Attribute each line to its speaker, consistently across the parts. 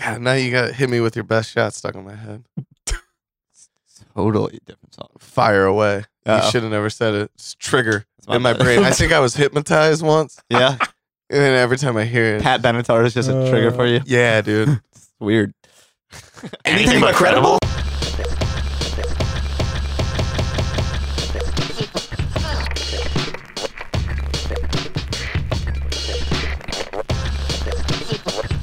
Speaker 1: God, now you got hit me with your best shot stuck in my head.
Speaker 2: Totally different song.
Speaker 1: Fire away. You
Speaker 2: Uh-oh.
Speaker 1: should have never said it. It's trigger
Speaker 2: It's my
Speaker 1: in my
Speaker 2: bad.
Speaker 1: brain. I think I was hypnotized once,
Speaker 2: Yeah.
Speaker 1: and then every time I hear it,
Speaker 2: Pat Benatar is just a trigger for you.
Speaker 1: yeah, dude.
Speaker 2: It's weird.
Speaker 3: Anything but credible?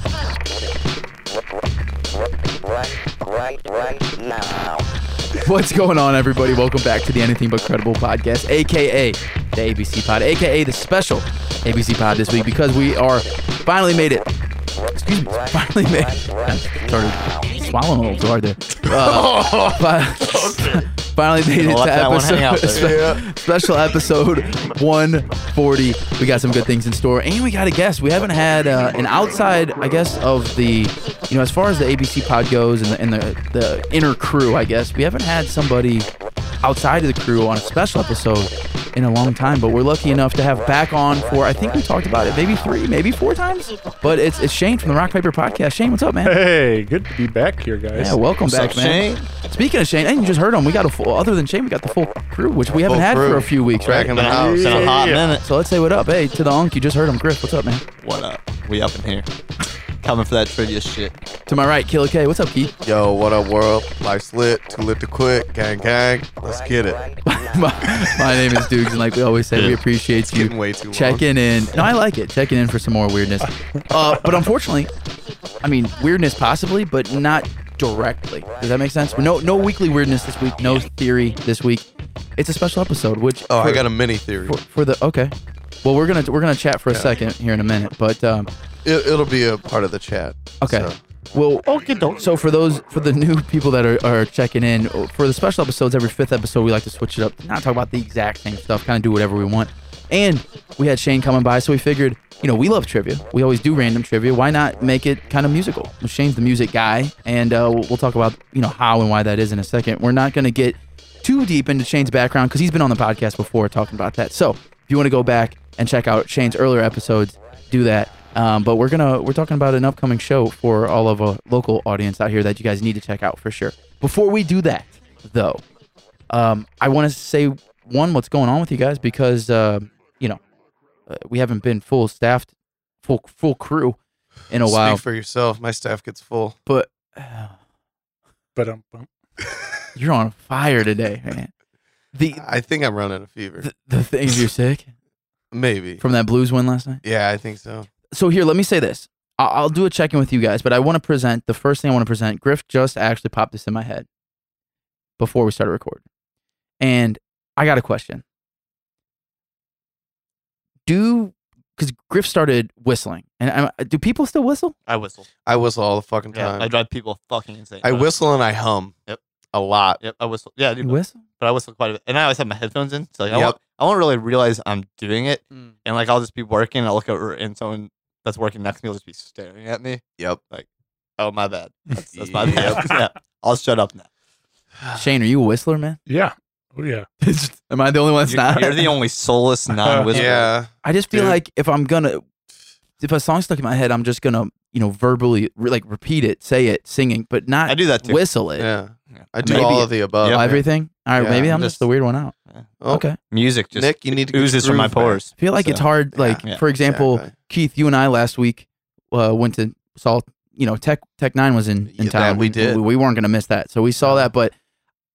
Speaker 4: What's going on, everybody? Welcome back to the Anything But Credible podcast, aka the ABC Pod, aka the special ABC Pod this week because we are finally made it. Excuse me, finally made. I started swallowing a little too hard there. Uh, fi- finally made it
Speaker 2: Left
Speaker 4: to
Speaker 2: that one hanging out
Speaker 4: episode
Speaker 2: there.
Speaker 4: spe- special episode 140. We got some good things in store, and we got a guest. We haven't had uh, an outside, I guess, of the you know, as far as the ABC Pod goes and the and the, the inner crew, I guess we haven't had somebody outside of the crew on a special episode in a long time, but we're lucky enough to have back on for I think we talked about it maybe three, maybe four times. But it's it's Shane from the Rock Paper Podcast. Shane, what's up, man?
Speaker 5: Hey, good to be back here, guys.
Speaker 4: Yeah, welcome back, man. Speaking of Shane, and you just heard him. We got a full. Other than Shane, we got the full crew, which we haven't
Speaker 1: Full
Speaker 4: had
Speaker 1: crew.
Speaker 4: for a few weeks,
Speaker 1: Back
Speaker 4: right?
Speaker 1: in the
Speaker 2: Been a-
Speaker 1: house.
Speaker 2: been a hot
Speaker 5: Yeah.
Speaker 2: minute.
Speaker 4: So let's say what up, hey, to the Unc. You just heard him, Griff. What's up, man?
Speaker 2: What up? We up in here. Coming for that trivia shit.
Speaker 4: To my right, Killer K. What's up, Keith?
Speaker 1: Yo, what up, world? Life's lit. Too lit to quit. Gang, gang. Let's get it.
Speaker 4: my, my name is Dukes, and like we always say, we appreciate you
Speaker 1: Getting way too long.
Speaker 4: checking in. No, I like it. Checking in for some more weirdness. Uh, but unfortunately, I mean weirdness possibly, but not directly. Does that make sense? No, no weekly weirdness this week. No theory this week. It's a special episode, which
Speaker 1: Oh, I
Speaker 4: for-
Speaker 1: got a mini theory.
Speaker 4: for, for the okay. Well, we're gonna we're gonna chat for a second here in a minute, but um,
Speaker 1: It, it'll be a part of the chat.
Speaker 4: okay.
Speaker 1: So,
Speaker 4: Well, okay, don't. So for those for the new people that are, are checking in for the special episodes, every fifth episode we like to switch it up, not talk about the exact same stuff, kind of do whatever we want. And we had Shane coming by, so we figured, you know, we love trivia. We always do random trivia. Why not make it kind of musical? Shane's the music guy, and uh, we'll we'll talk about you know how and why that is in a second. We're not gonna get too deep into Shane's background because he's been on the podcast before talking about that. So if you want to go back and check out Shane's earlier episodes, do that. Um, but we're gonna we're talking about an upcoming show for all of a local audience out here that you guys need to check out for sure. Before we do that, though, um, I want to say one what's going on with you guys because uh, you know uh, we haven't been full staffed, full full crew in a
Speaker 1: speak
Speaker 4: while.
Speaker 1: for yourself. My staff gets full.
Speaker 4: but
Speaker 5: But um, bum.
Speaker 4: you're on fire today, man. The
Speaker 1: I think I'm running a fever.
Speaker 4: the, the things you're sick
Speaker 1: Maybe.
Speaker 4: from that Blues win last night.
Speaker 1: yeah, I think so.
Speaker 4: so here, let me say this. I- I'll do a check in with you guys, but I want to present the first thing I want to present. Griff just actually popped this in my head before we started recording. And I got a question. Do, because Griff started whistling, and I, do people still whistle?
Speaker 2: I whistle.
Speaker 1: I whistle all the fucking
Speaker 2: Yeah,
Speaker 1: time.
Speaker 2: I drive people fucking insane.
Speaker 1: I whistle and I hum.
Speaker 2: Yep.
Speaker 1: A lot.
Speaker 2: Yep, I whistle. Yeah,
Speaker 4: You
Speaker 2: dude,
Speaker 4: whistle?
Speaker 2: but I whistle quite a bit. And I always have my headphones in, so like, I
Speaker 1: Yep.
Speaker 2: won't, I won't really realize I'm doing it. And like I'll just be working, and I'll look over, and someone that's working next to me will just be staring at me.
Speaker 1: Yep.
Speaker 2: Oh my bad. That's, that's my bad.
Speaker 1: Yep.
Speaker 2: yeah, I'll shut up now.
Speaker 4: Shane, are you a whistler, man?
Speaker 5: yeah, oh yeah.
Speaker 4: Am I the only one that's
Speaker 2: You're,
Speaker 4: not?
Speaker 2: you're the only soulless non-whisperer.
Speaker 1: Yeah.
Speaker 4: I just feel
Speaker 1: Dude.
Speaker 4: like if I'm gonna, if a song's stuck in my head, I'm just gonna, you know, verbally re- like repeat it, say it, singing, but not
Speaker 2: I do that too.
Speaker 4: whistle it.
Speaker 1: Yeah.
Speaker 2: Yeah.
Speaker 1: I do
Speaker 4: Maybe-
Speaker 1: all of the above.
Speaker 2: Yep.
Speaker 4: Oh,
Speaker 1: man.
Speaker 4: everything. All right,
Speaker 1: Yeah,
Speaker 4: maybe
Speaker 2: I'm
Speaker 4: I'm just,
Speaker 2: just-
Speaker 4: the weird one out.
Speaker 1: Oh,
Speaker 4: okay.
Speaker 2: Music just
Speaker 1: Nick, you need to get
Speaker 2: oozes
Speaker 1: your
Speaker 2: from my
Speaker 1: groove back.
Speaker 2: pores.
Speaker 4: I feel like
Speaker 2: So,
Speaker 4: it's hard. Like
Speaker 2: yeah,
Speaker 4: for example,
Speaker 1: Exactly.
Speaker 4: Keith, you and I last week uh, went to saw you know Tech Tech Nine was in in
Speaker 1: Yeah, that
Speaker 4: town.
Speaker 1: we did.
Speaker 4: We, we weren't gonna miss that, so we saw that. But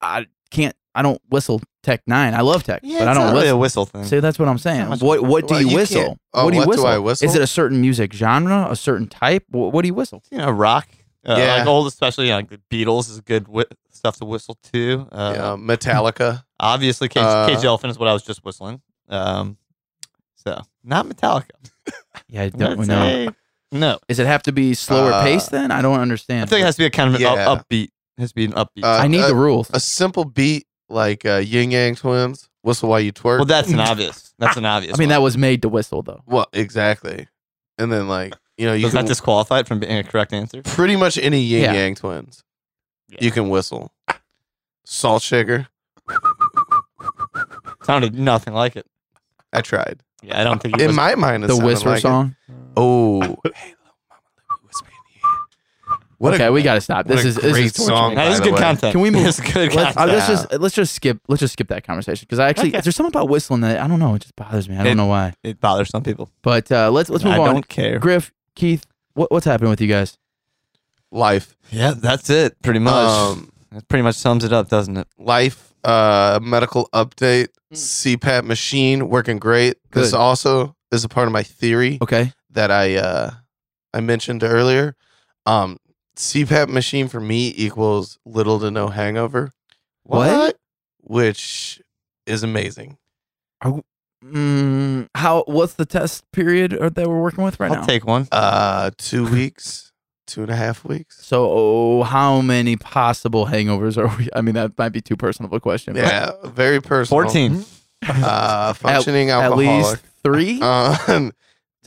Speaker 4: I can't. I don't whistle Tech Nine. I love Tech,
Speaker 2: Yeah, it's
Speaker 4: but I don't
Speaker 2: not really
Speaker 4: whistle.
Speaker 2: a whistle thing.
Speaker 4: See, that's what I'm saying.
Speaker 2: much-
Speaker 4: What what do
Speaker 1: Well,
Speaker 4: you,
Speaker 1: you
Speaker 4: whistle?
Speaker 1: can't- oh,
Speaker 4: what do you
Speaker 1: what do
Speaker 4: whistle?
Speaker 1: I whistle?
Speaker 4: Is it a certain music genre, a certain type? What, what do you whistle?
Speaker 2: you know, rock. Uh,
Speaker 1: Yeah.
Speaker 2: Like old, especially you know, like the Beatles is good whi- stuff to whistle to. Uh,
Speaker 1: Yeah, Metallica.
Speaker 2: Obviously, Cage,
Speaker 1: Uh,
Speaker 2: Cage Elephant is what I was just whistling. Um, so not Metallica.
Speaker 4: Yeah, I
Speaker 2: I'd say No,
Speaker 4: Does it have to be slower
Speaker 1: Uh,
Speaker 4: pace? Then I don't understand.
Speaker 2: I think it has to be a kind of an up-
Speaker 1: Yeah.
Speaker 2: upbeat. It has to be an upbeat.
Speaker 1: Uh,
Speaker 4: I need the rules.
Speaker 1: A simple beat like uh, Yin Yang Twins, Whistle While You Twerk.
Speaker 2: well, that's an obvious. That's an obvious.
Speaker 4: I mean,
Speaker 2: one.
Speaker 4: that was made to whistle though.
Speaker 1: Well, exactly. And then like you know you
Speaker 2: does
Speaker 1: can
Speaker 2: that disqualify it from being a correct answer?
Speaker 1: pretty much any Yin
Speaker 4: Yeah.
Speaker 1: Yang Twins,
Speaker 2: Yeah.
Speaker 1: you can whistle. Salt shaker.
Speaker 2: Sounded nothing like it.
Speaker 1: I tried.
Speaker 2: Yeah, I don't think it
Speaker 1: In
Speaker 2: was.
Speaker 1: my mind, it
Speaker 4: The
Speaker 1: sounded
Speaker 4: Whisper
Speaker 1: like it.
Speaker 4: song.
Speaker 1: Oh. Hey, little mama, let me whisper in What
Speaker 4: okay,
Speaker 1: a,
Speaker 4: we gotta stop. This
Speaker 1: what a
Speaker 4: is this is
Speaker 1: great
Speaker 4: torture.
Speaker 1: song.
Speaker 2: That
Speaker 1: by
Speaker 2: is
Speaker 1: the
Speaker 2: good
Speaker 1: way.
Speaker 2: content.
Speaker 4: Can we move-
Speaker 2: It's good
Speaker 4: Let's,
Speaker 2: content.
Speaker 4: uh, let's just let's just skip let's just skip that conversation because I actually
Speaker 2: Okay.
Speaker 4: there's something about whistling that I don't know it just bothers me I don't
Speaker 2: It-
Speaker 4: know why
Speaker 2: it bothers some people.
Speaker 4: but uh, let's let's move
Speaker 2: I
Speaker 4: on
Speaker 2: don't care.
Speaker 4: Griff Keith what, what's happening with you guys
Speaker 1: Life.
Speaker 2: Yeah, that's it. Pretty much.
Speaker 1: Um,
Speaker 2: that pretty much sums it up, doesn't it?
Speaker 1: life. Uh, medical update. CPAP machine working great. This
Speaker 4: Good.
Speaker 1: also is a part of my theory
Speaker 4: okay
Speaker 1: that I uh I mentioned earlier. Um, CPAP machine for me equals little to no hangover.
Speaker 4: What?
Speaker 1: Which is amazing.
Speaker 4: mm, how what's the test period or, that we're working with right
Speaker 2: I'll
Speaker 4: now
Speaker 2: take one.
Speaker 1: Uh, two weeks, two and a half weeks.
Speaker 4: so how many possible hangovers are we I mean that might be too personal of a question but
Speaker 1: Yeah, very personal.
Speaker 2: 14.
Speaker 1: Uh, functioning
Speaker 4: at
Speaker 1: alcoholic.
Speaker 4: least three
Speaker 1: Um,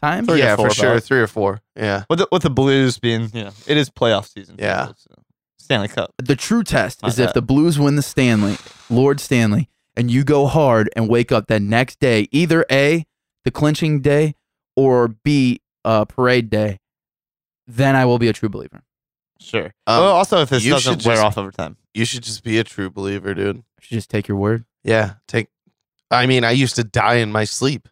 Speaker 4: times
Speaker 2: Uh, Three to
Speaker 1: yeah,
Speaker 2: four,
Speaker 1: for sure,
Speaker 2: about.
Speaker 1: three or four. Yeah,
Speaker 2: With the, with the Blues being, you know, it is playoff season.
Speaker 1: Mm-hmm. Yeah.
Speaker 2: So, Stanley Cup.
Speaker 4: the true test
Speaker 2: Not
Speaker 4: is if
Speaker 2: that.
Speaker 4: the Blues win the Stanley, Lord Stanley, and you go hard and wake up that next day, either A, the clinching day, or B, uh, parade day, then I will be a true believer.
Speaker 2: Sure.
Speaker 1: Um,
Speaker 2: well, also, if this
Speaker 1: you should
Speaker 2: doesn't wear
Speaker 1: just-
Speaker 2: off over time.
Speaker 1: you should just be a true believer, dude.
Speaker 4: I should just take your word.
Speaker 1: Yeah, take. I mean, I used to die in my sleep,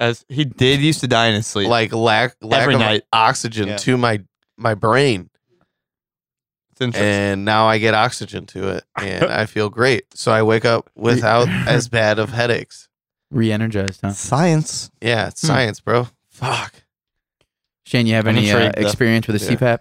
Speaker 2: As he did used to die in his sleep.
Speaker 1: like lack lack
Speaker 2: Every
Speaker 1: of
Speaker 2: night.
Speaker 1: oxygen
Speaker 2: Yeah.
Speaker 1: to my my brain,
Speaker 2: it's interesting.
Speaker 1: and now I get oxygen to it, and I feel great. So I wake up without as bad of headaches.
Speaker 4: Re-energized, huh?
Speaker 2: Science.
Speaker 1: Yeah, it's
Speaker 4: Hmm.
Speaker 1: science, bro. Fuck.
Speaker 4: Shane, you have
Speaker 2: I'm
Speaker 4: any uh,
Speaker 2: intrigued, though.
Speaker 4: experience with a
Speaker 1: Yeah.
Speaker 4: CPAP?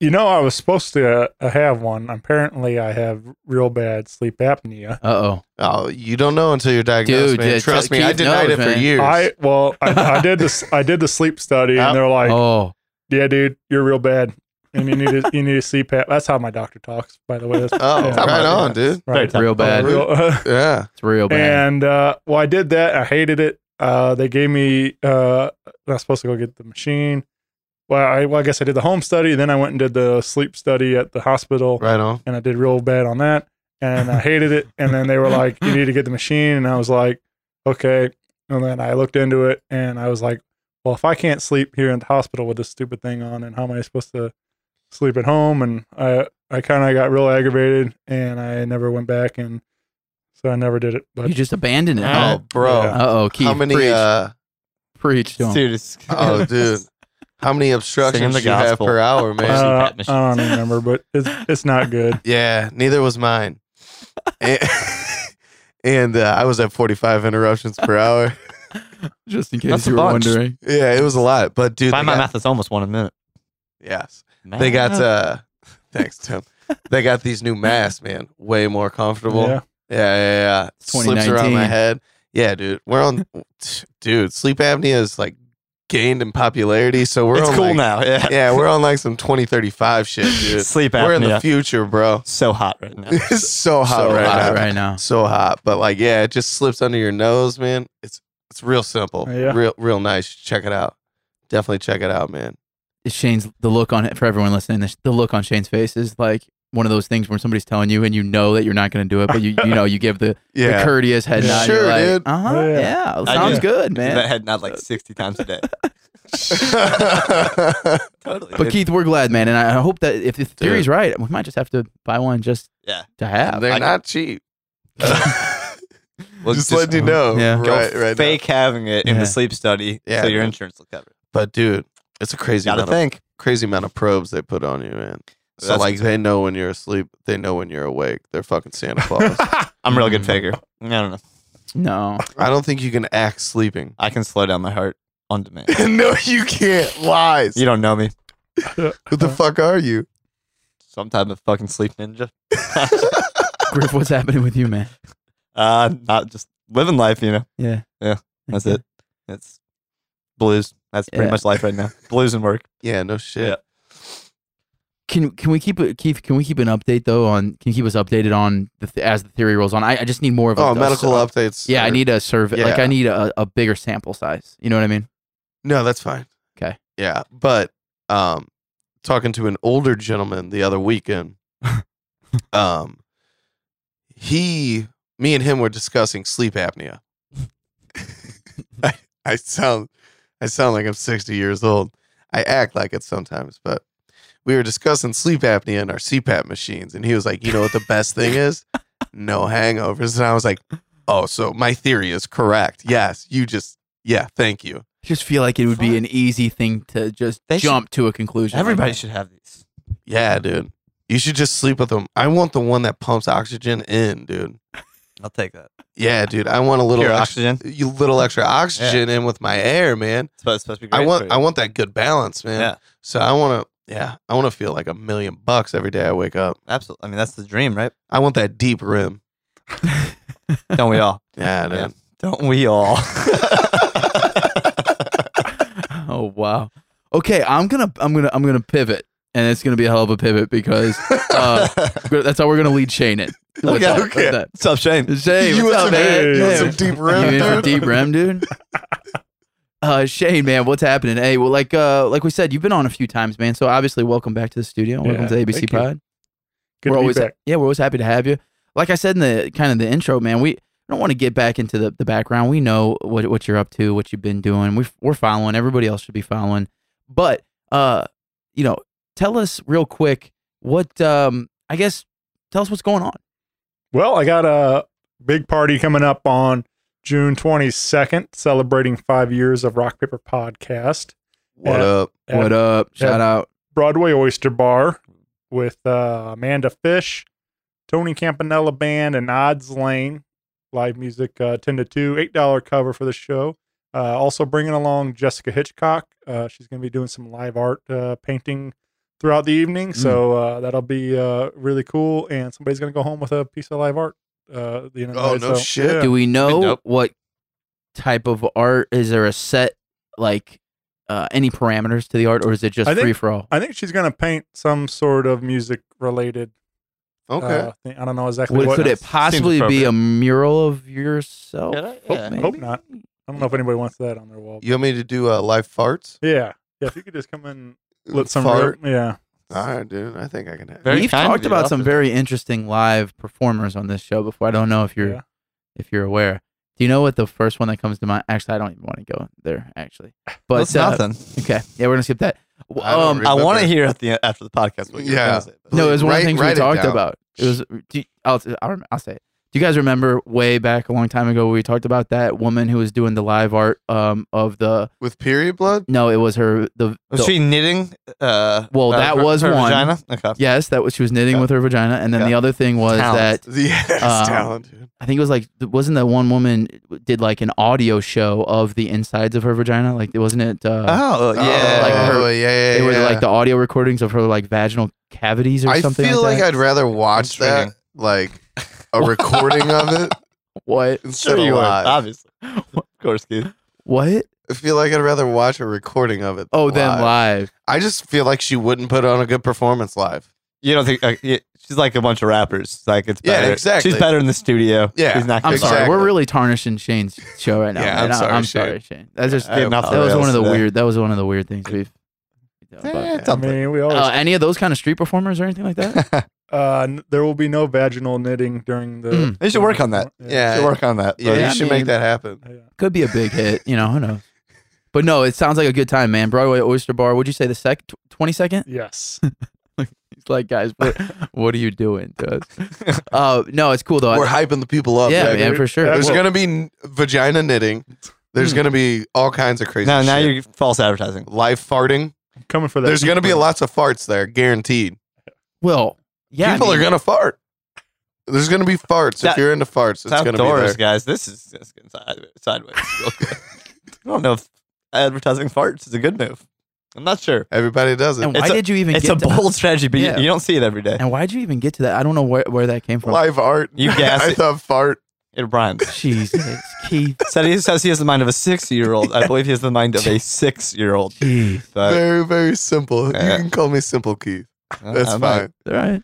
Speaker 5: You know, I was supposed to uh, have one. Apparently, I have real bad sleep apnea.
Speaker 4: Uh-oh.
Speaker 1: Oh, you don't know until you're diagnosed,
Speaker 4: Dude,
Speaker 1: man.
Speaker 4: yeah,
Speaker 1: Trust
Speaker 4: t-
Speaker 1: me, I
Speaker 4: Keith
Speaker 1: denied
Speaker 4: knows,
Speaker 1: it for
Speaker 4: man.
Speaker 1: years.
Speaker 5: I well, I, I did this. I did the sleep study,
Speaker 1: Yep.
Speaker 5: and they're like,
Speaker 4: Oh.
Speaker 5: "Yeah, dude, you're real bad, and you need a, you need a CPAP." That's how my doctor talks, by the way. That's,
Speaker 1: oh,
Speaker 5: Yeah.
Speaker 1: right on, dude.
Speaker 5: right.
Speaker 4: Real bad.
Speaker 1: Real- Yeah.
Speaker 4: It's real bad.
Speaker 5: And uh, well, I did that. I hated it. Uh, they gave me. Uh, I was supposed to go get the machine. Well, I, well, I guess I did the home study. Then I went and did the sleep study at the hospital,
Speaker 1: Right on.
Speaker 5: and I did real bad on that. And I hated it. And then they were like, "You need to get the machine," and I was like, "Okay." And then I looked into it, and I was like, "Well, if I can't sleep here in the hospital with this stupid thing on, and how am I supposed to sleep at home?" And I, I kind of got real aggravated, and I never went back, and so I never did it. But
Speaker 4: you just abandoned it.
Speaker 2: Uh,
Speaker 1: Oh, bro.
Speaker 5: Yeah.
Speaker 4: Uh-oh, Keith.
Speaker 1: How many?
Speaker 4: preach,
Speaker 1: uh
Speaker 4: preach to him.
Speaker 2: Dude, it's-
Speaker 1: Oh, dude. How many obstructions
Speaker 2: the
Speaker 1: you have
Speaker 2: gospel.
Speaker 1: per hour, man?
Speaker 2: Uh, CPAP
Speaker 5: I don't
Speaker 2: machines.
Speaker 5: remember, but it's it's not good.
Speaker 1: yeah, neither was mine. And, and, uh, I was at 45 interruptions per hour.
Speaker 4: Just in
Speaker 2: That's
Speaker 4: case
Speaker 2: a
Speaker 4: you were
Speaker 2: bunch.
Speaker 4: wondering.
Speaker 1: Yeah, it was a lot, but dude,
Speaker 2: By
Speaker 1: they
Speaker 2: my
Speaker 1: got-
Speaker 2: math, it's almost one a minute.
Speaker 1: yes, they got uh, thanks Tim. They got these new masks, man. Way more comfortable.
Speaker 5: Yeah.
Speaker 1: Yeah, yeah, yeah. Slips around
Speaker 4: 2019.
Speaker 1: my head. Yeah, dude. We're on, dude. Sleep apnea is like gained in popularity, so we're
Speaker 2: It's
Speaker 1: on
Speaker 2: cool
Speaker 1: like-
Speaker 2: now. Yeah.
Speaker 1: Yeah, we're on like some 2035 shit, dude.
Speaker 2: Sleep
Speaker 1: we're in the
Speaker 2: apnea.
Speaker 1: future, bro.
Speaker 2: so hot right now.
Speaker 1: It's so hot
Speaker 2: Oh,
Speaker 4: So
Speaker 1: right
Speaker 4: hot
Speaker 1: now.
Speaker 4: right now.
Speaker 1: So hot, but like, yeah, it just slips under your nose, man. It's it's real simple,
Speaker 5: Yeah.
Speaker 1: real real nice. Check it out. Definitely check it out, man.
Speaker 4: Shane's the look on it for everyone listening. The, the look on Shane's face is like one of those things when somebody's telling you and you know that you're not going to do it, but you you know you give the, the
Speaker 1: Yeah,
Speaker 4: courteous head nod.
Speaker 1: Sure,
Speaker 4: you're like,
Speaker 1: dude.
Speaker 4: Uh-huh,
Speaker 5: Yeah.
Speaker 4: yeah.
Speaker 2: I
Speaker 4: sounds
Speaker 2: do.
Speaker 4: good,
Speaker 2: That
Speaker 4: man.
Speaker 2: head nod like 60 times a day. totally.
Speaker 4: But Keith, we're glad, man, and I I hope that if the theory's right, we might just have to buy one just
Speaker 2: Yeah.
Speaker 4: to have.
Speaker 1: they're
Speaker 2: I-
Speaker 1: not cheap.
Speaker 2: Well,
Speaker 1: just, letting you know,
Speaker 4: Yeah.
Speaker 2: Go
Speaker 1: right, right. now.
Speaker 2: fake having it in
Speaker 4: Yeah.
Speaker 2: the sleep study
Speaker 1: Yeah,
Speaker 2: so your
Speaker 1: man.
Speaker 2: insurance will cover it.
Speaker 1: But dude, it's a crazy
Speaker 2: Gotta
Speaker 1: amount of,
Speaker 2: think.
Speaker 1: crazy amount of probes they put on you, man. So
Speaker 2: That's-
Speaker 1: like, they know when you're asleep. They know when you're awake. They're fucking Santa Claus.
Speaker 2: I'm a real good
Speaker 4: Mm.
Speaker 2: faker. I don't know.
Speaker 4: No,
Speaker 1: I don't think you can act sleeping.
Speaker 2: I can slow down my heart on demand.
Speaker 1: no, you can't. Lies.
Speaker 2: you don't know me.
Speaker 1: Who the fuck are you?
Speaker 2: Sometime a fucking sleep ninja.
Speaker 4: Griff, what's happening with you, man?
Speaker 2: Uh, not just living life, you know.
Speaker 4: Yeah,
Speaker 2: Yeah, That's it. That's blues. That's pretty
Speaker 4: Yeah.
Speaker 2: much life right now. Blues and work.
Speaker 1: Yeah, no shit.
Speaker 2: Yeah.
Speaker 4: Can can we keep it, Keith? Can we keep an update though on? Can you keep us updated on the th- as the theory rolls on? I, I just need more of a
Speaker 1: Oh,
Speaker 4: a-
Speaker 1: medical updates.
Speaker 4: Yeah, I
Speaker 1: are-
Speaker 4: need a survey. Like
Speaker 1: Yeah.
Speaker 4: I need a, a bigger sample size. You know what I mean?
Speaker 1: No, that's fine.
Speaker 4: 'Kay.
Speaker 1: Yeah, but um, talking to an older gentleman the other weekend, um, he, me, and him were discussing sleep apnea. I, I sound, I sound like I'm 60 years old. I act like it sometimes, but we were discussing sleep apnea and our CPAP machines, and he was like, "You know what the best thing is? No hangovers." And I was like, "Oh, so my theory is correct? Yes, you just yeah, thank you."
Speaker 4: I just feel like it would be an easy thing to just
Speaker 2: They should-
Speaker 4: jump to a conclusion. like
Speaker 2: Everybody
Speaker 4: that.
Speaker 2: should have these.
Speaker 1: Yeah, dude, you should just sleep with them. I want the one that pumps oxygen in, dude.
Speaker 2: I'll take that.
Speaker 1: Yeah, dude, I want a little
Speaker 2: Pure
Speaker 1: ox-
Speaker 2: oxygen.
Speaker 1: you little extra oxygen in with my air, man.
Speaker 2: It's supposed it's supposed to be great.
Speaker 1: I
Speaker 2: for
Speaker 1: want
Speaker 2: you.
Speaker 1: I want that good balance, man.
Speaker 2: Yeah.
Speaker 1: So I want to yeah, I want to feel like a million bucks every day I wake up.
Speaker 2: Absolutely. I mean, that's the dream, right?
Speaker 1: I want that deep rim.
Speaker 2: Don't we all?
Speaker 1: Yeah, dude.
Speaker 2: Yeah. Don't we all?
Speaker 4: Oh wow. Okay, I'm gonna I'm gonna I'm gonna pivot, and it's gonna be a hell of a pivot because uh, that's how we're gonna lead Shane in. What's
Speaker 2: Okay,
Speaker 4: up?
Speaker 2: okay.
Speaker 4: What's up?
Speaker 2: What's up, Shane?
Speaker 4: Shane,
Speaker 1: You
Speaker 4: what's
Speaker 1: want
Speaker 4: up,
Speaker 1: some-
Speaker 4: man?
Speaker 1: you want
Speaker 4: Yeah.
Speaker 1: some deep rim,
Speaker 4: You in for
Speaker 1: dude?
Speaker 4: deep rim, dude? Uh, Shane, man, what's happening? Hey, well, like uh, like we said, you've been on a few times, man. So obviously, welcome back to the studio. Welcome
Speaker 5: Yeah,
Speaker 4: to the ABC
Speaker 5: thank you.
Speaker 4: Pod.
Speaker 5: Good
Speaker 4: we're
Speaker 5: to be
Speaker 4: always
Speaker 5: back.
Speaker 4: yeah, we're always happy to have you. Like I said in the kind of the intro, man, we don't want to get back into the, the background. We know what what you're up to, what you've been doing. We we're following. Everybody else should be following. But uh, you know, tell us real quick what um I guess tell us what's going on.
Speaker 5: Well, I got a big party coming up on June 22nd, celebrating five years of Rock Paper Podcast.
Speaker 1: What
Speaker 5: Yeah.
Speaker 1: up?
Speaker 5: at
Speaker 4: what up?
Speaker 5: yeah.
Speaker 4: Shout out.
Speaker 5: Broadway Oyster Bar with uh, Amanda Fish, Tony Campanella Band, and Odds Lane. Live music uh, 10 to 2, $8 cover for the show. Uh, also bringing along Jessica Hitchcock. Uh, she's going to be doing some live art uh, painting throughout the evening. So
Speaker 1: Mm.
Speaker 5: uh, that'll be uh, really cool. And somebody's going to go home with a piece of live art. Uh, at the end of the
Speaker 1: Oh,
Speaker 5: night.
Speaker 1: no
Speaker 5: So,
Speaker 1: shit.
Speaker 5: yeah.
Speaker 4: Do we know
Speaker 2: dope.
Speaker 4: what type of art is there a set like uh, any parameters to the art or is it just
Speaker 5: I think-
Speaker 4: free for all?
Speaker 5: I think she's going to paint some sort of music related
Speaker 1: Okay.
Speaker 5: uh, thing. I don't know exactly
Speaker 4: Would,
Speaker 5: what.
Speaker 4: could it
Speaker 2: Seems
Speaker 4: possibly be
Speaker 2: appropriate.
Speaker 4: a mural of yourself?
Speaker 2: Yeah, that- yeah.
Speaker 5: Hope not. I don't know if anybody wants that on their wall.
Speaker 1: you want me to do uh, live farts?
Speaker 5: Yeah. Yeah, if you could just come in let some
Speaker 1: fart.
Speaker 5: real- yeah.
Speaker 1: All right, dude. I think I can have.
Speaker 2: Very
Speaker 4: We've
Speaker 2: kind of
Speaker 4: talked
Speaker 2: you,
Speaker 4: about
Speaker 2: Ralph.
Speaker 4: some very interesting live performers on this show before. I don't know if you're
Speaker 5: Yeah.
Speaker 4: if you're aware. Do you know what the first one that comes to mind? Actually, I don't even want to go there. Actually, but
Speaker 2: That's
Speaker 4: uh,
Speaker 2: nothing.
Speaker 4: okay, yeah, we're gonna skip that. W-
Speaker 1: I don't
Speaker 4: Um,
Speaker 1: really-
Speaker 2: I want to
Speaker 1: Remember-
Speaker 2: hear at the after the podcast. What you
Speaker 1: Yeah.
Speaker 2: yeah. Say, but-
Speaker 4: no, it was one of
Speaker 1: Write-
Speaker 4: the things
Speaker 1: write
Speaker 4: we
Speaker 1: it
Speaker 4: talked
Speaker 1: down.
Speaker 4: about. It was. Do you, I'll, I'll rem- I'll say it. Do you guys remember way back a long time ago we talked about that woman who was doing the live art um of the
Speaker 1: With period blood?
Speaker 4: no it was her the,
Speaker 2: was
Speaker 4: the-
Speaker 2: Oh, she knitting? Uh,
Speaker 4: Well,
Speaker 2: uh,
Speaker 4: that
Speaker 2: her-
Speaker 4: was
Speaker 2: her
Speaker 4: one.
Speaker 2: Vagina? Okay.
Speaker 4: yes that was she was knitting
Speaker 2: Yeah.
Speaker 4: with her vagina and then
Speaker 2: Yeah.
Speaker 4: the other thing was
Speaker 2: Talent.
Speaker 4: that
Speaker 1: Yeah, it's
Speaker 4: Um,
Speaker 1: talent, dude.
Speaker 4: I think it was like wasn't that one woman did like an audio show of the insides of her vagina? Like wasn't it? Uh,
Speaker 2: Oh yeah.
Speaker 1: Oh,
Speaker 4: like
Speaker 1: yeah,
Speaker 4: her-
Speaker 1: yeah,
Speaker 4: they were
Speaker 1: yeah.
Speaker 4: like the audio recordings of her like vaginal cavities or
Speaker 1: I
Speaker 4: something.
Speaker 1: feel like,
Speaker 4: like, that.
Speaker 1: I'd rather watch that,
Speaker 2: Intriguing.
Speaker 1: like a recording of it
Speaker 4: what
Speaker 1: instead
Speaker 2: sure you
Speaker 1: of
Speaker 2: were.
Speaker 1: live.
Speaker 2: Obviously. of course, kid.
Speaker 4: what?
Speaker 1: I feel like I'd rather watch a recording of it.
Speaker 4: Oh,
Speaker 1: than
Speaker 4: then live.
Speaker 1: I just feel like she wouldn't put on a good performance live.
Speaker 2: You don't think uh, yeah, she's like a bunch of rappers? Like it's
Speaker 1: Yeah,
Speaker 2: better.
Speaker 1: exactly.
Speaker 2: She's better in the studio.
Speaker 1: Yeah,
Speaker 2: She's not.
Speaker 4: I'm
Speaker 2: gonna-
Speaker 4: sorry,
Speaker 1: Exactly.
Speaker 4: we're really tarnishing Shane's show right now.
Speaker 1: Yeah,
Speaker 4: man.
Speaker 1: I'm
Speaker 4: I-
Speaker 1: sorry,
Speaker 4: I'm
Speaker 1: Shane.
Speaker 4: sorry, Shane. That's just
Speaker 2: I am off the
Speaker 4: that was
Speaker 2: rails
Speaker 4: one of the
Speaker 2: today.
Speaker 4: weird. That was one of the weird things we've. you know,
Speaker 2: Eh,
Speaker 4: but-
Speaker 2: it's
Speaker 5: I
Speaker 2: something.
Speaker 5: mean, we always
Speaker 4: Uh, any of those kind of street performers or anything like that?
Speaker 5: uh, n- there will be no vaginal knitting during the
Speaker 4: Mm.
Speaker 2: They should work on that.
Speaker 1: Yeah.
Speaker 2: Should work on that.
Speaker 1: Yeah,
Speaker 2: but-
Speaker 1: you
Speaker 4: Yeah, I
Speaker 1: should
Speaker 4: mean-
Speaker 1: make that happen.
Speaker 5: Yeah.
Speaker 4: Could be a big hit. You know, who knows? But no, it sounds like a good time, man. Broadway Oyster Bar. Would you say the sec twenty second?
Speaker 5: Yes.
Speaker 4: It's like, guys, what, what are you doing to us? Uh, no, it's cool though.
Speaker 1: We're hyping the people up.
Speaker 4: yeah,
Speaker 1: right?
Speaker 4: man,
Speaker 5: dude.
Speaker 4: for sure.
Speaker 5: Yeah,
Speaker 1: There's
Speaker 5: well-
Speaker 1: gonna be n- vagina knitting. There's
Speaker 4: Hmm.
Speaker 1: gonna be all kinds of crazy.
Speaker 2: No, now
Speaker 1: shit.
Speaker 2: you're false advertising.
Speaker 1: live farting.
Speaker 5: I'm coming for that.
Speaker 1: There's gonna be
Speaker 5: deep
Speaker 1: lots of farts there, guaranteed.
Speaker 4: well, yeah, I
Speaker 1: people
Speaker 4: mean,
Speaker 1: are gonna fart. There's gonna be farts. if
Speaker 2: That-
Speaker 1: you're into farts, it's
Speaker 2: It's
Speaker 1: gonna be there.
Speaker 2: outdoors, guys. This is just getting sideways. sideways real quick. I don't know if advertising farts is a good move. I'm not sure.
Speaker 1: Everybody does it.
Speaker 4: And why
Speaker 2: It's a-
Speaker 4: did you even?
Speaker 2: It's
Speaker 4: get
Speaker 2: a
Speaker 4: to-
Speaker 2: bold strategy, but you-
Speaker 4: Yeah.
Speaker 2: you, don't see it every day.
Speaker 4: And why did you even get to that? I don't know where, where that came from.
Speaker 1: Live art.
Speaker 2: You gas
Speaker 1: I
Speaker 2: it.
Speaker 1: thought fart.
Speaker 2: It rhymes.
Speaker 4: Jesus, Keith.
Speaker 2: Said he says he has the mind of a six year old. I believe he has the mind of a six year old.
Speaker 4: Keith.
Speaker 2: But
Speaker 1: very, very simple. you
Speaker 2: Yeah.
Speaker 4: uh,
Speaker 1: can call me Simple Keith.
Speaker 2: uh,
Speaker 1: That's
Speaker 2: I'm
Speaker 1: fine.
Speaker 2: like,
Speaker 4: All right.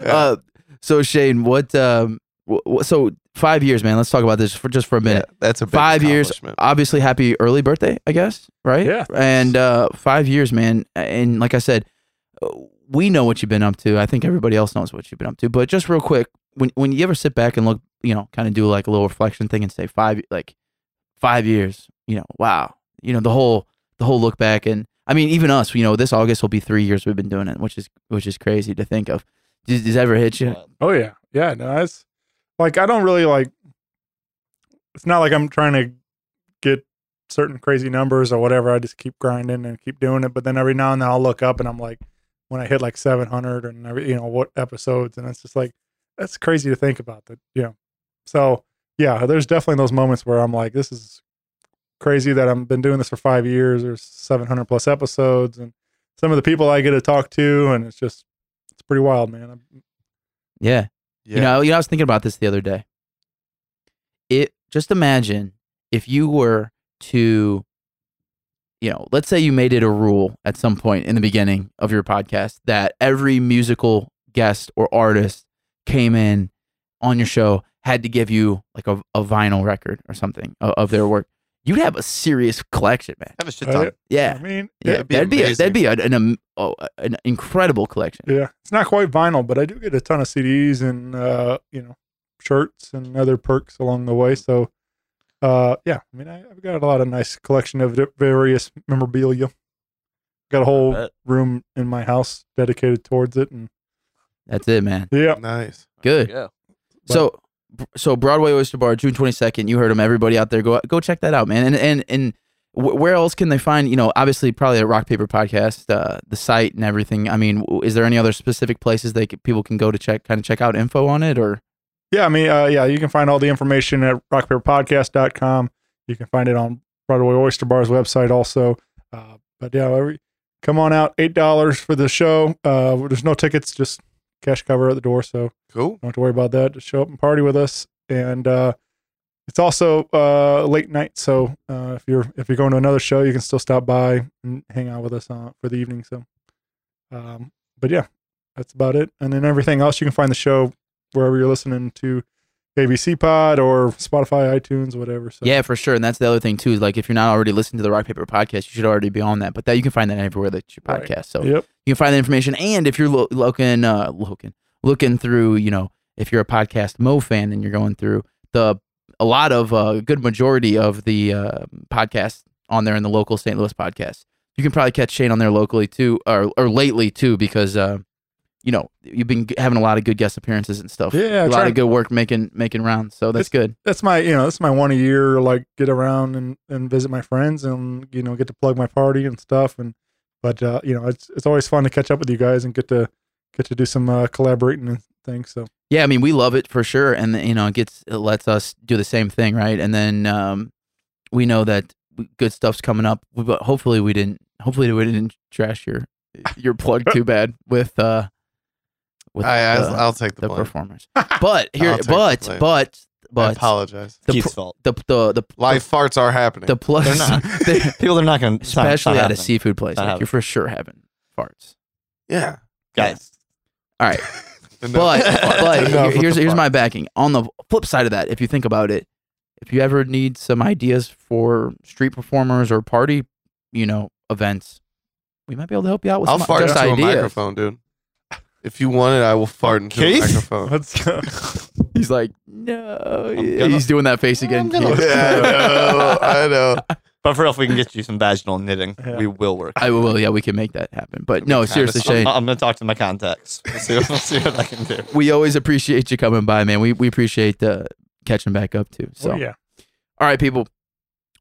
Speaker 1: Yeah.
Speaker 4: Uh, so Shane, what? Um, wh- wh- so five years, man. Let's talk about this for just for a
Speaker 1: Yeah,
Speaker 4: minute.
Speaker 1: that's a big
Speaker 4: five years.
Speaker 1: accomplishment.
Speaker 4: Obviously, happy early birthday, I guess. Right.
Speaker 5: Yeah.
Speaker 4: And uh, five years, man. And like I said, uh, we know what you've been up to. I think everybody else knows what you've been up to. But just real quick, when when you ever sit back and look, you know, kind of do like a little reflection thing and say five, like five years, you know, wow, you know, the whole the whole look back. And I mean, even us, you know, this August will be three years we've been doing it, which is which is crazy to think of. Does, does that ever hit you?
Speaker 5: Oh yeah, yeah. No, it's like I don't really like. It's not like I'm trying to get certain crazy numbers or whatever. I just keep grinding and keep doing it. But then every now and then I'll look up and I'm like, when I hit like 700 and every you know what episodes, and it's just like that's crazy to think about that. You know, so yeah, there's definitely those moments where I'm like, this is crazy that I've been doing this for five years. There's 700 plus episodes, and some of the people I get to talk to, and it's just it's pretty wild, man. I'm,
Speaker 4: Yeah.
Speaker 1: Yeah.
Speaker 4: You know, you know, I was thinking about this the other day. It just imagine if you were to, you know, let's say you made it a rule at some point in the beginning of your podcast that every musical guest or artist came in on your show had to give you like a, a vinyl record or something of, of their work. You'd have a serious collection, man.
Speaker 2: Have a shit
Speaker 5: I-
Speaker 2: ton.
Speaker 4: Yeah.
Speaker 5: I mean,
Speaker 4: Yeah,
Speaker 1: it'd
Speaker 5: yeah.
Speaker 1: be
Speaker 4: that'd be a,
Speaker 1: amazing.
Speaker 4: that'd be an, an, um, oh, an incredible collection.
Speaker 5: yeah, it's not quite vinyl, but I do get a ton of CDs and uh, you know shirts and other perks along the way. So, uh, yeah, I mean, I, I've got a lot of nice collection of di- various memorabilia. Got a whole
Speaker 2: bet.
Speaker 5: room in my house dedicated towards it, and
Speaker 4: That's it, man.
Speaker 5: yeah,
Speaker 1: Nice.
Speaker 4: Good.
Speaker 2: Yeah.
Speaker 4: So, so Broadway Oyster Bar, June twenty second. You heard them. Everybody out there, go go check that out, man. And and and wh- where else can they find? You know, obviously, probably at Rock Paper Podcast, uh, the site and everything. I mean, w- is there any other specific places they could, people can go to check, kind of check out info on it, or
Speaker 5: Yeah, I mean, uh, yeah, you can find all the information at rockpaperpodcast.com. You can find it on Broadway Oyster Bar's website also. Uh, but yeah, every, come on out. $8 for the show. Uh, there's no tickets, just cash cover at the door. So
Speaker 1: Cool.
Speaker 5: don't have to worry about that. Just show up and party with us. And uh, it's also uh, late night. So uh, if you're if you're going to another show, you can still stop by and hang out with us uh, for the evening. So, um, but yeah, that's about it. And then everything else, you can find the show wherever you're listening to ABC Pod or Spotify, iTunes, whatever. So
Speaker 4: yeah, for sure. And that's the other thing too. Is like if you're not already listening to the Rock Paper Podcast, you should already be on that. But that you can find that everywhere that you
Speaker 5: Right.
Speaker 4: podcast. So
Speaker 5: Yep.
Speaker 4: you can find that information. And if you're lo- looking, uh, looking, looking through, you know, if you're a podcast Mo fan and you're going through the a lot of uh, good majority of the uh, podcasts on there in the local St. Louis podcast, you can probably catch Shane on there locally too, or or lately too, because uh, you know you've been g- having a lot of good guest appearances and stuff. a
Speaker 5: Yeah.
Speaker 4: lot
Speaker 5: try-
Speaker 4: of good work making making rounds. So that's good.
Speaker 5: that's my you know that's my one a year like get around and, and visit my friends and you know get to plug my party and stuff and but uh, you know it's it's always fun to catch up with you guys and get to get to do some uh, collaborating and things so
Speaker 4: Yeah, I mean, we love it for sure, and you know, it gets it lets us do the same thing, right? And then um, we know that w- good stuff's coming up. We- But hopefully, we didn't. Hopefully, we didn't trash your your plug too bad with uh with
Speaker 1: I, I,
Speaker 4: the,
Speaker 1: I'll take the,
Speaker 4: the
Speaker 1: blame.
Speaker 4: performers. But here,
Speaker 1: I'll take
Speaker 4: but
Speaker 1: the blame.
Speaker 4: but
Speaker 1: I
Speaker 4: but
Speaker 1: apologize.
Speaker 4: the
Speaker 2: Keith's
Speaker 4: pr-
Speaker 2: fault.
Speaker 4: the the the
Speaker 1: Live farts are happening.
Speaker 4: the plus
Speaker 2: They're not.
Speaker 4: they're-
Speaker 2: People are not going to.
Speaker 4: especially at a seafood place,
Speaker 2: Not
Speaker 4: like,
Speaker 2: happening.
Speaker 4: you're for sure having farts.
Speaker 1: yeah.
Speaker 2: Guys.
Speaker 4: All right.
Speaker 1: Enough.
Speaker 4: But but
Speaker 1: Enough
Speaker 4: here-
Speaker 1: with
Speaker 4: here's
Speaker 1: the
Speaker 4: here's
Speaker 1: farts.
Speaker 4: my backing. On the flip side of that, if you think about it, if you ever need some ideas for street performers or party, you know, events, we might be able to help you out with
Speaker 1: I'll
Speaker 4: some
Speaker 1: fart
Speaker 4: just
Speaker 1: into a
Speaker 4: ideas.
Speaker 1: microphone, dude. If you want it, I will fart into
Speaker 2: Keith?
Speaker 1: a microphone.
Speaker 5: let's go
Speaker 4: He's like, no,
Speaker 2: I'm
Speaker 4: yeah,"
Speaker 2: gonna-
Speaker 4: he's doing that face again.
Speaker 1: yeah, I
Speaker 4: Keith.
Speaker 1: know. Oh, I know.
Speaker 2: But for real, if we can get you some vaginal knitting,
Speaker 5: Yeah.
Speaker 2: we will work.
Speaker 4: I will. Yeah, we can make that happen. But
Speaker 1: It'll
Speaker 4: no,
Speaker 1: be kinda
Speaker 4: seriously,
Speaker 1: something.
Speaker 4: Shane.
Speaker 2: I'm, I'm going to talk to my contacts. We'll see, we'll see what I can do.
Speaker 4: We always appreciate you coming by, man. We we appreciate uh, catching back up too. So
Speaker 5: Oh, yeah
Speaker 4: All right, people.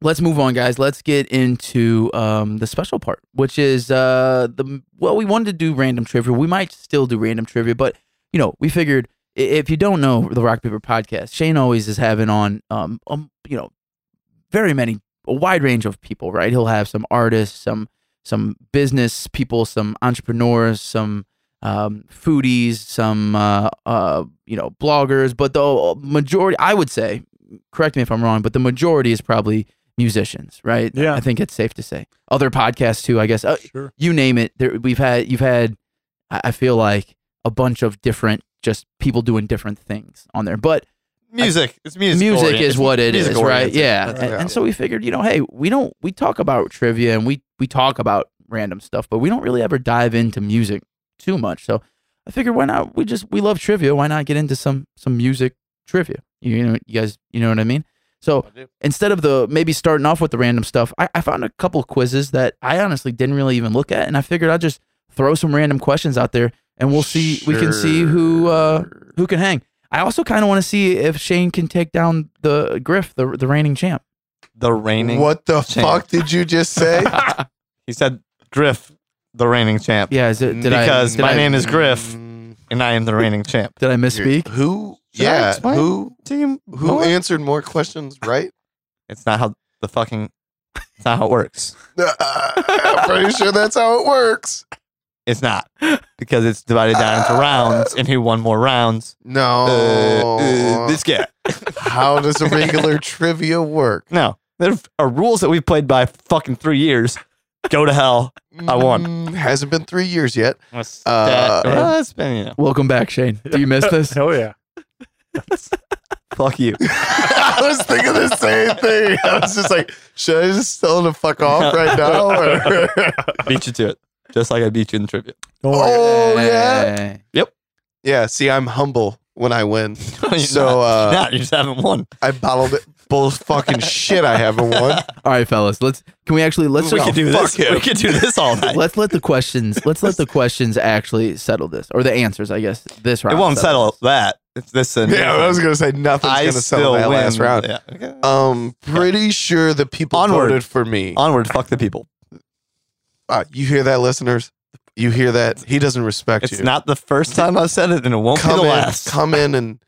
Speaker 4: Let's move on, guys. Let's get into um, the special part, which is uh, the well. We wanted to do random trivia. We might still do random trivia, but you know, we figured i- if you don't know the Rock Paper Podcast, Shane always is having on um, um you know, very many a wide range of people. Right? He'll have some artists, some some business people, some entrepreneurs, some um, foodies, some uh, uh, you know bloggers. But the majority, I would say, correct me if I'm wrong, but the majority is probably musicians, right?
Speaker 5: Yeah.
Speaker 4: I think it's safe to say. Other podcasts too, I guess. Uh,
Speaker 5: sure
Speaker 4: you name it. There, we've had you've had. I I feel like a bunch of different just people doing different things on there, but
Speaker 2: Music. It's music.
Speaker 4: music
Speaker 2: oriented.
Speaker 4: is what it is,
Speaker 2: music
Speaker 4: right?
Speaker 2: oriented.
Speaker 4: Yeah.
Speaker 2: That's
Speaker 4: And,
Speaker 2: right.
Speaker 4: and so we figured, you know, hey, we don't we talk about trivia and we we talk about random stuff, but we don't really ever dive into music too much. So I figured, why not? We just we love trivia. Why not get into some some music trivia? You, you know, you guys, you know what I mean? So instead of the maybe starting off with the random stuff, I, I found a couple quizzes that I honestly didn't really even look at, and I figured I'd just throw some random questions out there, and we'll see. We can see who uh, who can hang. I also kind of want to see if Shane can take down the Griff, the the reigning champ.
Speaker 2: The reigning.
Speaker 1: What the
Speaker 2: champ.
Speaker 1: fuck did you just say?
Speaker 2: He said Griff, the reigning champ.
Speaker 4: Yeah, is it did
Speaker 2: Because
Speaker 4: I, did
Speaker 2: my
Speaker 4: I,
Speaker 2: name is Griff.
Speaker 1: Mm,
Speaker 2: And I am the reigning champ.
Speaker 4: Did I misspeak?
Speaker 1: Who?
Speaker 2: Should I
Speaker 1: yeah.
Speaker 2: explain?
Speaker 1: Who?
Speaker 2: Team.
Speaker 1: Who answered more questions right?
Speaker 2: It's not how the fucking. It's not how it works.
Speaker 1: I'm pretty sure that's how it works.
Speaker 2: It's not because it's divided down into rounds, and who won more rounds?
Speaker 1: No.
Speaker 2: Uh, uh, this guy.
Speaker 1: how does a regular trivia work?
Speaker 2: No, there are rules that we've played by fucking three years. Go to hell. I won.
Speaker 1: Mm, hasn't been three years yet.
Speaker 2: That's
Speaker 1: Uh,
Speaker 2: that, well, it's been you know.
Speaker 4: Welcome back, Shane. Do you miss this?
Speaker 5: Hell yeah.
Speaker 2: Fuck you.
Speaker 1: I was thinking the same thing. I was just like, should I just tell him to fuck off right now? or-
Speaker 2: Beat you to it, just like I beat you in trivia.
Speaker 5: Don't worry.
Speaker 1: oh yeah.
Speaker 4: Hey.
Speaker 1: Yeah. See, I'm humble when I win.
Speaker 2: No, you're
Speaker 1: So
Speaker 2: not.
Speaker 1: uh,
Speaker 2: You're not. you just haven't won.
Speaker 1: I bottled it. Bull fucking shit. I haven't won.
Speaker 4: All right, fellas. Let's can we actually let's
Speaker 2: we
Speaker 4: just-
Speaker 2: could do
Speaker 1: fuck
Speaker 2: this.
Speaker 1: him.
Speaker 2: We could do this all night.
Speaker 4: let's let the questions let's let the questions actually settle this or the answers I guess this round.
Speaker 2: it won't settle that. It's this and
Speaker 1: Yeah, I was gonna say nothing's
Speaker 2: I
Speaker 1: gonna
Speaker 2: still
Speaker 1: settle that
Speaker 2: win.
Speaker 1: last round.
Speaker 2: Yeah. Okay.
Speaker 1: Um, pretty sure the people
Speaker 2: Onward.
Speaker 1: voted for me.
Speaker 2: Onward. Fuck the people.
Speaker 1: Uh, you hear that, listeners? You hear that? He doesn't respect
Speaker 2: It's
Speaker 1: you.
Speaker 2: not the first time I've said it, and it won't
Speaker 1: come
Speaker 2: be the
Speaker 1: in,
Speaker 2: last.
Speaker 1: come in, and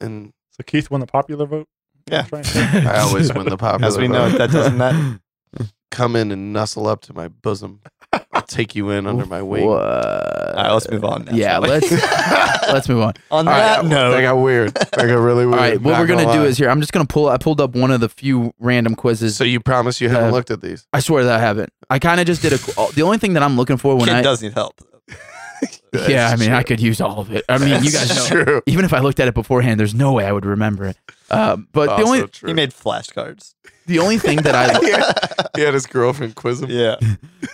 Speaker 1: and
Speaker 5: So Keith won the popular vote?
Speaker 2: Yeah.
Speaker 5: Trying to say?
Speaker 1: I always win the popular.
Speaker 2: As we know,
Speaker 1: vote.
Speaker 2: that doesn't matter.
Speaker 1: come in and nuzzle up to my bosom. I'll take you in under my wing.
Speaker 4: What?
Speaker 2: All right, let's move on. Now,
Speaker 4: yeah,
Speaker 2: shall we?
Speaker 4: let's let's move on.
Speaker 2: on
Speaker 1: All right,
Speaker 2: that note,
Speaker 1: that got weird. That got really weird.
Speaker 4: All right, what
Speaker 1: Not
Speaker 4: we're gonna, do
Speaker 1: lie.
Speaker 4: is here. I'm just gonna pull. I pulled up one of the few random quizzes.
Speaker 1: So you promise you
Speaker 4: Yeah.
Speaker 1: haven't looked at these?
Speaker 4: I swear that I haven't. I kind of just did a. qu- The only thing that I'm looking for when
Speaker 2: kid
Speaker 4: I
Speaker 2: does need help.
Speaker 4: yeah, I mean, I could use all of it. I mean, you guys know.
Speaker 1: That's true.
Speaker 4: Even if I looked at it beforehand, there's no way I would remember it. Uh, but the
Speaker 1: Also
Speaker 4: only
Speaker 1: true.
Speaker 2: He made flashcards.
Speaker 4: the only thing that I
Speaker 1: yeah. He had his girlfriend quiz him.
Speaker 2: Yeah.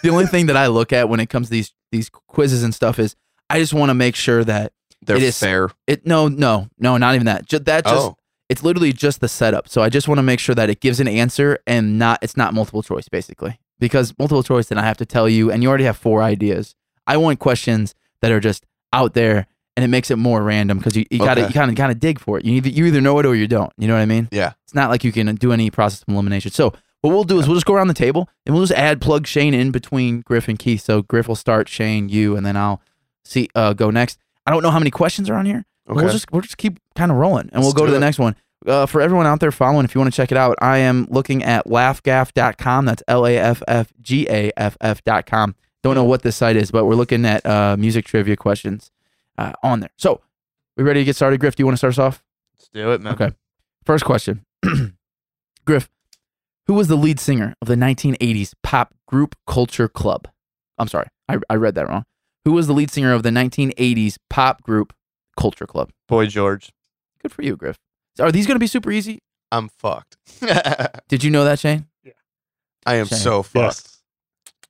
Speaker 4: the only thing that I look at when it comes to these these quizzes and stuff is I just want to make sure that
Speaker 1: They're
Speaker 4: It is-
Speaker 1: fair.
Speaker 4: it no no no not even that Ju- that just
Speaker 1: Oh,
Speaker 4: it's literally just the setup. So I just want to make sure that it gives an answer and not it's not multiple choice basically because multiple choice then I have to tell you and you already have four ideas. I want questions that are just out there and it makes it more random because you, you gotta
Speaker 1: Okay.
Speaker 4: you kind of kind of dig for it. You either you either know it or you don't. You know what I mean?
Speaker 1: Yeah.
Speaker 4: It's not like you can do any process of elimination. So what we'll do is we'll just go around the table and we'll just add plug Shane in between Griff and Keith. So Griff will start Shane, you, and then I'll see uh, go next. I don't know how many questions are on here. but
Speaker 1: okay.
Speaker 4: We'll just we'll just keep kind of rolling and we'll
Speaker 1: Let's
Speaker 4: go to
Speaker 1: do
Speaker 4: the
Speaker 1: it.
Speaker 4: next one. Uh, for everyone out there following, if you want to check it out, I am looking at laughgaff.com. That's L A F F G A F F.com. Don't know what this site is, but we're looking at uh, music trivia questions uh, on there. So, we ready to get started, Griff? Do you want to start us off?
Speaker 2: Let's do it, man.
Speaker 4: Okay. First question. Griff, who was the lead singer of the 1980s pop group Culture Club? I'm sorry, I, I read that wrong. Who was the lead singer of the 1980s pop group Culture Club?
Speaker 2: Boy George.
Speaker 4: Good for you, Griff. Are these going to be super easy?
Speaker 1: I'm fucked.
Speaker 4: Did you know that, Shane?
Speaker 1: I am
Speaker 4: Shame.
Speaker 1: so fucked.
Speaker 5: Yes.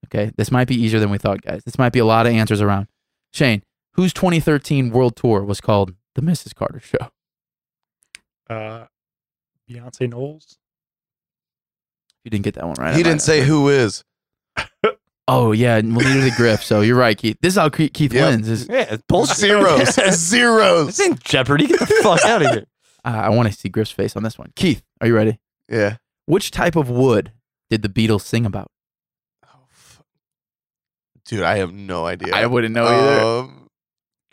Speaker 4: Okay, this might be easier than we thought, guys. This might be a lot of answers around. Shane, whose 2013 world tour was called The Mrs. Carter Show?
Speaker 5: Uh, Beyonce Knowles?
Speaker 4: You didn't get that one right. I
Speaker 1: He
Speaker 4: might
Speaker 1: didn't
Speaker 4: not.
Speaker 1: say who is.
Speaker 4: Oh, yeah, and well, neither did Griff, so you're right, Keith. This is how Keith Keith
Speaker 1: Yep.
Speaker 4: wins. Is,
Speaker 2: Yeah, it's bullshit.
Speaker 1: Zeros.
Speaker 2: This
Speaker 1: Zeros.
Speaker 2: ain't Jeopardy. Get the fuck out of here.
Speaker 4: Uh, I want to see Griff's face on this one. Keith, are you ready?
Speaker 1: Yeah.
Speaker 4: Which type of wood did the Beatles sing about?
Speaker 1: Oh, fu- Dude, I have no idea.
Speaker 4: wouldn't know
Speaker 1: um,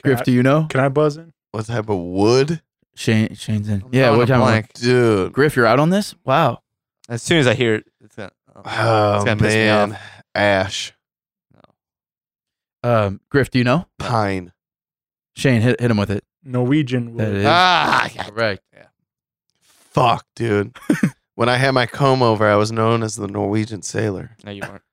Speaker 5: Can
Speaker 4: Griff,
Speaker 5: I-
Speaker 4: do you know?
Speaker 5: Can I buzz in?
Speaker 1: what type of wood?
Speaker 4: Shane, Shane's in. yeah, what time?
Speaker 2: blank.
Speaker 1: Dude.
Speaker 4: Griff, you're out on this. Wow.
Speaker 2: As soon as I hear it, it's gonna.
Speaker 1: Oh,
Speaker 2: it's gonna piss me
Speaker 1: man.
Speaker 2: off.
Speaker 1: Ash.
Speaker 4: Um, Griff, do you know?
Speaker 1: Pine.
Speaker 4: Shane, hit, hit him with it.
Speaker 5: Norwegian
Speaker 4: That
Speaker 5: wood.
Speaker 4: is
Speaker 2: Ah, yeah.
Speaker 4: correct.
Speaker 1: Fuck, dude. when I had my comb over, I was known as the Norwegian sailor.
Speaker 2: no, you weren't.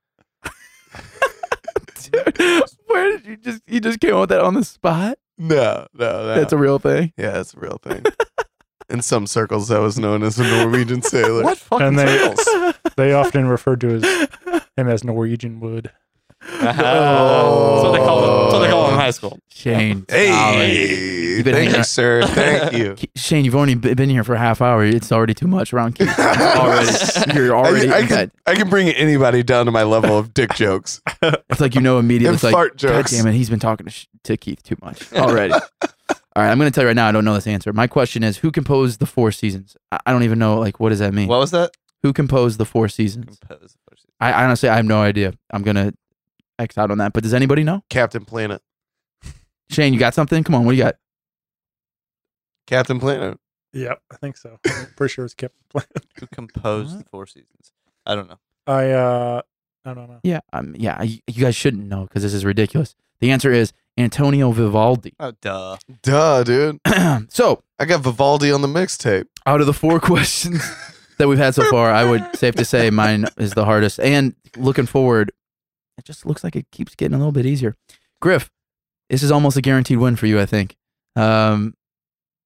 Speaker 4: Where did you just? You just came up with that on the spot.
Speaker 1: No, no, no.
Speaker 4: That's a real thing.
Speaker 1: yeah, that's a real thing. In some circles, I was known as the Norwegian sailor.
Speaker 2: What fucking
Speaker 5: And they-
Speaker 2: turtles?
Speaker 5: They often referred to as him as Norwegian wood.
Speaker 2: That's what they call them. That's what they call them in high school.
Speaker 4: Shane. Dolly.
Speaker 1: Hey,
Speaker 4: been
Speaker 1: thank
Speaker 4: hanging
Speaker 1: you,
Speaker 4: out-
Speaker 1: sir. Thank you.
Speaker 4: Ke- Shane, you've only b- been here for a half hour. It's already too much around Keith.
Speaker 1: Already.
Speaker 4: You're already.
Speaker 1: I, I,
Speaker 4: in
Speaker 1: can,
Speaker 4: bed.
Speaker 1: I can bring anybody down to my level of dick jokes
Speaker 4: It's like you know immediately.
Speaker 1: and
Speaker 4: It's like,
Speaker 1: fart
Speaker 4: God
Speaker 1: jokes.
Speaker 4: damn it, he's been talking to, sh- to Keith too much already. All right, I'm going to tell you right now. I don't know this answer. My question is, who composed the Four Seasons? I, I don't even know. Like, what does that mean?
Speaker 2: What was that?
Speaker 4: who composed the Four Seasons?
Speaker 2: Compose.
Speaker 4: I, I honestly, I have no idea. I'm going to X out on that. But does anybody know?
Speaker 1: Captain Planet.
Speaker 4: Shane, you got something? Come on, what do you got?
Speaker 1: Captain Planet.
Speaker 5: Yep, I think so. I'm pretty sure it's kept.
Speaker 2: Who composed the Four Seasons? I don't know.
Speaker 5: I uh, I don't know.
Speaker 4: Yeah, um, yeah. You, you guys shouldn't know because this is ridiculous. The answer is Antonio Vivaldi. Um,
Speaker 2: Oh, duh.
Speaker 1: Duh, dude.
Speaker 4: so,
Speaker 1: I got Vivaldi on the mixtape.
Speaker 4: out of the four questions that we've had so far, I would safe to say mine is the hardest. And looking forward, it just looks like it keeps getting a little bit easier. Griff, this is almost a guaranteed win for you, I think. Um,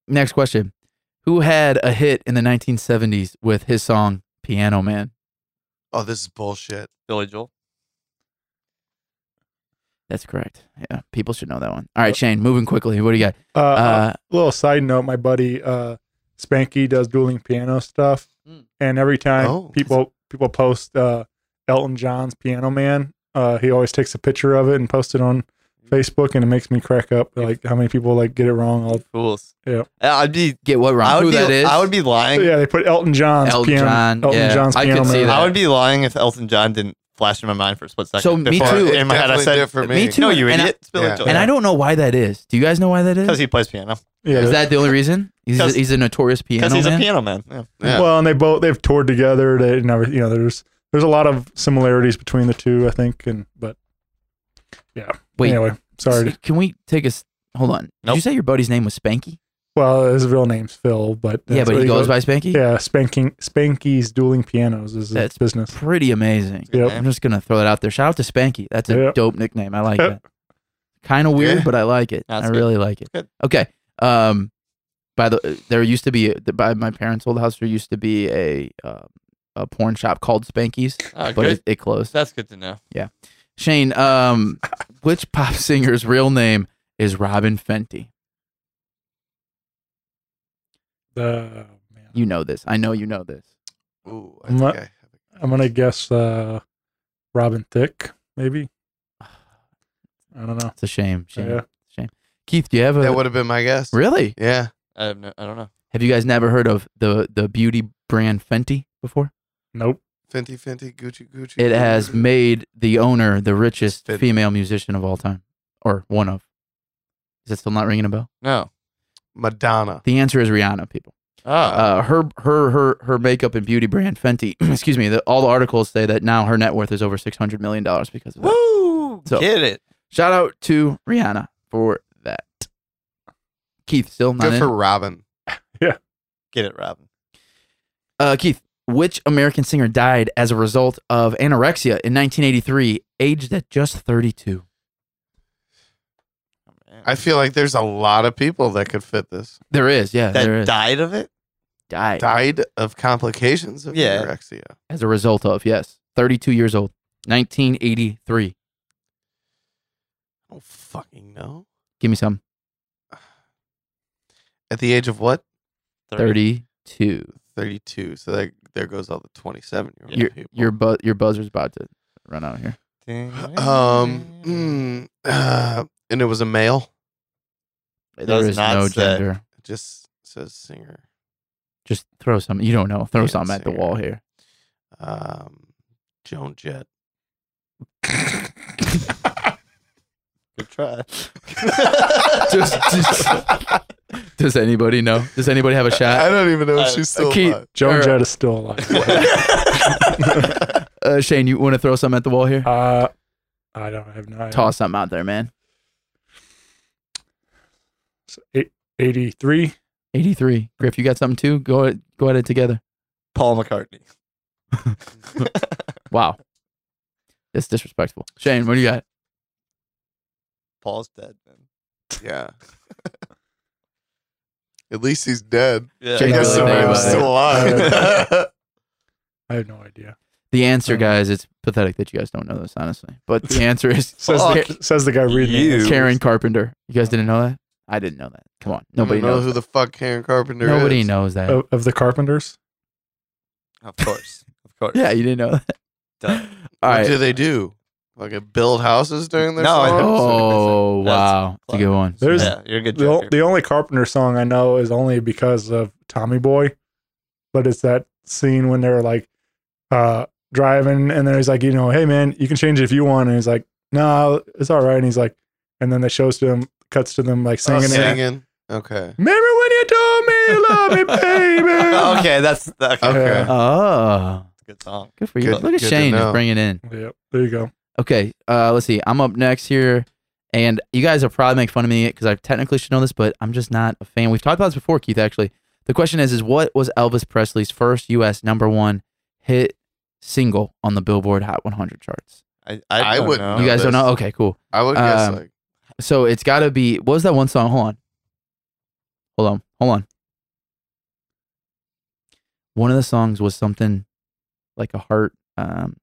Speaker 4: next question: Who had a hit in the 1970s with his song "Piano Man"?
Speaker 1: Oh, this is bullshit.
Speaker 2: Billy Joel.
Speaker 4: That's correct. Yeah, people should know that one.
Speaker 2: Uh,
Speaker 4: All right, Shane, moving quickly. What do you got?
Speaker 5: Uh, uh,
Speaker 4: Uh,
Speaker 5: little side note: my buddy uh, Spanky does dueling piano stuff,
Speaker 4: Mm.
Speaker 5: and every time
Speaker 1: Oh.
Speaker 5: people people post uh, Elton John's Piano Man, uh, he always takes a picture of it and posts it on Facebook, and it makes me crack up. Like how many people like get it wrong? All
Speaker 2: Fools.
Speaker 5: Yeah.
Speaker 2: I'd be.
Speaker 4: get what
Speaker 2: I
Speaker 4: wrong?
Speaker 2: would
Speaker 4: Who
Speaker 2: be.
Speaker 4: that is?
Speaker 2: I would be lying.
Speaker 5: yeah, they put Elton John's
Speaker 4: Elton
Speaker 5: piano.
Speaker 4: John,
Speaker 5: Elton
Speaker 4: yeah,
Speaker 5: John's
Speaker 4: I could
Speaker 5: piano
Speaker 4: see
Speaker 5: Man.
Speaker 4: that.
Speaker 2: I would be lying if Elton John didn't flash in my mind for a split second.
Speaker 4: So, me
Speaker 2: Before-
Speaker 4: too.
Speaker 2: In my head, I
Speaker 1: Definitely
Speaker 2: said,
Speaker 1: did for
Speaker 4: Me
Speaker 1: me.
Speaker 4: too.
Speaker 2: "No, you
Speaker 4: And
Speaker 2: idiot." it's Billy
Speaker 1: yeah.
Speaker 2: Joel.
Speaker 4: and I don't know why that is. Do you guys know why that is?
Speaker 2: because he plays piano.
Speaker 5: Yeah.
Speaker 4: Is that the only reason? He's a,
Speaker 2: 'Cause-
Speaker 4: he's a notorious piano
Speaker 2: Because he's
Speaker 4: man.
Speaker 2: a piano man. Yeah.
Speaker 1: Yeah.
Speaker 5: Well, and they both they've toured together. They and every, you know there's there's a lot of similarities between the two, I think. And but yeah.
Speaker 4: Wait.
Speaker 5: Anyway, sorry.
Speaker 4: S- Can we take a s- hold on? Did
Speaker 2: Nope.
Speaker 4: you say your buddy's name was Spanky?
Speaker 5: Well, his real name's Phil, but
Speaker 4: yeah,
Speaker 5: that's
Speaker 4: but
Speaker 5: what
Speaker 4: he goes by Spanky.
Speaker 5: yeah Spanking Spanky's dueling pianos is his
Speaker 4: That's
Speaker 5: business.
Speaker 4: Pretty amazing.
Speaker 5: Yep.
Speaker 4: I'm just gonna throw that out there. Shout out to Spanky. That's a
Speaker 5: Yep.
Speaker 4: dope nickname. I like
Speaker 5: Yep.
Speaker 4: that. Kind of weird,
Speaker 1: Yeah.
Speaker 4: but I like it.
Speaker 2: That's
Speaker 4: I
Speaker 2: good.
Speaker 4: really like it.
Speaker 2: Good.
Speaker 4: Okay. Um, by the there used to be by my parents' old house there used to be a uh, a porn shop called Spanky's,
Speaker 2: Oh,
Speaker 4: but
Speaker 2: good.
Speaker 4: it, it closed.
Speaker 2: That's good to know.
Speaker 4: Shane, um, which pop singer's real name is Robin Fenty?
Speaker 5: Uh, man.
Speaker 4: You know this. I know you know this.
Speaker 1: Ooh, I
Speaker 5: I'm
Speaker 1: think
Speaker 5: not-
Speaker 1: I-
Speaker 5: I'm gonna guess uh, Robin Thicke, maybe. I don't know.
Speaker 4: It's a shame. Shame.
Speaker 5: Oh, Yeah.
Speaker 4: Shame. Keith, do you have a
Speaker 1: that would have been my guess.
Speaker 4: really?
Speaker 1: Yeah.
Speaker 2: I have no. I don't know.
Speaker 4: Have you guys never heard of the the beauty brand Fenty before?
Speaker 5: Nope.
Speaker 1: Fenty, Fenty, Gucci, Gucci.
Speaker 4: It has
Speaker 1: Gucci.
Speaker 4: made the owner the richest
Speaker 1: Fenty.
Speaker 4: female musician of all time, or one of. Is that still not ringing a bell?
Speaker 2: No.
Speaker 1: Madonna.
Speaker 4: The answer is Rihanna. People.
Speaker 2: Oh.
Speaker 4: Uh, her her her her makeup and beauty brand Fenty. excuse me. The, all the articles say that now her net worth is over six hundred million dollars because of that.
Speaker 2: Woo!
Speaker 4: So-
Speaker 2: Get it.
Speaker 4: Shout out to Rihanna for that. Keith, still not
Speaker 1: Good
Speaker 4: in.
Speaker 1: for Robin.
Speaker 2: Get it, Robin.
Speaker 4: Uh, Keith, which American singer died as a result of anorexia in 1983, aged at just 32?
Speaker 2: Oh, man.
Speaker 1: I feel like there's a lot of people that could fit this.
Speaker 4: There is, yeah, there
Speaker 2: that
Speaker 4: is.
Speaker 2: died of it.
Speaker 4: died
Speaker 1: Died of complications of
Speaker 2: Yeah.
Speaker 1: anorexia.
Speaker 4: as a result of, yes, 32 years old, 1983.
Speaker 1: I don't fucking know.
Speaker 4: Give me some.
Speaker 1: At the age of what?
Speaker 4: 32.
Speaker 1: 32. So that, there goes all the 27 year old
Speaker 4: Your
Speaker 1: people.
Speaker 4: your bu- your buzzer's about to run out here.
Speaker 1: um, mm, uh, and it was a male.
Speaker 4: There
Speaker 2: does
Speaker 4: is
Speaker 2: not
Speaker 4: no
Speaker 2: say.
Speaker 4: gender.
Speaker 1: It just says singer.
Speaker 4: Just throw some. You don't know. Throw
Speaker 1: Yeah,
Speaker 4: something at the
Speaker 1: singer.
Speaker 4: wall here.
Speaker 1: Um, Joan Jett.
Speaker 2: Good try.
Speaker 4: Just- just- does anybody know? Does anybody have a
Speaker 1: I
Speaker 4: shot?
Speaker 1: don't even know if
Speaker 2: Uh,
Speaker 1: she's still
Speaker 4: Keith-
Speaker 1: alive.
Speaker 5: Joan
Speaker 4: Or-
Speaker 5: Jett is still alive.
Speaker 4: Uh, Shane, you want to throw something at the wall here?
Speaker 5: uh, I don't I have no. idea.
Speaker 4: Toss something out there, man.
Speaker 5: Eight- 83.
Speaker 4: 83. Griff, you got something too? Go at, go at it together.
Speaker 2: Paul McCartney.
Speaker 4: Wow. That's disrespectful. Shane, what do you got?
Speaker 2: Paul's dead, man.
Speaker 1: Yeah. At least he's dead.
Speaker 2: Yeah.
Speaker 1: I
Speaker 4: Change
Speaker 1: guess
Speaker 4: Really
Speaker 1: somebody
Speaker 4: think
Speaker 1: was
Speaker 4: about it.
Speaker 1: still alive.
Speaker 5: I have no idea.
Speaker 4: The
Speaker 1: Uh,
Speaker 4: answer, guys, it's pathetic that you guys don't know this, honestly. But the answer is
Speaker 5: Says the, says the guy reading it.
Speaker 2: you.
Speaker 4: Karen Carpenter. You guys didn't know that? I didn't know that. Come on, nobody
Speaker 2: Mm-hmm.
Speaker 1: I don't know
Speaker 4: knows.
Speaker 1: who the fuck Karen Carpenter is. Oh.
Speaker 4: Nobody knows that.
Speaker 5: Of, of the Carpenters.
Speaker 2: Of course. Of course.
Speaker 4: Yeah, you didn't know that.
Speaker 2: Duh.
Speaker 4: All
Speaker 1: What
Speaker 4: right.
Speaker 1: do they do? Like build houses during their
Speaker 2: No, I
Speaker 1: song?
Speaker 2: think-
Speaker 4: Oh
Speaker 2: That's
Speaker 4: wow, that's a good one.
Speaker 5: There's-
Speaker 2: yeah, you're a good
Speaker 5: The, o-
Speaker 2: joker.
Speaker 5: the only Carpenter song I know is only because of Tommy Boy, but it's that scene when they're like uh, driving and then he's like, you know, hey man, you can change it if you want. And he's like, no, it's all right. And he's like, and then they shows to him, cuts to them like
Speaker 1: Oh,
Speaker 5: singing. and-
Speaker 1: singing. Okay.
Speaker 5: Remember when you told me you love me, baby?
Speaker 2: okay, that's the, okay.
Speaker 1: Okay.
Speaker 5: Yeah.
Speaker 4: Oh,
Speaker 2: good song.
Speaker 4: good for you.
Speaker 1: Good-
Speaker 4: Look at
Speaker 1: good to
Speaker 4: Shane just
Speaker 1: know.
Speaker 4: bringing in.
Speaker 5: Yep, there you go.
Speaker 4: Okay, uh, let's see. I'm up next here, and you guys will probably make fun of me because I technically should know this, but I'm just not a fan. We've talked about this before, Keith. Actually, the question is: is what was Elvis Presley's first U.S. number one hit single on the Billboard Hot 100 charts?
Speaker 2: I I,
Speaker 1: I
Speaker 2: don't
Speaker 1: would-
Speaker 2: know.
Speaker 4: you guys don't
Speaker 1: Elvis.
Speaker 4: know? Okay, cool.
Speaker 1: I would guess
Speaker 4: Um,
Speaker 1: like
Speaker 4: So it's got to be. What was that one song? Hold on. Hold on. Hold on. One of the songs was something like a heart. Um,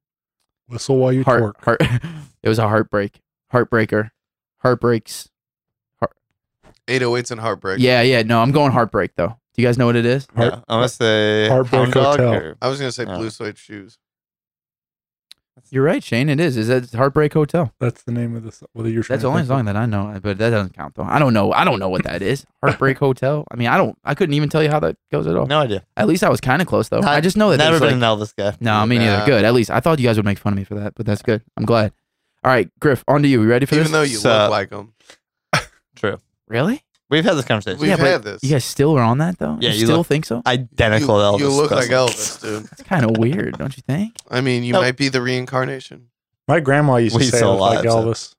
Speaker 5: Whistle while you
Speaker 4: heart,
Speaker 5: twerk.
Speaker 4: heart. It was a heartbreak, heartbreaker, heartbreaks.
Speaker 1: 808s and heartbreak.
Speaker 4: Yeah, yeah. No, I'm going heartbreak though. Do you guys know what it is?
Speaker 5: Heart-
Speaker 2: Yeah, I'm gonna say
Speaker 5: Heartbreak
Speaker 2: Hound Dog
Speaker 5: Hotel.
Speaker 2: or-
Speaker 1: I was gonna say
Speaker 2: Yeah.
Speaker 1: blue suede shoes.
Speaker 4: You're right, Shane. It is. Is that Heartbreak Hotel?
Speaker 5: That's the name of the song. Whether you're
Speaker 4: That's the only song that I know, but that doesn't count though. I don't know. I don't know what that is. Heartbreak Hotel. I mean, I don't. I couldn't even tell you how that goes at all.
Speaker 2: no idea.
Speaker 4: At least I was kind of close though.
Speaker 2: Not-
Speaker 4: I just know that.
Speaker 2: Never
Speaker 4: there's,
Speaker 2: been
Speaker 4: like-
Speaker 2: an Elvis guy.
Speaker 4: No, me neither.
Speaker 1: Nah.
Speaker 4: Good. At least I thought you guys would make fun of me for that, but that's good. I'm glad. All right, Griff, on to you. You ready for
Speaker 1: Even
Speaker 4: this? uh,
Speaker 1: though you
Speaker 2: So-
Speaker 1: look like them,
Speaker 2: True.
Speaker 4: really?
Speaker 2: We've had this conversation.
Speaker 1: we've
Speaker 4: Yeah, but
Speaker 1: had this.
Speaker 4: You guys still are on that though?
Speaker 2: Yeah,
Speaker 4: you,
Speaker 2: you
Speaker 4: still
Speaker 2: look-
Speaker 4: think so?
Speaker 1: you,
Speaker 2: Identical to Elvis.
Speaker 1: you look like
Speaker 2: Presley.
Speaker 1: Elvis, dude.
Speaker 4: It's kind of weird, don't you think?
Speaker 1: I mean, you
Speaker 4: Oh.
Speaker 2: Nope.
Speaker 1: might be the reincarnation.
Speaker 5: My grandma used to
Speaker 2: Well, he's
Speaker 5: say I
Speaker 2: still
Speaker 5: look like
Speaker 2: alive,
Speaker 5: Elvis,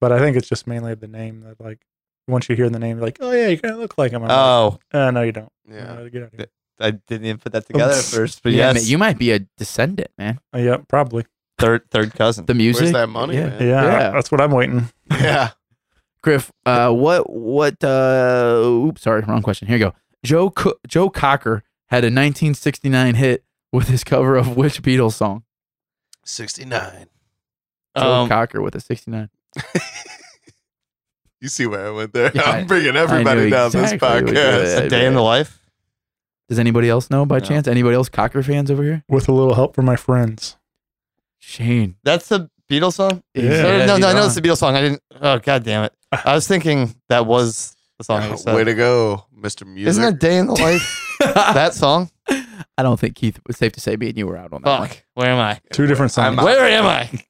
Speaker 5: but I think it's just mainly the name that like once you hear the name, you're like, oh yeah, you kind of look like him. I'm like,
Speaker 2: Oh,
Speaker 5: uh, no, you don't.
Speaker 1: Yeah.
Speaker 5: Uh, get out of here.
Speaker 2: I didn't even put that together at first, but
Speaker 4: yeah,
Speaker 2: yes,
Speaker 4: man, you might be a descendant, man.
Speaker 5: Uh, yeah, probably.
Speaker 2: third third cousin.
Speaker 4: The music.
Speaker 1: Where's that money,
Speaker 4: Yeah.
Speaker 5: Yeah,
Speaker 1: man?
Speaker 4: Yeah.
Speaker 5: that's what I'm waiting.
Speaker 1: Yeah.
Speaker 4: Griff, uh, what what? Uh, oops, sorry, wrong question. Here you go. Joe Co- Joe Cocker had a 1969 hit with his cover of which Beatles song?
Speaker 1: 69.
Speaker 4: Joe
Speaker 2: Um,
Speaker 4: Cocker with a 69.
Speaker 1: You see where I went there?
Speaker 4: Yeah, I-
Speaker 1: I'm bringing
Speaker 4: I
Speaker 1: everybody
Speaker 4: knew
Speaker 1: down
Speaker 4: exactly what you
Speaker 1: this
Speaker 4: did.
Speaker 1: podcast.
Speaker 2: a day in the life.
Speaker 4: Does anybody else know by
Speaker 2: No.
Speaker 4: chance? Anybody else Cocker fans over here?
Speaker 5: With a little help from my friends.
Speaker 4: Shane.
Speaker 2: That's the Beatles song.
Speaker 5: Yeah.
Speaker 4: He's-
Speaker 2: no, no,
Speaker 4: he's
Speaker 2: no, I know
Speaker 4: on.
Speaker 2: it's the Beatles song. I didn't. Oh god damn it! I was thinking that was the song. I said.
Speaker 1: Way to go, Mr. Music.
Speaker 2: Isn't a day in the life that song?
Speaker 4: I don't think Keith it was safe to say me and you were out on that. one.
Speaker 2: Fuck. Where am I?
Speaker 5: Two different songs.
Speaker 1: I'm-
Speaker 2: Where am I?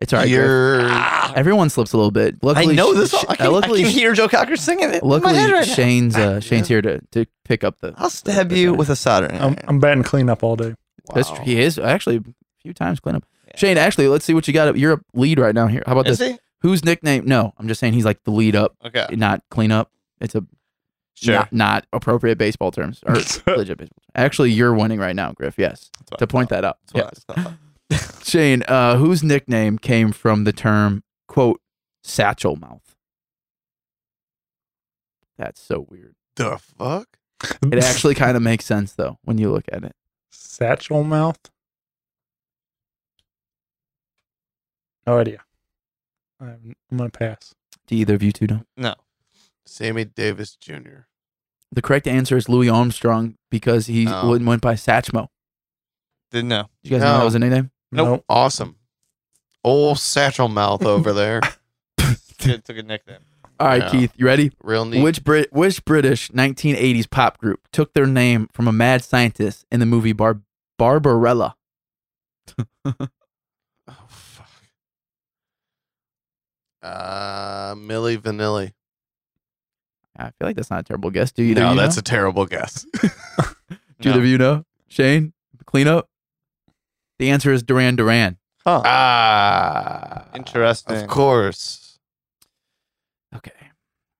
Speaker 4: It's all right. Griff.
Speaker 1: You're
Speaker 2: Ah,
Speaker 4: Everyone slips a little bit.
Speaker 2: I
Speaker 4: Luckily,
Speaker 2: know
Speaker 4: Sh-
Speaker 2: this song.
Speaker 4: Sh-
Speaker 2: I can, I
Speaker 4: luckily,
Speaker 2: can hear Joe Cocker singing it in my
Speaker 4: luckily
Speaker 2: head right now.
Speaker 4: Shane's uh,
Speaker 1: Ah,
Speaker 4: Shane's here to, to pick up the.
Speaker 2: I'll stab you with a soldering
Speaker 5: I'm,
Speaker 2: iron.
Speaker 5: I'm batting cleanup all day.
Speaker 4: Ah, That's
Speaker 1: Wow.
Speaker 4: true. He is actually a few times cleanup.
Speaker 2: Yeah.
Speaker 4: Shane, actually, let's see what you got. up- You're up lead right now here. How about
Speaker 2: Is
Speaker 4: this?
Speaker 2: he?
Speaker 4: Whose nickname? No, I'm just saying he's like the lead up,
Speaker 2: Okay.
Speaker 4: not clean up. It's a
Speaker 2: Sure.
Speaker 4: not, not appropriate baseball terms or legit baseball. Actually, you're winning right now, Griff. Yes,
Speaker 2: what
Speaker 4: to
Speaker 2: I
Speaker 4: point that out. Yeah.
Speaker 2: That's what I thought.
Speaker 4: Shane, uh, whose nickname came from the term "quote satchel mouth"? That's so weird.
Speaker 1: the fuck?
Speaker 4: It actually kind of makes sense though when you look at it.
Speaker 5: Satchel mouth. No idea. I'm, I'm gonna pass.
Speaker 4: Do either of you two know?
Speaker 2: No.
Speaker 1: Sammy Davis Jr.
Speaker 4: The correct answer is Louis Armstrong because he
Speaker 1: Oh.
Speaker 4: went, went by Satchmo.
Speaker 2: Didn't know.
Speaker 4: Did you guys know that
Speaker 1: No.
Speaker 4: was a nickname?
Speaker 5: No,
Speaker 2: Nope.
Speaker 1: Awesome. Old satchel mouth over there.
Speaker 2: Took took a nickname.
Speaker 4: All right,
Speaker 1: Yeah.
Speaker 4: Keith, you ready?
Speaker 1: Real neat.
Speaker 4: Which Brit, which British 1980s pop group took their name from a mad scientist in the movie Bar- Barbarella?
Speaker 1: oh, fuck. Uh, Millie Vanilli.
Speaker 4: I feel like that's not a terrible guess. Do you?
Speaker 1: no,
Speaker 4: you
Speaker 1: that's
Speaker 4: know?
Speaker 1: a terrible guess.
Speaker 4: Do either of you know? Shane, clean up. The answer is Duran Duran.
Speaker 2: Huh.
Speaker 1: Ah,
Speaker 2: Interesting.
Speaker 1: Of course.
Speaker 4: Okay.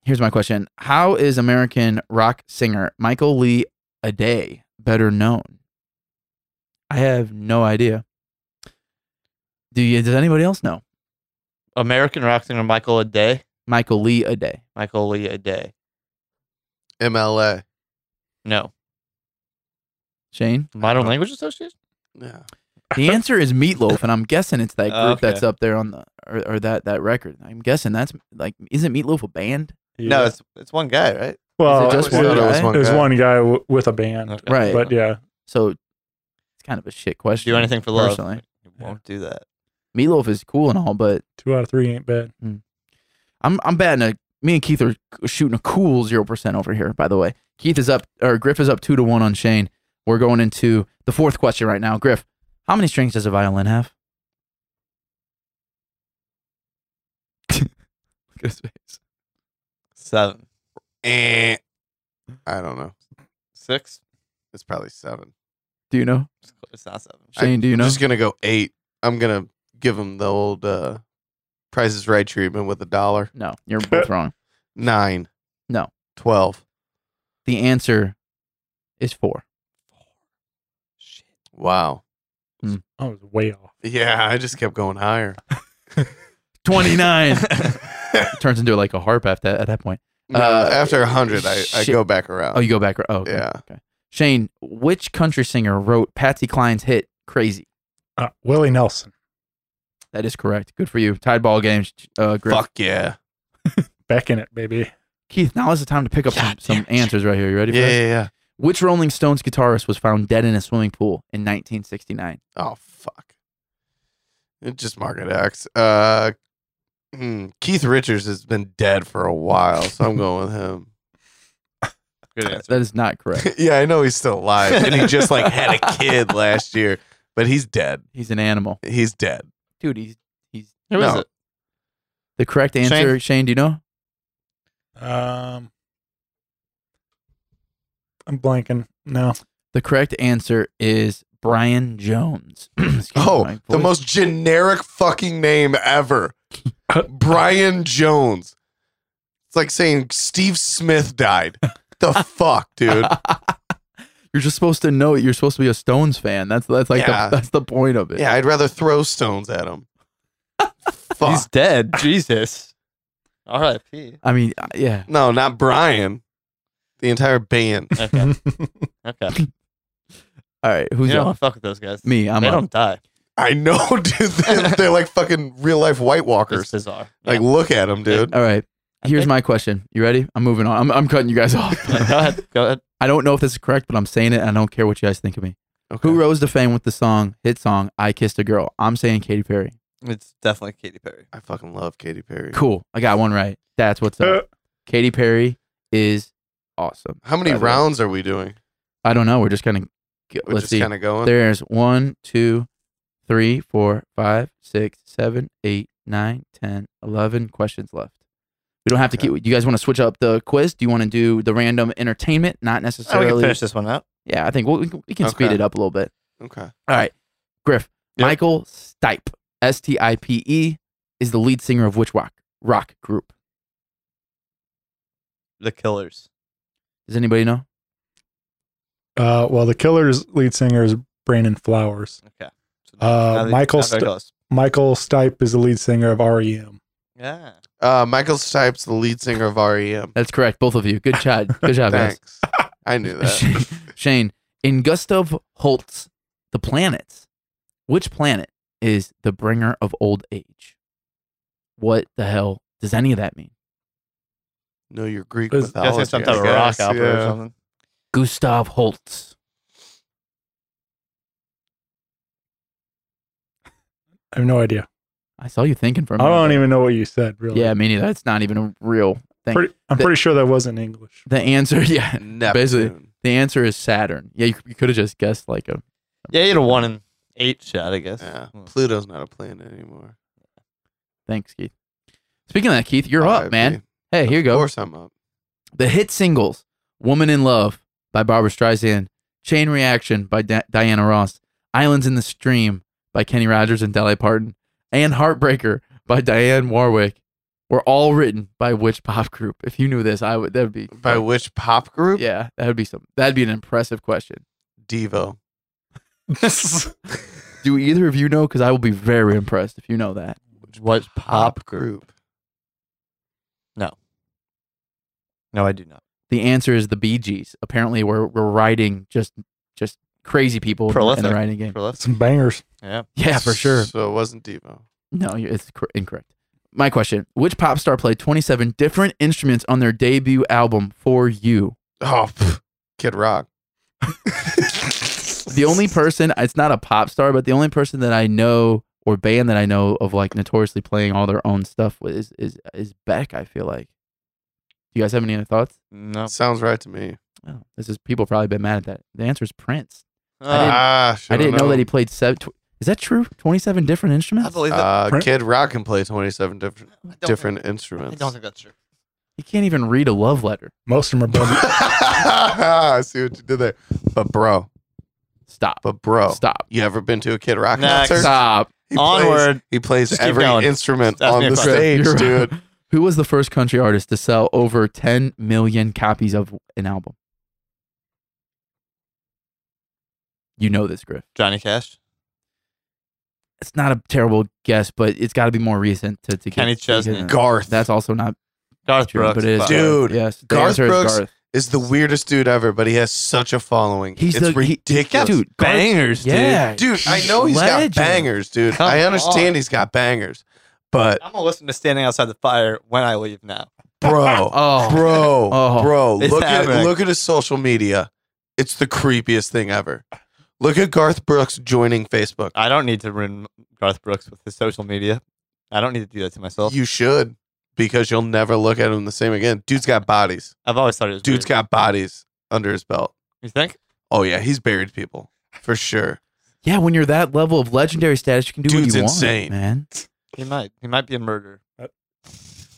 Speaker 4: Here's my question: How is American rock singer Michael Lee Aday better known? I have no idea. Do you? Does anybody else know
Speaker 2: American rock singer Michael Aday.
Speaker 4: Michael Lee Aday?
Speaker 2: Michael Lee Aday.
Speaker 1: MLA.
Speaker 2: No.
Speaker 4: Shane,
Speaker 2: Modern Language Association?
Speaker 1: Yeah.
Speaker 4: The answer is Meatloaf, and I'm guessing it's that group
Speaker 2: Oh, okay.
Speaker 4: that's up there on the or, or that that record. I'm guessing that's like, isn't Meatloaf a band?
Speaker 2: No, it's it's one guy, right?
Speaker 5: well,
Speaker 4: is it just
Speaker 5: it-
Speaker 4: one
Speaker 5: it-
Speaker 4: guy?
Speaker 5: it was one guy w- with a band,
Speaker 2: Okay.
Speaker 4: Right.
Speaker 5: but yeah,
Speaker 4: So it's kind of a shit question.
Speaker 2: do anything for love.
Speaker 4: Personally,
Speaker 2: You won't do that.
Speaker 4: Meatloaf is cool and all, but
Speaker 5: two out of three ain't bad.
Speaker 4: I'm I'm batting a. Me and Keith are shooting a cool zero percent over here. By the way, Keith is up or Griff is up two to one on Shane. We're going into the fourth question right now. Griff, how many strings does a violin have? Look at his face.
Speaker 2: Seven,
Speaker 1: Eh, I don't know.
Speaker 2: six.
Speaker 1: It's probably seven.
Speaker 4: Do you know,
Speaker 2: It's cl- It's not seven.
Speaker 1: I-
Speaker 4: Shane? do you
Speaker 1: I'm
Speaker 4: know?
Speaker 1: just gonna go eight. I'm gonna give him the old uh, Price is Right treatment with a dollar.
Speaker 4: No, you're both wrong.
Speaker 1: Nine.
Speaker 4: No.
Speaker 1: Twelve.
Speaker 4: The answer is four.
Speaker 1: Wow.
Speaker 5: I was way off.
Speaker 1: Yeah, I just kept going higher.
Speaker 4: 29 turns into like a harp at that, at that point.
Speaker 1: No,
Speaker 4: Uh,
Speaker 1: after a hundred, I, I
Speaker 4: shit.
Speaker 1: go back around.
Speaker 4: Oh, you go back. Oh, okay.
Speaker 1: yeah.
Speaker 4: Okay. Shane, which country singer wrote Patsy Cline's hit Crazy?
Speaker 5: Uh, Willie Nelson,
Speaker 4: That is correct. Good for you. Tied ball games. Uh, Griff.
Speaker 1: Fuck yeah.
Speaker 5: back in it, baby.
Speaker 4: Keith, now is the time to pick up some, some answers right here. You ready
Speaker 1: Yeah,
Speaker 4: for this?
Speaker 1: yeah, yeah.
Speaker 4: Which Rolling Stones guitarist was found dead in a swimming pool in 1969?
Speaker 1: Oh fuck. It just market X. Uh hmm, Keith Richards has been dead for a while, so I'm going with him.
Speaker 2: Good answer.
Speaker 4: That is not correct.
Speaker 1: yeah, I know he's still alive. And he just like had a kid last year, but he's dead.
Speaker 4: He's an animal.
Speaker 1: He's dead.
Speaker 4: Dude, he's, he's
Speaker 2: Who is
Speaker 1: No.
Speaker 2: it?
Speaker 4: the correct answer. Shane, do you know?
Speaker 5: Um, I'm blanking. No,
Speaker 4: The correct answer is Brian Jones. Excuse me,
Speaker 1: Oh,
Speaker 4: my
Speaker 1: the
Speaker 4: voice.
Speaker 1: most generic fucking name ever. Brian Jones. It's like saying Steve Smith died. The fuck, dude.
Speaker 4: You're just supposed to know it. You're supposed to be a Stones fan. That's that's like
Speaker 1: Yeah.
Speaker 4: the, that's the point of it.
Speaker 1: Yeah, I'd rather throw stones at him. Fuck.
Speaker 2: He's dead. Jesus. R.I.P.
Speaker 4: I mean, uh, yeah.
Speaker 1: no, not Brian. The entire band.
Speaker 2: Okay. okay.
Speaker 4: All right, who's
Speaker 2: you don't
Speaker 4: up?
Speaker 2: want to fuck with those guys.
Speaker 4: Me, I'm
Speaker 2: they
Speaker 4: up.
Speaker 2: don't die.
Speaker 1: I know, dude. They're, they're like fucking real life White
Speaker 2: It's
Speaker 1: Walkers.
Speaker 2: bizarre.
Speaker 1: Like, look at them, dude.
Speaker 4: All right.
Speaker 2: I
Speaker 4: Here's
Speaker 2: think-
Speaker 4: my question. You ready? I'm moving on. I'm, I'm cutting you guys off.
Speaker 2: Yeah. go ahead. Go ahead.
Speaker 4: I don't know if this is correct, but I'm saying it. And I don't care what you guys think of me.
Speaker 1: Okay.
Speaker 4: Who rose to fame with the song hit song "I Kissed a Girl"? I'm saying Katy Perry.
Speaker 2: It's definitely Katy Perry.
Speaker 1: I fucking love Katy Perry.
Speaker 4: Cool. I got one right. That's what's
Speaker 5: Uh,
Speaker 4: up. Katy Perry is awesome.
Speaker 1: How many
Speaker 4: By the way.
Speaker 1: rounds are we doing?
Speaker 4: I don't know. We're just gonna get,
Speaker 1: We're
Speaker 4: let's
Speaker 1: just
Speaker 4: see.
Speaker 1: kind of going.
Speaker 4: There's one, two, three, four, five, six, seven, eight, nine, ten, eleven questions left. We don't have
Speaker 1: Okay.
Speaker 4: to keep. You guys want to switch up the quiz? Do you want to do the random entertainment?
Speaker 2: Oh,
Speaker 4: Not
Speaker 2: we can
Speaker 4: necessarily.
Speaker 2: finish this one out.
Speaker 4: yeah, I think we'll, we can, we can speed
Speaker 1: Okay.
Speaker 4: it up a little bit.
Speaker 1: Okay.
Speaker 4: All right, Griff.
Speaker 2: Yep.
Speaker 4: Michael Stipe, S T I P E, is the lead singer of which rock rock group?
Speaker 2: The Killers.
Speaker 4: Does anybody know?
Speaker 5: uh, well, the Killers' lead singer is Brandon Flowers.
Speaker 2: Okay. So
Speaker 5: Uh,
Speaker 2: not- not
Speaker 5: Michael
Speaker 2: very
Speaker 5: Sta-
Speaker 2: close.
Speaker 5: Michael Stipe is the lead singer of E REM.
Speaker 2: Yeah.
Speaker 1: Uh, Michael Stipe's the lead singer of REM.
Speaker 4: That's correct. Both of you. Good job. Good job, guys.
Speaker 1: Thanks. I knew
Speaker 5: Uh,
Speaker 1: that.
Speaker 4: Shane, Shane, in Gustav Holt's The Planets, which planet is the bringer of old age? What the hell does any of that mean?
Speaker 1: Know your Greek
Speaker 5: It's-
Speaker 2: Gotta say
Speaker 1: mythology.
Speaker 2: some type
Speaker 1: I
Speaker 2: of rock
Speaker 1: guess,
Speaker 2: opera or
Speaker 1: Oh, yeah.
Speaker 2: something.
Speaker 4: Gustav Holtz.
Speaker 5: I have no idea.
Speaker 4: I saw you thinking for a
Speaker 5: I
Speaker 4: minute.
Speaker 5: don't even know what you said, really.
Speaker 4: Yeah, me neither. That's not even a real thing.
Speaker 5: Pretty, I'm
Speaker 4: The-
Speaker 5: pretty sure that wasn't English.
Speaker 4: the answer, yeah.
Speaker 1: Neptune.
Speaker 4: The answer is Saturn. Yeah, you, you could have just guessed like a.
Speaker 2: Yeah, you had a one in eight shot, I guess.
Speaker 1: Yeah.
Speaker 2: Hmm.
Speaker 1: Pluto's not a planet anymore.
Speaker 4: Thanks, Keith. Speaking of that, Keith, you're up,
Speaker 1: RIP.
Speaker 4: man. Hey, here you
Speaker 1: Of
Speaker 4: go.
Speaker 1: course I'm up.
Speaker 4: The hit singles Woman in Love by Barbara Streisand, Chain Reaction by Di- Diana Ross, Islands in the Stream by Kenny Rogers and Dolly Parton, and Heartbreaker by Diane Warwick were all written by which pop group? If you knew this, I would that'd be
Speaker 1: By which pop group?
Speaker 4: Yeah, that would be some that'd be an impressive question.
Speaker 1: Devo.
Speaker 4: Do either of you know cuz I will be very impressed if you know that.
Speaker 2: What pop group?
Speaker 1: group.
Speaker 2: No, I do not.
Speaker 4: The answer is the Bee Gees. Apparently we're we're writing just just crazy people in the- in the
Speaker 2: Prolific.
Speaker 4: writing game.
Speaker 2: for left.
Speaker 5: Some bangers.
Speaker 2: Yeah.
Speaker 4: Yeah, for sure.
Speaker 1: So it wasn't Devo.
Speaker 4: No, you- it's cor- incorrect. My question: Which pop star played 27 different instruments on their debut album for you?
Speaker 1: Oh, pff, Kid Rock.
Speaker 4: The only person, it's not a pop star, but the only person that I know or band that I know of like notoriously playing all their own stuff with is is, is Beck. I feel like. Do you guys have any other thoughts?
Speaker 2: No.
Speaker 1: Sounds right to me.
Speaker 4: Oh, this is people probably been mad at that. The answer is Prince. didn't-
Speaker 2: Ah,
Speaker 1: ah,
Speaker 4: I
Speaker 1: shoulda
Speaker 4: didn't know
Speaker 1: known.
Speaker 4: that he played seven. Tw- is that true? 27 different
Speaker 2: I,
Speaker 4: instruments.
Speaker 2: believe that.
Speaker 1: Uh,
Speaker 5: Print-
Speaker 1: Kid Rock can play 27 different
Speaker 2: I don't
Speaker 1: different
Speaker 2: Think, I
Speaker 1: instruments.
Speaker 2: don't think that's true.
Speaker 4: You can't even read a love letter.
Speaker 5: Most of them are bum-
Speaker 1: I see what you did there. But bro,
Speaker 4: Stop.
Speaker 1: but bro,
Speaker 4: Stop.
Speaker 1: you ever been to a Kid Rock
Speaker 2: Next.
Speaker 1: concert?
Speaker 4: Stop.
Speaker 1: He
Speaker 2: Onward.
Speaker 1: Plays, he plays
Speaker 2: Just keep
Speaker 1: every
Speaker 2: going.
Speaker 1: instrument
Speaker 2: Just ask
Speaker 1: on
Speaker 2: me a
Speaker 1: the
Speaker 2: question.
Speaker 1: stage,
Speaker 4: You're right.
Speaker 1: dude.
Speaker 4: Who was the first country artist to sell over 10 million copies of an album? You know this, Griff.
Speaker 2: Johnny Cash,
Speaker 4: It's not a terrible guess, but it's got to be more recent to, to
Speaker 2: Kenny
Speaker 4: get. to get
Speaker 2: Chesney.
Speaker 4: it.
Speaker 1: Garth.
Speaker 4: That's also not
Speaker 2: Garth
Speaker 4: true,
Speaker 2: Brooks,
Speaker 4: but it is.
Speaker 2: fuck.
Speaker 1: Dude,
Speaker 4: Yes. the
Speaker 1: Garth
Speaker 4: answer is
Speaker 1: Brooks-
Speaker 4: Garth.
Speaker 1: is the weirdest dude ever, but he has such a following.
Speaker 4: He's
Speaker 1: it's
Speaker 4: the he-
Speaker 1: ridiculous.
Speaker 4: dude. Garth-
Speaker 2: bangers, dude.
Speaker 4: yeah,
Speaker 1: dude, I know he's
Speaker 4: legend.
Speaker 1: got bangers, dude.
Speaker 2: Come
Speaker 1: I understand
Speaker 2: on.
Speaker 1: he's got bangers, but
Speaker 2: I'm gonna listen to "Standing Outside the Fire" when I leave now.
Speaker 1: bro,
Speaker 4: Oh,
Speaker 1: bro,
Speaker 4: Oh.
Speaker 1: bro,
Speaker 2: It's
Speaker 1: look at
Speaker 2: happening.
Speaker 1: look at his social media. It's the creepiest thing ever. Look at Garth Brooks joining Facebook.
Speaker 2: I don't need to ruin Garth Brooks with his social media. I don't need to do that to myself.
Speaker 1: You should, because you'll never look at him the same again. Dude's got bodies.
Speaker 2: I've always thought it was
Speaker 1: Dude's
Speaker 2: weird.
Speaker 1: got bodies under his belt.
Speaker 2: You think?
Speaker 1: Oh yeah, he's buried people for sure.
Speaker 4: yeah. When you're that level of legendary status, you can do
Speaker 1: Dude's
Speaker 4: what you
Speaker 1: insane.
Speaker 4: want, man.
Speaker 2: He might. He might be a murderer.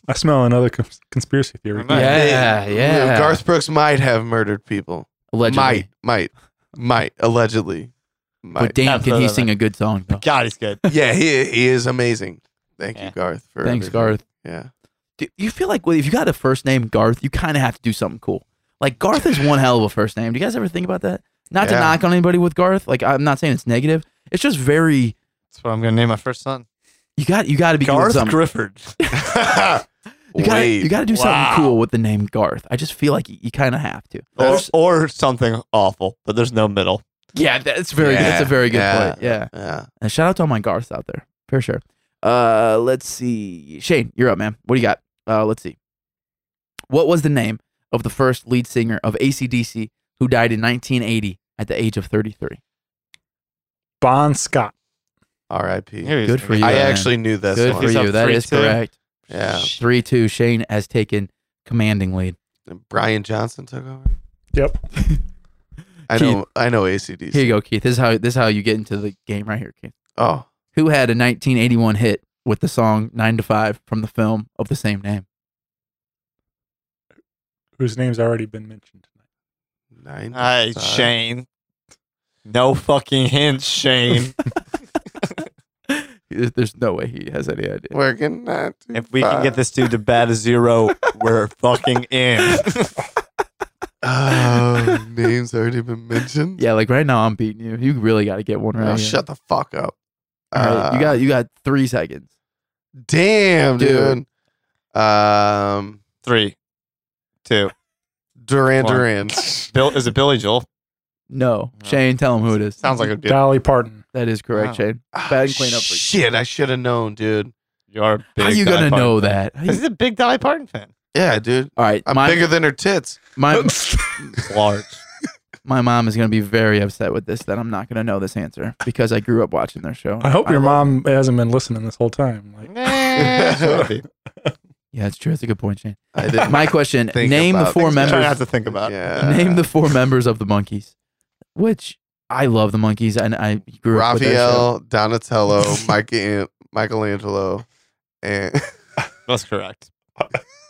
Speaker 5: I smell another cons- conspiracy theory.
Speaker 2: Right.
Speaker 4: Yeah, yeah.
Speaker 1: Garth Brooks might have murdered people.
Speaker 4: Allegedly.
Speaker 1: Might, might, might, allegedly.
Speaker 4: But
Speaker 1: Might.
Speaker 4: damn,
Speaker 2: That's
Speaker 4: can
Speaker 2: another
Speaker 4: he
Speaker 2: thing.
Speaker 4: sing a good song? Though.
Speaker 2: God, he's good.
Speaker 1: yeah, he he is amazing. Thank
Speaker 2: Yeah.
Speaker 1: you, Garth. For
Speaker 4: Thanks,
Speaker 1: everything.
Speaker 4: Garth.
Speaker 1: Yeah.
Speaker 4: Do you feel like well, if you got a first name Garth, you kind of have to do something cool. Like Garth is one hell of a first name. Do you guys ever think about that? Not to
Speaker 1: Yeah.
Speaker 4: knock on anybody with Garth. Like I'm not saying it's negative. It's just very
Speaker 2: That's what I'm gonna name my first son.
Speaker 4: you got you got to be doing
Speaker 2: um,
Speaker 4: something.
Speaker 2: Grifford.
Speaker 4: you got
Speaker 1: Wait,
Speaker 4: you got to do
Speaker 2: Wow.
Speaker 4: something cool with the name Garth. I just feel like you, kind of have to.
Speaker 2: or,
Speaker 1: That's-
Speaker 2: or something awful, but there's no middle.
Speaker 4: Yeah, that's very
Speaker 1: Yeah,
Speaker 4: good. that's a very good
Speaker 1: yeah.
Speaker 4: point. Yeah.
Speaker 1: yeah.
Speaker 4: And Uh, shout out to all my Garths out there for sure. Uh, let's see, Shane, you're up, man. What do you got? Uh, let's see. What was the name of the first lead singer of ACDC who died in 1980 at the age of 33?
Speaker 5: Bon Scott.
Speaker 1: R.I.P.
Speaker 2: Here he is.
Speaker 4: Good for you.
Speaker 1: I
Speaker 4: Yeah.
Speaker 1: actually knew this
Speaker 4: Good
Speaker 1: one.
Speaker 4: for
Speaker 2: He's up
Speaker 4: you. That is
Speaker 2: 3-2.
Speaker 4: correct.
Speaker 1: Yeah.
Speaker 4: Three two. Shane has taken commanding lead.
Speaker 1: And Brian Johnson took over.
Speaker 5: Yep.
Speaker 1: I
Speaker 4: Keith.
Speaker 1: know. I know ACDC.
Speaker 4: Here you go, Keith. This is how this is how you get into the game right here, Keith.
Speaker 1: Oh,
Speaker 4: Who had a 1981 hit with the song Nine to Five from the film of the same name?
Speaker 5: Whose name's already been mentioned tonight.
Speaker 1: nine.
Speaker 2: Hi,
Speaker 1: five.
Speaker 2: Shane. No fucking hints, Shane.
Speaker 4: There's no way he has any idea.
Speaker 1: Working nine to
Speaker 2: if we can get
Speaker 1: five.
Speaker 2: this dude to bat a zero, we're fucking in.
Speaker 1: Oh, name's already been mentioned.
Speaker 4: Yeah, like right now I'm beating you. You really got to get one right.
Speaker 1: Oh,
Speaker 4: here.
Speaker 1: shut the fuck up.
Speaker 4: All right,
Speaker 1: Uh,
Speaker 4: you got you got three seconds.
Speaker 1: Damn,
Speaker 4: Dude.
Speaker 1: dude. Um,
Speaker 2: Three, two.
Speaker 1: Duran
Speaker 2: One.
Speaker 1: Duran.
Speaker 2: Bill is it Billy Joel?
Speaker 1: Oh.
Speaker 4: No,
Speaker 2: No.
Speaker 4: Shane, tell him who it is.
Speaker 2: Sounds like a dude.
Speaker 5: Dolly Parton.
Speaker 4: that is correct,
Speaker 2: Wow.
Speaker 4: Shane.
Speaker 1: Ah,
Speaker 4: Bad cleanup.
Speaker 1: Shit, I should have known, dude.
Speaker 2: You are. a Big
Speaker 4: How you
Speaker 2: Dolly
Speaker 4: gonna
Speaker 2: Parton
Speaker 4: know
Speaker 2: fan.
Speaker 4: that? How
Speaker 2: 'Cause
Speaker 4: you-
Speaker 2: he's a big Dolly Parton fan.
Speaker 1: Yeah, dude.
Speaker 4: All right,
Speaker 1: I'm
Speaker 4: my,
Speaker 1: bigger than her tits.
Speaker 4: my
Speaker 2: Large.
Speaker 4: my mom is gonna be very upset with this that I'm not gonna know this answer because I grew up watching their show.
Speaker 5: I hope your
Speaker 4: love-
Speaker 5: mom hasn't been listening this whole time. Like,
Speaker 2: Nah, she would be.
Speaker 4: Yeah, it's true. That's a good point, Shane.
Speaker 1: I didn't
Speaker 4: My question:
Speaker 1: think
Speaker 4: Name the
Speaker 1: about
Speaker 4: four
Speaker 1: things like
Speaker 2: Try
Speaker 4: members.
Speaker 2: not to think about it.
Speaker 1: Yeah.
Speaker 4: Name the four members of the Monkeys. Which I love the Monkeys, and I grew up with their show.
Speaker 1: Raphael, Donatello, Mike, Michelangelo, and
Speaker 2: That's correct.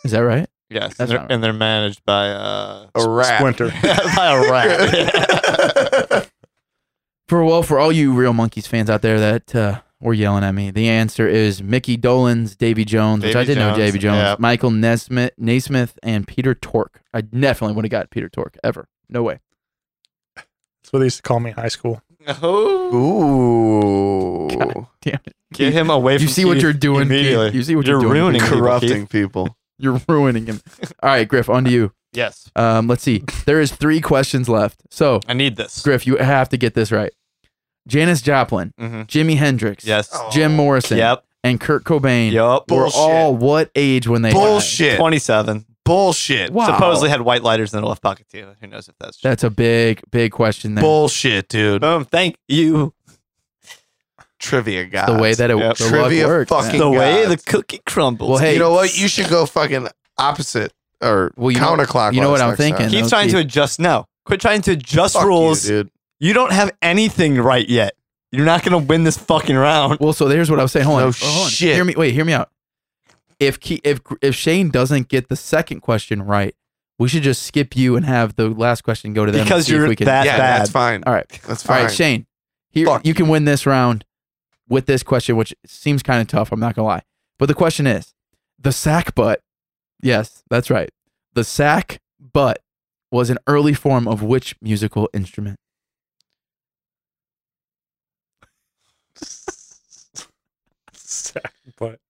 Speaker 4: Is that right?
Speaker 2: Yes,
Speaker 4: That's
Speaker 2: and they're,
Speaker 4: not right.
Speaker 2: and they're managed by uh
Speaker 1: a rat.
Speaker 5: Splinter.
Speaker 2: by a rat.
Speaker 4: For well, for all you real monkeys fans out there that uh, were yelling at me, the answer is Mickey Dolenz, Davy Jones, which
Speaker 2: Davy
Speaker 4: I did know
Speaker 2: Jones,
Speaker 4: Davy Jones,
Speaker 2: yeah.
Speaker 4: Michael Nesmith, Naismith, and Peter Tork. I definitely would have got Peter Tork ever. No way.
Speaker 5: that's what they used to call me in high school.
Speaker 2: Who?
Speaker 1: Ooh,
Speaker 4: Damn it.
Speaker 2: Get him away from
Speaker 4: You see what
Speaker 2: Keith
Speaker 4: you're doing.
Speaker 2: immediately.
Speaker 4: Keith. You see what
Speaker 2: You're
Speaker 4: you're, doing.
Speaker 2: ruining
Speaker 4: Keith.
Speaker 2: people,
Speaker 1: corrupting people.
Speaker 4: You're ruining him. All right, Griff, on to you.
Speaker 2: Yes.
Speaker 4: Um, let's see. There is three questions left. So,
Speaker 2: I need this.
Speaker 4: Griff, you have to get this right. Janis Joplin,
Speaker 2: Mm-hmm.
Speaker 4: Jimi Hendrix,
Speaker 2: Yes.
Speaker 4: Jim Morrison,
Speaker 2: Yep.
Speaker 4: and Kurt Cobain
Speaker 2: Yep.
Speaker 4: were
Speaker 1: Bullshit.
Speaker 4: all what age when they died?
Speaker 1: Bullshit.
Speaker 2: 27.
Speaker 1: Bullshit.
Speaker 4: Wow.
Speaker 2: Supposedly had white lighters in the left pocket too. Who knows if that's true?
Speaker 4: That's a big, big question there.
Speaker 1: Bullshit, dude.
Speaker 2: Boom. Thank you.
Speaker 1: Trivia guy.
Speaker 4: the way that it
Speaker 2: Yep.
Speaker 4: the
Speaker 1: Trivia
Speaker 4: luck works.
Speaker 1: fucking-
Speaker 4: man.
Speaker 2: The way the
Speaker 1: gods.
Speaker 2: cookie crumbles.
Speaker 4: Well, hey,
Speaker 1: you know what? You should go fucking opposite or
Speaker 4: Well, you know-
Speaker 1: counterclockwise.
Speaker 4: you know what I'm
Speaker 1: next time.
Speaker 4: thinking.
Speaker 2: Keep
Speaker 4: No,
Speaker 2: trying to
Speaker 4: Keith.
Speaker 2: adjust now. Quit trying to adjust
Speaker 1: Fuck you,
Speaker 2: rules. You,
Speaker 1: dude.
Speaker 2: don't have anything right yet. You're not gonna win this fucking round.
Speaker 4: Well, so here's what I was saying. Hold on.
Speaker 1: No
Speaker 4: Oh, hold on.
Speaker 1: shit.
Speaker 4: Hear me. Wait. Hear me out. If Ke- if if Shane doesn't get the second question right, we should just skip you and have the last question go to them. and
Speaker 2: Because
Speaker 4: see if
Speaker 2: you're
Speaker 4: we can,
Speaker 2: that
Speaker 1: yeah,
Speaker 2: bad.
Speaker 1: that's fine.
Speaker 4: All right.
Speaker 1: That's
Speaker 4: All
Speaker 1: fine.
Speaker 4: right, Shane. Here
Speaker 1: Fuck
Speaker 4: you can win this round with this question, which seems kind of tough. I'm not gonna lie, but the question is the sack butt. Yes, that's right. The sack butt was an early form of which musical instrument?
Speaker 5: but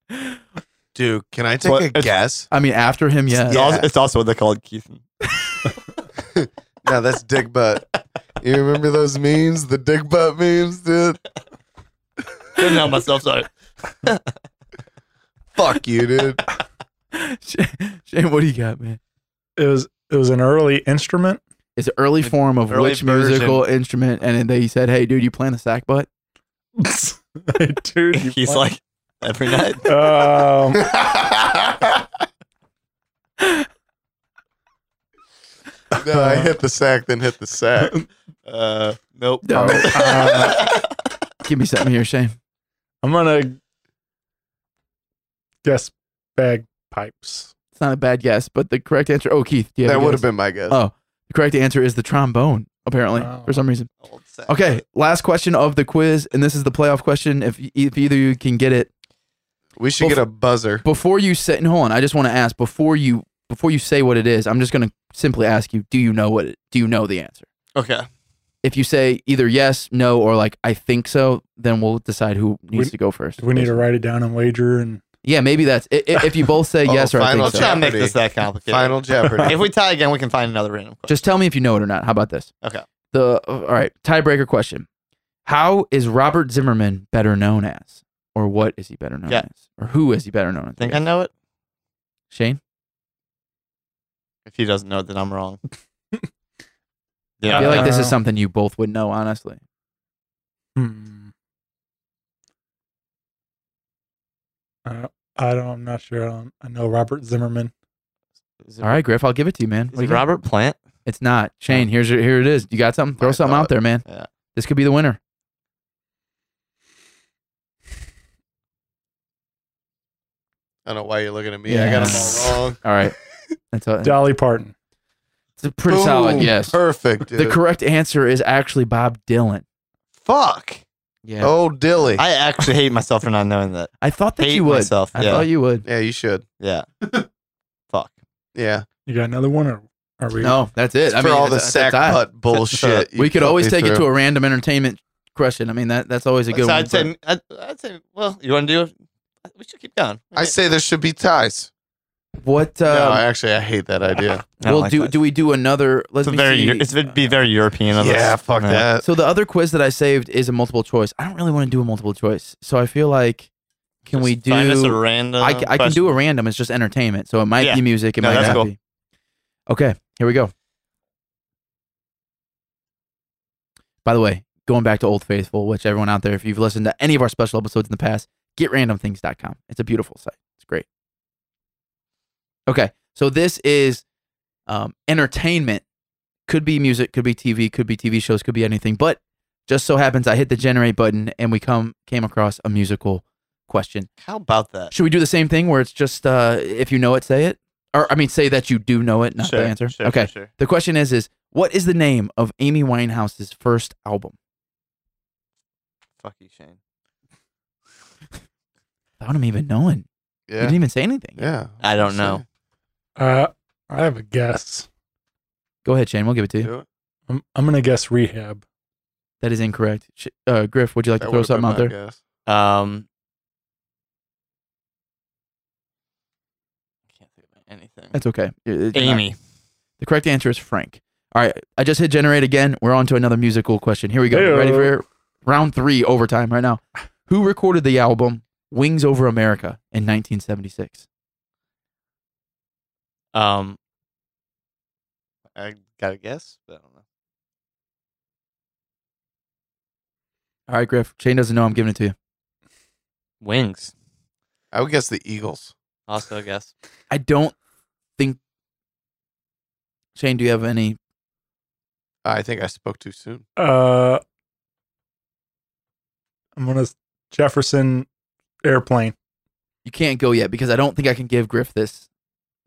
Speaker 1: Dude, can I take
Speaker 2: What-
Speaker 1: a
Speaker 2: it's-
Speaker 1: guess?
Speaker 4: I mean, after him, yes.
Speaker 2: It's,
Speaker 1: Yeah.
Speaker 2: also, it's also what they called Keithan.
Speaker 1: No, that's dick butt. You remember those memes? The dick butt memes, dude?
Speaker 2: Didn't help myself. Sorry.
Speaker 1: Fuck you, dude.
Speaker 4: Shane, what do you got, man?
Speaker 5: it was it was an early instrument.
Speaker 4: It's an early form of
Speaker 2: Early
Speaker 4: which musical instrument? And then they said, "Hey, dude, you playing the sack butt?"
Speaker 5: Dude, you
Speaker 2: He's
Speaker 5: fuck-
Speaker 2: like every night.
Speaker 5: um,
Speaker 1: No, I hit the sack, then hit the sack.
Speaker 2: Uh, nope.
Speaker 4: No.
Speaker 5: Uh,
Speaker 4: Give me something here, Shane.
Speaker 5: I'm gonna guess bagpipes.
Speaker 4: It's not a bad guess, but the correct answer. Oh, Keith, do you have
Speaker 1: That
Speaker 4: a
Speaker 1: would
Speaker 4: guess?
Speaker 1: have been my guess.
Speaker 4: Oh, the correct answer is the trombone. Apparently,
Speaker 5: Oh.
Speaker 4: for some reason.
Speaker 2: Old sack.
Speaker 4: Okay, last question of the quiz, and this is the playoff question. If, if either you can get it
Speaker 1: we should get a buzzer.
Speaker 4: before you say, and hold on, I just want to ask before you before you say what it is. I'm just going to simply ask you, do you know what? It, do you know the answer?
Speaker 2: Okay.
Speaker 4: If you say either yes, no, or like I think so, then we'll decide who needs
Speaker 5: We-
Speaker 4: to go first.
Speaker 5: Do we need to write it down and wager? And
Speaker 4: Yeah, maybe that's i- i- if you both say
Speaker 1: Oh,
Speaker 4: yes or
Speaker 1: final
Speaker 4: I think
Speaker 2: I'll
Speaker 4: so.
Speaker 1: check.
Speaker 2: try to make
Speaker 1: Jeopardy.
Speaker 2: this that complicated.
Speaker 1: Final Jeopardy.
Speaker 2: If we tie again, we can find another random question.
Speaker 4: Just tell me if you know it or not. How about this?
Speaker 2: Okay.
Speaker 4: The all right tiebreaker question: How is Robert Zimmerman better known as, or what is he better known
Speaker 2: Yeah.
Speaker 4: as, or who is he better known as?
Speaker 2: think I know it.
Speaker 4: Shane.
Speaker 2: If he doesn't know it, then I'm wrong.
Speaker 4: I
Speaker 2: yeah.
Speaker 4: feel like this is
Speaker 5: Uh,
Speaker 4: something you both would know, honestly.
Speaker 5: hmm. Uh, I don't. I'm not sure. I, don't, I know Robert Zimmerman.
Speaker 2: is it,
Speaker 4: All right, Griff, I'll give it to you, man.
Speaker 2: is
Speaker 4: What do
Speaker 2: it
Speaker 4: you got?
Speaker 2: Robert Plant?
Speaker 4: It's not Shane. Here's your here it is. You got something? Throw
Speaker 1: I
Speaker 4: something
Speaker 1: thought-
Speaker 4: out there, man.
Speaker 2: Yeah.
Speaker 4: This could be the winner.
Speaker 1: I don't know why you're looking at me. I
Speaker 4: Yeah.
Speaker 1: got them all wrong.
Speaker 4: All right, that's all.
Speaker 5: Dolly Parton.
Speaker 4: It's a pretty solid
Speaker 1: Boom.
Speaker 4: yes.
Speaker 1: Perfect, dude.
Speaker 4: The correct answer is actually Bob Dylan.
Speaker 2: Fuck.
Speaker 4: Yeah,
Speaker 1: oh, Dilly.
Speaker 2: I actually hate myself for not knowing that.
Speaker 4: I thought that
Speaker 2: hate
Speaker 4: you would.
Speaker 2: myself,
Speaker 4: I
Speaker 2: yeah.
Speaker 4: thought you would.
Speaker 1: yeah, you should.
Speaker 2: Yeah. Fuck.
Speaker 1: Yeah.
Speaker 5: You got another one, or are we?
Speaker 4: No, that's it. I
Speaker 1: For
Speaker 4: mean,
Speaker 1: all the
Speaker 4: that's- that's
Speaker 1: sack
Speaker 4: a tie.
Speaker 1: butt bullshit.
Speaker 4: we could always take it to a random entertainment question. I mean, that that's always a good
Speaker 2: so
Speaker 4: one.
Speaker 2: I'd say, I'd, I'd say, well, you want to do it? We should keep going.
Speaker 1: I say there should be ties.
Speaker 4: but what?
Speaker 1: no,
Speaker 4: Uh,
Speaker 1: actually, I hate that idea.
Speaker 2: I don't
Speaker 4: well,
Speaker 2: like
Speaker 4: do
Speaker 2: that.
Speaker 4: do we do another? Let's
Speaker 2: It's a
Speaker 4: me
Speaker 2: very,
Speaker 4: see.
Speaker 2: Eu- it's
Speaker 1: Uh,
Speaker 2: would be very European. of us.
Speaker 1: yeah, fuck that.
Speaker 4: So the other quiz that I saved is a multiple choice. I don't really want to do a multiple choice, so I feel like can we
Speaker 2: Just Find us a
Speaker 4: do?
Speaker 2: random.
Speaker 4: I, ca- I can do a random. It's just entertainment, so it might
Speaker 2: Yeah.
Speaker 4: be music. It
Speaker 2: No,
Speaker 4: might
Speaker 2: that's
Speaker 4: not
Speaker 2: cool.
Speaker 4: be. Okay, here we go. By the way, going back to Old Faithful, which everyone out there, if you've listened to any of our special episodes in the past, getrandomthings.com. It's a beautiful site. It's great. Okay, so this is um, entertainment. Could be music, could be TV, could be TV shows, could be anything. But just so happens, I hit the generate button and we come came across a musical question.
Speaker 2: How about that?
Speaker 4: Should we do the same thing where it's just uh, if you know it, say it? Or I mean, say that you do know it, not
Speaker 2: Sure,
Speaker 4: the answer.
Speaker 2: sure,
Speaker 4: okay.
Speaker 2: sure, sure.
Speaker 4: The question is: Is what is the name of Amy Winehouse's first album?
Speaker 2: Fuck you, Shane.
Speaker 4: Without him even knowing, you
Speaker 1: Yeah.
Speaker 4: didn't even say anything.
Speaker 1: Yeah.
Speaker 2: I don't know.
Speaker 5: Uh, I have a guess.
Speaker 4: Go ahead, Shane. We'll give it to you.
Speaker 1: Do it.
Speaker 5: I'm, I'm gonna guess rehab.
Speaker 4: That is incorrect. Sh- Uh, Griff, would you like
Speaker 1: That
Speaker 4: to throw
Speaker 1: would've been
Speaker 4: something out
Speaker 1: my
Speaker 4: there?
Speaker 1: guess.
Speaker 2: Um, I can't think of anything.
Speaker 4: That's okay. It- it's not-
Speaker 2: Amy.
Speaker 4: The correct answer is Frank. All right, I just hit generate again. We're on to another musical question. Here we go.
Speaker 5: Heyo.
Speaker 4: Ready for round three overtime right now. Who recorded the album Wings Over America in 1976?
Speaker 2: Um, I gotta guess, but I don't know.
Speaker 4: All right, Griff. Shane doesn't know. I'm giving it to you.
Speaker 2: Wings.
Speaker 1: I would guess the Eagles.
Speaker 2: Also, a guess.
Speaker 4: I don't think. Shane, do you have any?
Speaker 1: I think I spoke too soon.
Speaker 5: Uh, I'm gonna s- Jefferson airplane.
Speaker 4: You can't go yet because I don't think I can give Griff this,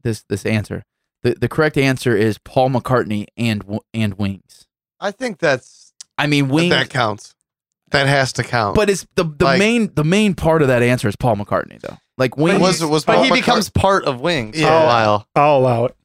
Speaker 4: this, this answer. the The correct answer is Paul McCartney and W- and Wings.
Speaker 2: I think that's
Speaker 4: I mean Wings,
Speaker 1: That counts. That has to count.
Speaker 4: but it's the the
Speaker 1: Like-
Speaker 4: main the main part of that answer is Paul McCartney though. Like Wings,
Speaker 1: was was
Speaker 2: but
Speaker 1: Paul
Speaker 2: he
Speaker 1: McCart-
Speaker 2: becomes part of Wings for
Speaker 1: Yeah.
Speaker 2: a while.
Speaker 5: I'll allow it.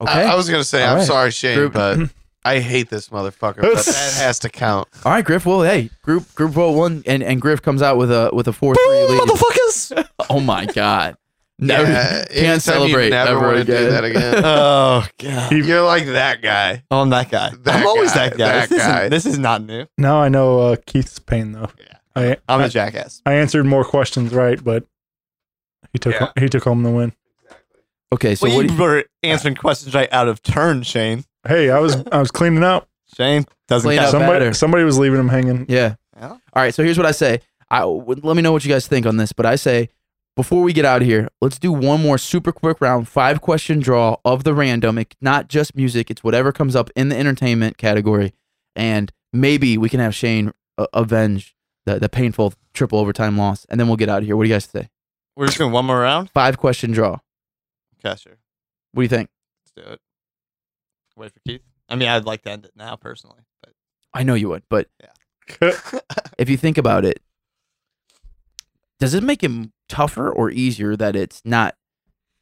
Speaker 4: okay.
Speaker 1: I, I was gonna say
Speaker 4: All
Speaker 1: I'm
Speaker 4: right.
Speaker 1: sorry, Shane,
Speaker 4: Group-
Speaker 1: but I hate this motherfucker. But that has to count.
Speaker 4: All right, Griff. Well, hey, group group vote one, and, and Griff comes out with a with a four three lead.
Speaker 2: motherfuckers!
Speaker 4: Oh my god! Never,
Speaker 1: Yeah,
Speaker 4: can't
Speaker 1: anytime you
Speaker 4: celebrate
Speaker 1: Never
Speaker 4: ever
Speaker 1: wanna
Speaker 4: again.
Speaker 1: do that again.
Speaker 2: oh god!
Speaker 1: You're like that guy.
Speaker 2: Oh, I'm that guy.
Speaker 1: That
Speaker 2: I'm always
Speaker 1: guy,
Speaker 2: that guy.
Speaker 1: that
Speaker 2: this, isn't-
Speaker 1: guy.
Speaker 2: this is not new.
Speaker 5: Now I know uh, Keith's pain though.
Speaker 2: Yeah.
Speaker 5: I
Speaker 2: I'm
Speaker 5: I-
Speaker 2: a jackass.
Speaker 5: I answered more questions right, but he took
Speaker 1: Yeah.
Speaker 5: he took home the win.
Speaker 4: Okay, so
Speaker 2: well,
Speaker 4: what?
Speaker 2: you
Speaker 4: do you-
Speaker 2: were answering questions right out of turn, Shane.
Speaker 5: Hey, I was I was cleaning up.
Speaker 2: Shane doesn't
Speaker 4: Clean
Speaker 2: count.
Speaker 4: up.
Speaker 5: Somebody
Speaker 4: better.
Speaker 5: somebody was leaving him hanging.
Speaker 4: yeah.
Speaker 2: Well,
Speaker 4: All right. So here's what I say. I w- let me know what you guys think on this, but I say before we get out of here, let's do one more super quick round, five question draw of the random. It's not just music; it's whatever comes up in the entertainment category, and maybe we can have Shane uh, avenge the the painful triple overtime loss, and then we'll get out of here. What do you guys say?
Speaker 2: We're just doing one more round.
Speaker 4: Five question draw.
Speaker 2: Okay, sure.
Speaker 4: What do you think?
Speaker 2: Let's do it. Wait for Keith. I mean, I'd like to end it now personally, but
Speaker 4: I know you would, but if you think about it, does it make it m- tougher or easier that it's not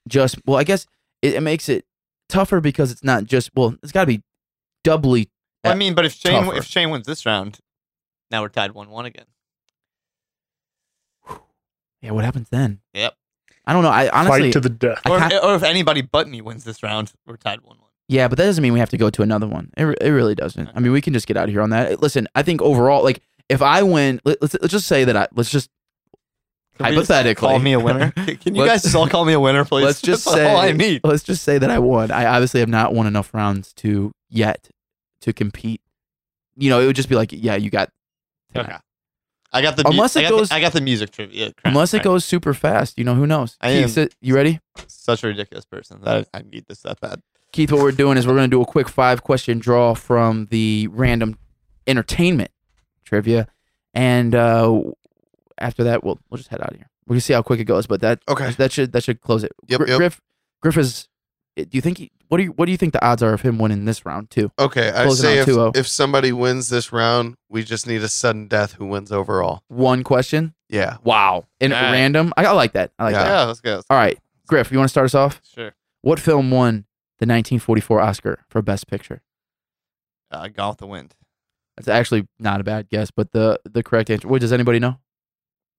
Speaker 4: just? Well, I guess it, it makes it tougher because it's not just. Well, it's got to be doubly.
Speaker 2: I mean, but if Shane
Speaker 4: Tougher.
Speaker 2: if Shane wins this round, now we're tied one one again.
Speaker 4: Yeah, what happens then?
Speaker 2: Yep.
Speaker 4: I don't know. I honestly.
Speaker 5: Fight to the death.
Speaker 4: I
Speaker 2: Or
Speaker 4: can't-
Speaker 2: if, or if anybody but me wins this round, we're tied one one.
Speaker 4: yeah, but that doesn't mean we have to go to another one. It, re- it really doesn't. I mean, we can just get out of here on that. Uh, Listen, I think overall, like if I win, let, let's let's just say that I let's just
Speaker 2: Can we just
Speaker 4: Hypothetically.
Speaker 2: call me a winner. Can can you
Speaker 4: Let's-
Speaker 2: guys just all call me a winner, please?
Speaker 4: Let's just
Speaker 2: That's
Speaker 4: say
Speaker 2: all I need.
Speaker 4: Let's just say that I won. I obviously have not won enough rounds to yet to compete. You know, it would just be like, yeah, you got.
Speaker 2: Okay. I got the
Speaker 4: Unless
Speaker 2: mu-
Speaker 4: it
Speaker 2: I got
Speaker 4: goes-
Speaker 2: the, I got the music trivia. crap,
Speaker 4: Unless it
Speaker 2: right.
Speaker 4: goes super fast, you know, who knows?
Speaker 2: I
Speaker 4: Keith,
Speaker 2: am-
Speaker 4: sit- you ready?
Speaker 2: such a ridiculous person that I, I need this that bad.
Speaker 4: Keith, what we're doing is we're going to do a quick five question draw from the random entertainment trivia, and uh, after that, we'll we'll just head out of here. We can see how quick it goes, but that
Speaker 1: Okay.
Speaker 4: that should that should close it.
Speaker 1: Yep,
Speaker 4: Gri-
Speaker 1: yep.
Speaker 4: Griff, Griff is. Do you think? He, what do you what do you think the odds are of him winning this round too?
Speaker 1: Okay, I
Speaker 4: Closing
Speaker 1: say
Speaker 4: out oh.
Speaker 1: if,
Speaker 4: 2-0.
Speaker 1: if somebody wins this round, we just need a sudden death who wins overall.
Speaker 4: One question.
Speaker 1: Yeah.
Speaker 4: Wow. And
Speaker 2: All right.
Speaker 4: random. I, I like that. I like
Speaker 1: Yeah.
Speaker 4: that.
Speaker 2: Yeah, let's go. Let's
Speaker 4: All right. Griff, you want to start us off?
Speaker 2: Sure.
Speaker 4: What film won the 1944 Oscar for Best Picture?
Speaker 2: Uh, Gone with the Wind.
Speaker 4: That's actually not a bad guess, but the, the correct answer. Wait, does anybody know?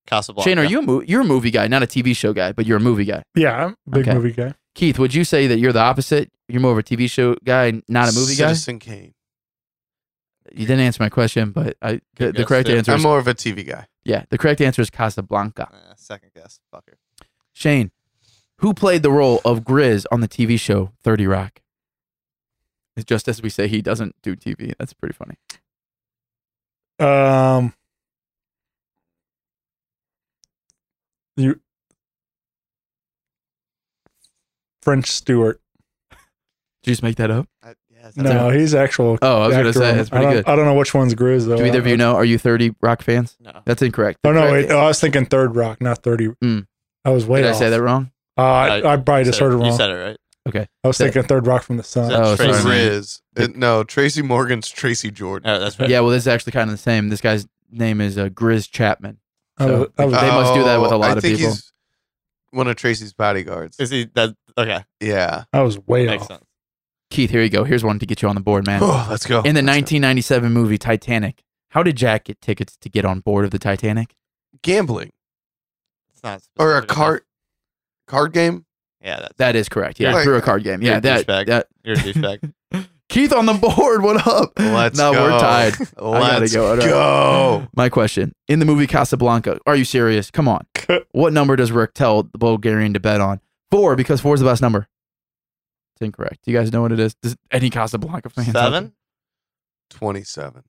Speaker 2: Casablanca.
Speaker 4: Shane, are you a mo- you're a movie guy, not a TV show guy, but you're a movie guy.
Speaker 5: Yeah, I'm a big
Speaker 4: Okay.
Speaker 5: movie guy.
Speaker 4: Keith, would you say that you're the opposite? You're more of a TV show guy, and not a movie
Speaker 1: Citizen Kane.
Speaker 4: guy. You didn't answer my question, but I the, the
Speaker 2: guess,
Speaker 4: correct
Speaker 2: yeah.
Speaker 4: answer
Speaker 1: I'm
Speaker 4: is
Speaker 1: more of a TV guy.
Speaker 4: yeah. The correct answer is Casablanca.
Speaker 2: Uh, second guess, fucker.
Speaker 4: Shane, who played the role of Grizz on the TV show 30 Rock? It's just as we say, he doesn't do TV. That's pretty funny.
Speaker 5: Um, you French Stewart.
Speaker 4: Did you just make that up?
Speaker 2: I, yeah, is that-
Speaker 5: No, he's actual.
Speaker 4: Oh, I was going to
Speaker 5: actor
Speaker 4: say,
Speaker 5: on-
Speaker 4: that's
Speaker 5: I
Speaker 4: pretty
Speaker 5: don't-
Speaker 4: good.
Speaker 5: I don't know which one's Grizz though.
Speaker 4: Do either of you know? Are you 30 Rock fans?
Speaker 2: no.
Speaker 4: That's incorrect. The
Speaker 5: Oh no,
Speaker 4: correct
Speaker 5: wait, oh, I was thinking Third Rock, not Thirty.
Speaker 4: Mm.
Speaker 5: I was way
Speaker 4: Did I
Speaker 5: off.
Speaker 4: say that wrong?
Speaker 5: Uh, I, I probably
Speaker 2: You
Speaker 5: just
Speaker 2: said
Speaker 5: heard it
Speaker 2: You
Speaker 5: wrong.
Speaker 2: said it right.
Speaker 5: I was
Speaker 4: That-
Speaker 5: thinking Third Rock from the
Speaker 2: Is
Speaker 5: Sun.
Speaker 2: that
Speaker 4: Oh,
Speaker 2: Tracy?
Speaker 4: sorry. man.
Speaker 1: Riz. It- no, Tracy Morgan's Tracy Jordan.
Speaker 2: All right, Oh, that's right.
Speaker 4: Yeah, well, this is actually kind of the same. This guy's name is uh, Grizz Chapman.
Speaker 5: I was- I was-
Speaker 4: They must do that with a
Speaker 1: Oh,
Speaker 4: lot
Speaker 1: I
Speaker 4: of
Speaker 1: think
Speaker 4: people.
Speaker 1: He's one of Tracy's bodyguards.
Speaker 2: Is he that? Okay,
Speaker 1: Yeah.
Speaker 5: I was way
Speaker 2: makes
Speaker 5: off.
Speaker 2: sense.
Speaker 4: Keith, here you go. Here's one to get you on the board, man.
Speaker 1: Oh, let's go.
Speaker 4: In the
Speaker 1: Let's go.
Speaker 4: 1997 movie Titanic, how did Jack get tickets to get on board of the Titanic?
Speaker 1: gambling
Speaker 2: It's not
Speaker 1: or a
Speaker 2: specific enough.
Speaker 1: card card game.
Speaker 2: Yeah, that's
Speaker 4: That is correct. Yeah,
Speaker 1: Like-
Speaker 4: through a card game.
Speaker 2: You're
Speaker 4: Yeah,
Speaker 2: a
Speaker 4: that,
Speaker 2: douchebag.
Speaker 4: that.
Speaker 2: you're a douchebag.
Speaker 4: Keith on the board. What up?
Speaker 1: Let's
Speaker 4: no,
Speaker 1: go.
Speaker 4: we're tied.
Speaker 1: Let's
Speaker 4: gotta go. I
Speaker 1: go.
Speaker 4: don't- My question in the movie Casablanca. Are you serious? Come on. what number does Rick tell the Bulgarian to bet on? Four, because four is the best number. It's incorrect. Do you guys know what it is? Does any Casablanca fans? out there-
Speaker 2: Seven.
Speaker 1: 27.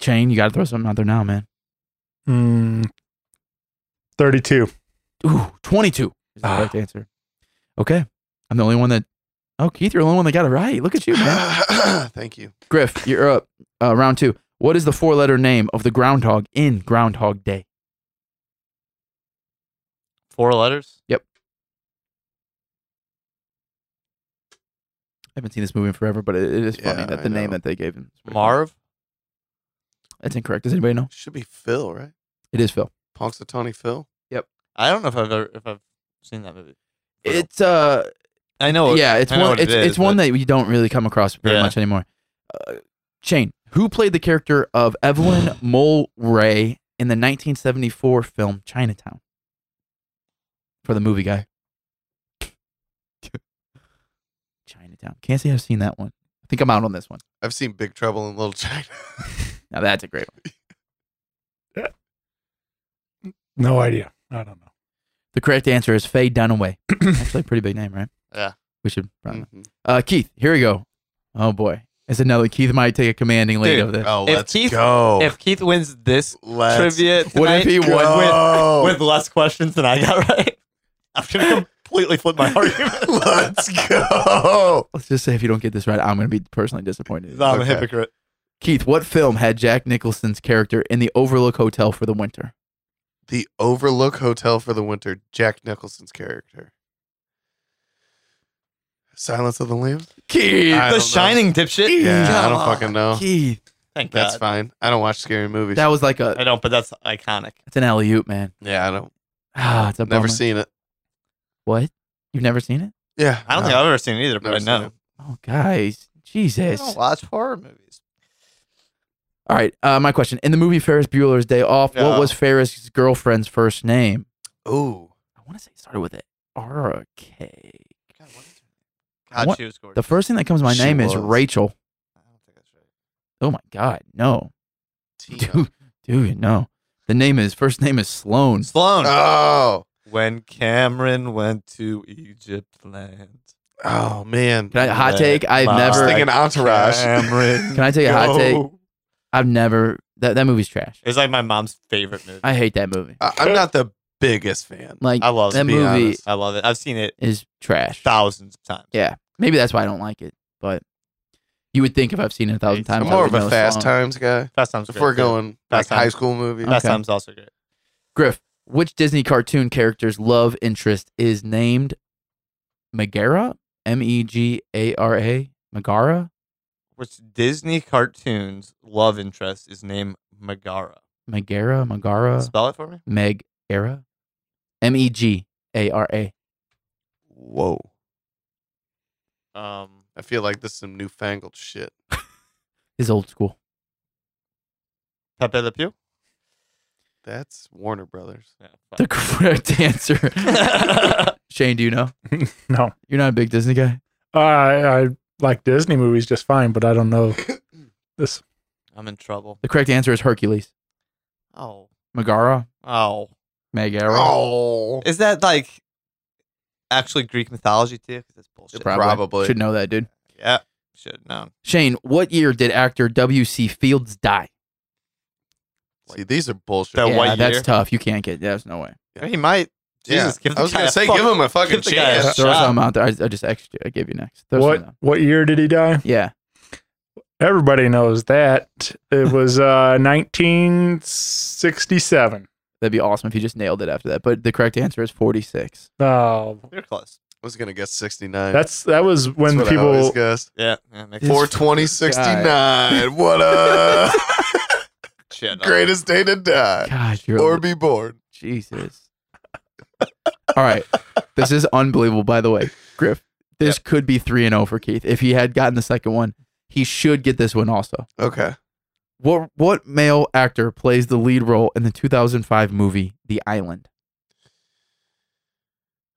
Speaker 4: Chain, you got to throw something out there now, man.
Speaker 5: Mm, 32.
Speaker 4: Ooh, 22 is the
Speaker 5: Ah.
Speaker 4: correct answer. Okay. I'm the only one that. Oh, Keith, you're the only one that got it right. Look at you, man.
Speaker 1: Thank you.
Speaker 4: Griff, you're up. Uh, round two. What is the four letter name of the groundhog in Groundhog Day?
Speaker 2: Four letters.
Speaker 4: I haven't seen this movie in forever, but it, it is funny
Speaker 1: Yeah,
Speaker 4: that
Speaker 1: I
Speaker 4: the name
Speaker 1: know.
Speaker 4: that they gave him.
Speaker 2: Marv.
Speaker 4: That's incorrect. Does anybody know?
Speaker 1: Should be Phil, right?
Speaker 4: It is Phil.
Speaker 1: Punxsutawney Phil.
Speaker 2: I don't know if I've ever if I've seen that movie. Phil.
Speaker 4: It's uh,
Speaker 2: I know. it-
Speaker 4: yeah, it's
Speaker 2: I know
Speaker 4: one.
Speaker 2: what
Speaker 4: It's,
Speaker 2: it is,
Speaker 4: it's one that you don't really come across very
Speaker 2: Yeah.
Speaker 4: much anymore. Uh, Shane, who played the character of Evelyn Mulray in the 1974 film Chinatown? For the movie guy, Chinatown. Can't say I've seen that one. I think I'm out on this one.
Speaker 1: I've seen Big Trouble in Little China.
Speaker 4: Now that's a great one.
Speaker 5: No idea. I don't know.
Speaker 4: The correct answer is Faye Dunaway. Actually, a pretty big name, right?
Speaker 2: Yeah. Mm.
Speaker 4: We should. Probably know.
Speaker 1: Mhm.
Speaker 4: Uh, Keith, here we go. Oh boy, it's another Keith might take a commanding lead
Speaker 2: Dude,
Speaker 4: of this.
Speaker 1: Oh,
Speaker 2: If
Speaker 1: let's
Speaker 2: Keith-
Speaker 1: go.
Speaker 2: If Keith wins this
Speaker 1: let's
Speaker 2: trivia tonight,
Speaker 4: What if he won?
Speaker 1: go.
Speaker 2: with less questions than I got right? I'm gonna completely flip my argument.
Speaker 1: let's
Speaker 2: oh.
Speaker 1: go.
Speaker 4: Let's just say if you don't get this right, I'm going to be personally disappointed.
Speaker 2: I'm a
Speaker 1: Okay.
Speaker 2: hypocrite.
Speaker 4: Keith, what film had Jack Nicholson's character in the Overlook Hotel for the winter?
Speaker 1: The Overlook Hotel for the Winter, Jack Nicholson's character. Silence of the Lambs?
Speaker 4: Keith,
Speaker 1: I don't know.
Speaker 2: the Shining dipshit.
Speaker 1: Yeah, I
Speaker 4: Come
Speaker 1: don't
Speaker 4: on,
Speaker 1: fucking know.
Speaker 4: Keith,
Speaker 2: Thank
Speaker 1: That's
Speaker 2: God.
Speaker 1: fine. I don't watch scary movies.
Speaker 4: that was like a
Speaker 2: I know, but that's iconic.
Speaker 4: that's an alley oop, man.
Speaker 1: yeah, I don't.
Speaker 4: Ah, it's a
Speaker 1: Never
Speaker 4: bummer.
Speaker 1: seen it.
Speaker 4: what? You've never seen it?
Speaker 1: Yeah.
Speaker 2: I don't
Speaker 1: no,
Speaker 2: think I've ever seen it either, but
Speaker 1: never
Speaker 2: I
Speaker 1: seen
Speaker 2: know.
Speaker 1: it.
Speaker 4: Oh, guys, Jesus! All
Speaker 2: watch horror movies.
Speaker 4: right, uh, my question: In the movie Ferris Bueller's Day Off, what
Speaker 2: No.
Speaker 4: was Ferris' girlfriend's first name?
Speaker 1: Ooh.
Speaker 4: I want to say it started with a R or a K.
Speaker 2: God, what is her name? God,
Speaker 4: What-
Speaker 2: she was gorgeous.
Speaker 4: The first thing that comes to my
Speaker 1: She
Speaker 4: name is
Speaker 1: was.
Speaker 4: Rachel.
Speaker 2: I don't think that's right.
Speaker 4: Oh my God, no,
Speaker 1: Tina.
Speaker 4: dude, dude, no. The name is first name is Sloan.
Speaker 2: Sloan.
Speaker 1: Oh.
Speaker 2: Uh, when Cameron went to Egypt land.
Speaker 1: Oh, man.
Speaker 4: Can I hot
Speaker 2: Yeah.
Speaker 4: take? I've
Speaker 2: Wow.
Speaker 1: I was
Speaker 4: never.
Speaker 1: thinking Entourage.
Speaker 2: Cameron.
Speaker 4: Can I take a hot take?
Speaker 2: go.
Speaker 4: I've never. That that movie's trash.
Speaker 2: It's like my mom's favorite movie. I,
Speaker 4: I hate that movie.
Speaker 1: I- I'm not the biggest fan.
Speaker 4: Like
Speaker 2: love
Speaker 4: that
Speaker 2: it.
Speaker 1: be
Speaker 4: movie
Speaker 1: honest.
Speaker 2: I love it. I've seen it
Speaker 4: is trash.
Speaker 2: thousands of times.
Speaker 4: Yeah, maybe that's why I don't like it. But you would think if I've seen it a thousand
Speaker 2: It's
Speaker 4: times,
Speaker 1: I'm
Speaker 4: I
Speaker 1: more of
Speaker 4: would
Speaker 1: a
Speaker 4: know
Speaker 1: Fast
Speaker 4: Sloan.
Speaker 1: Times guy.
Speaker 2: Fast times.
Speaker 1: If
Speaker 2: great,
Speaker 1: we're
Speaker 2: too.
Speaker 1: going like
Speaker 2: Fast
Speaker 1: high
Speaker 2: Times. Uh,
Speaker 1: school movie,
Speaker 4: Okay.
Speaker 2: Fast times also great.
Speaker 4: Griff, which Disney cartoon character's love interest is named Megara? M e g a r a. Megara.
Speaker 2: Which Disney cartoons love interest is named Megara?
Speaker 4: Megara. Megara.
Speaker 2: Spell it for me.
Speaker 4: Megara. M e g a r a.
Speaker 1: whoa!
Speaker 2: Um,
Speaker 1: I feel like this is some newfangled shit.
Speaker 4: Is old school.
Speaker 2: Pepe Le Pew.
Speaker 1: That's Warner Brothers.
Speaker 2: Yeah,
Speaker 4: The correct answer.
Speaker 2: fuck.
Speaker 4: Shane, do you know?
Speaker 5: No. Uh,
Speaker 4: You're not a big Disney guy.
Speaker 5: I, I like Disney movies just fine, but I don't know this.
Speaker 2: I'm in trouble.
Speaker 4: The correct answer is Hercules.
Speaker 2: Oh,
Speaker 4: Megara,
Speaker 2: oh,
Speaker 4: Megara.
Speaker 1: Oh,
Speaker 2: is that like actually Greek mythology too? 'Cause that's bullshit.
Speaker 1: Probably.
Speaker 4: Should know that, dude.
Speaker 2: Yeah, should have known.
Speaker 4: Shane, what year did actor W.C. Fields die?
Speaker 1: see, these are bullshit.
Speaker 2: That
Speaker 4: yeah,
Speaker 2: what
Speaker 4: that's
Speaker 2: year?
Speaker 4: tough. You can't get. There's no way.
Speaker 2: He might.
Speaker 1: Yeah.
Speaker 2: Jesus, give the
Speaker 1: I was
Speaker 2: guy
Speaker 1: gonna
Speaker 2: a
Speaker 1: say,
Speaker 2: fuck-
Speaker 1: give him a fucking
Speaker 2: give the guy a
Speaker 1: chance.
Speaker 2: shot.
Speaker 4: Throw some out there. I, I just extra. I gave you next. Throw some
Speaker 5: what
Speaker 4: out.
Speaker 5: what year did he die?
Speaker 4: Yeah.
Speaker 5: Everybody knows that. It was uh 1967.
Speaker 4: That'd be awesome if you just nailed it after that. But the correct answer is 46.
Speaker 5: Oh,
Speaker 2: You're close.
Speaker 1: I was gonna guess sixty nine.
Speaker 5: that's that was when
Speaker 1: what I always
Speaker 5: people
Speaker 1: guess.
Speaker 2: Yeah, yeah makes
Speaker 4: This
Speaker 1: Four twenty sixty nine. What a
Speaker 2: shit.
Speaker 1: greatest day to die
Speaker 4: Gosh, you're.
Speaker 1: or be born.
Speaker 4: Jesus. All right. This is unbelievable, by the way. Griff, this could be 3 and 0 for Keith. If he had gotten the second one, he should get this one also.
Speaker 1: Okay,
Speaker 4: What what male actor plays the lead role in the 2005 movie The Island?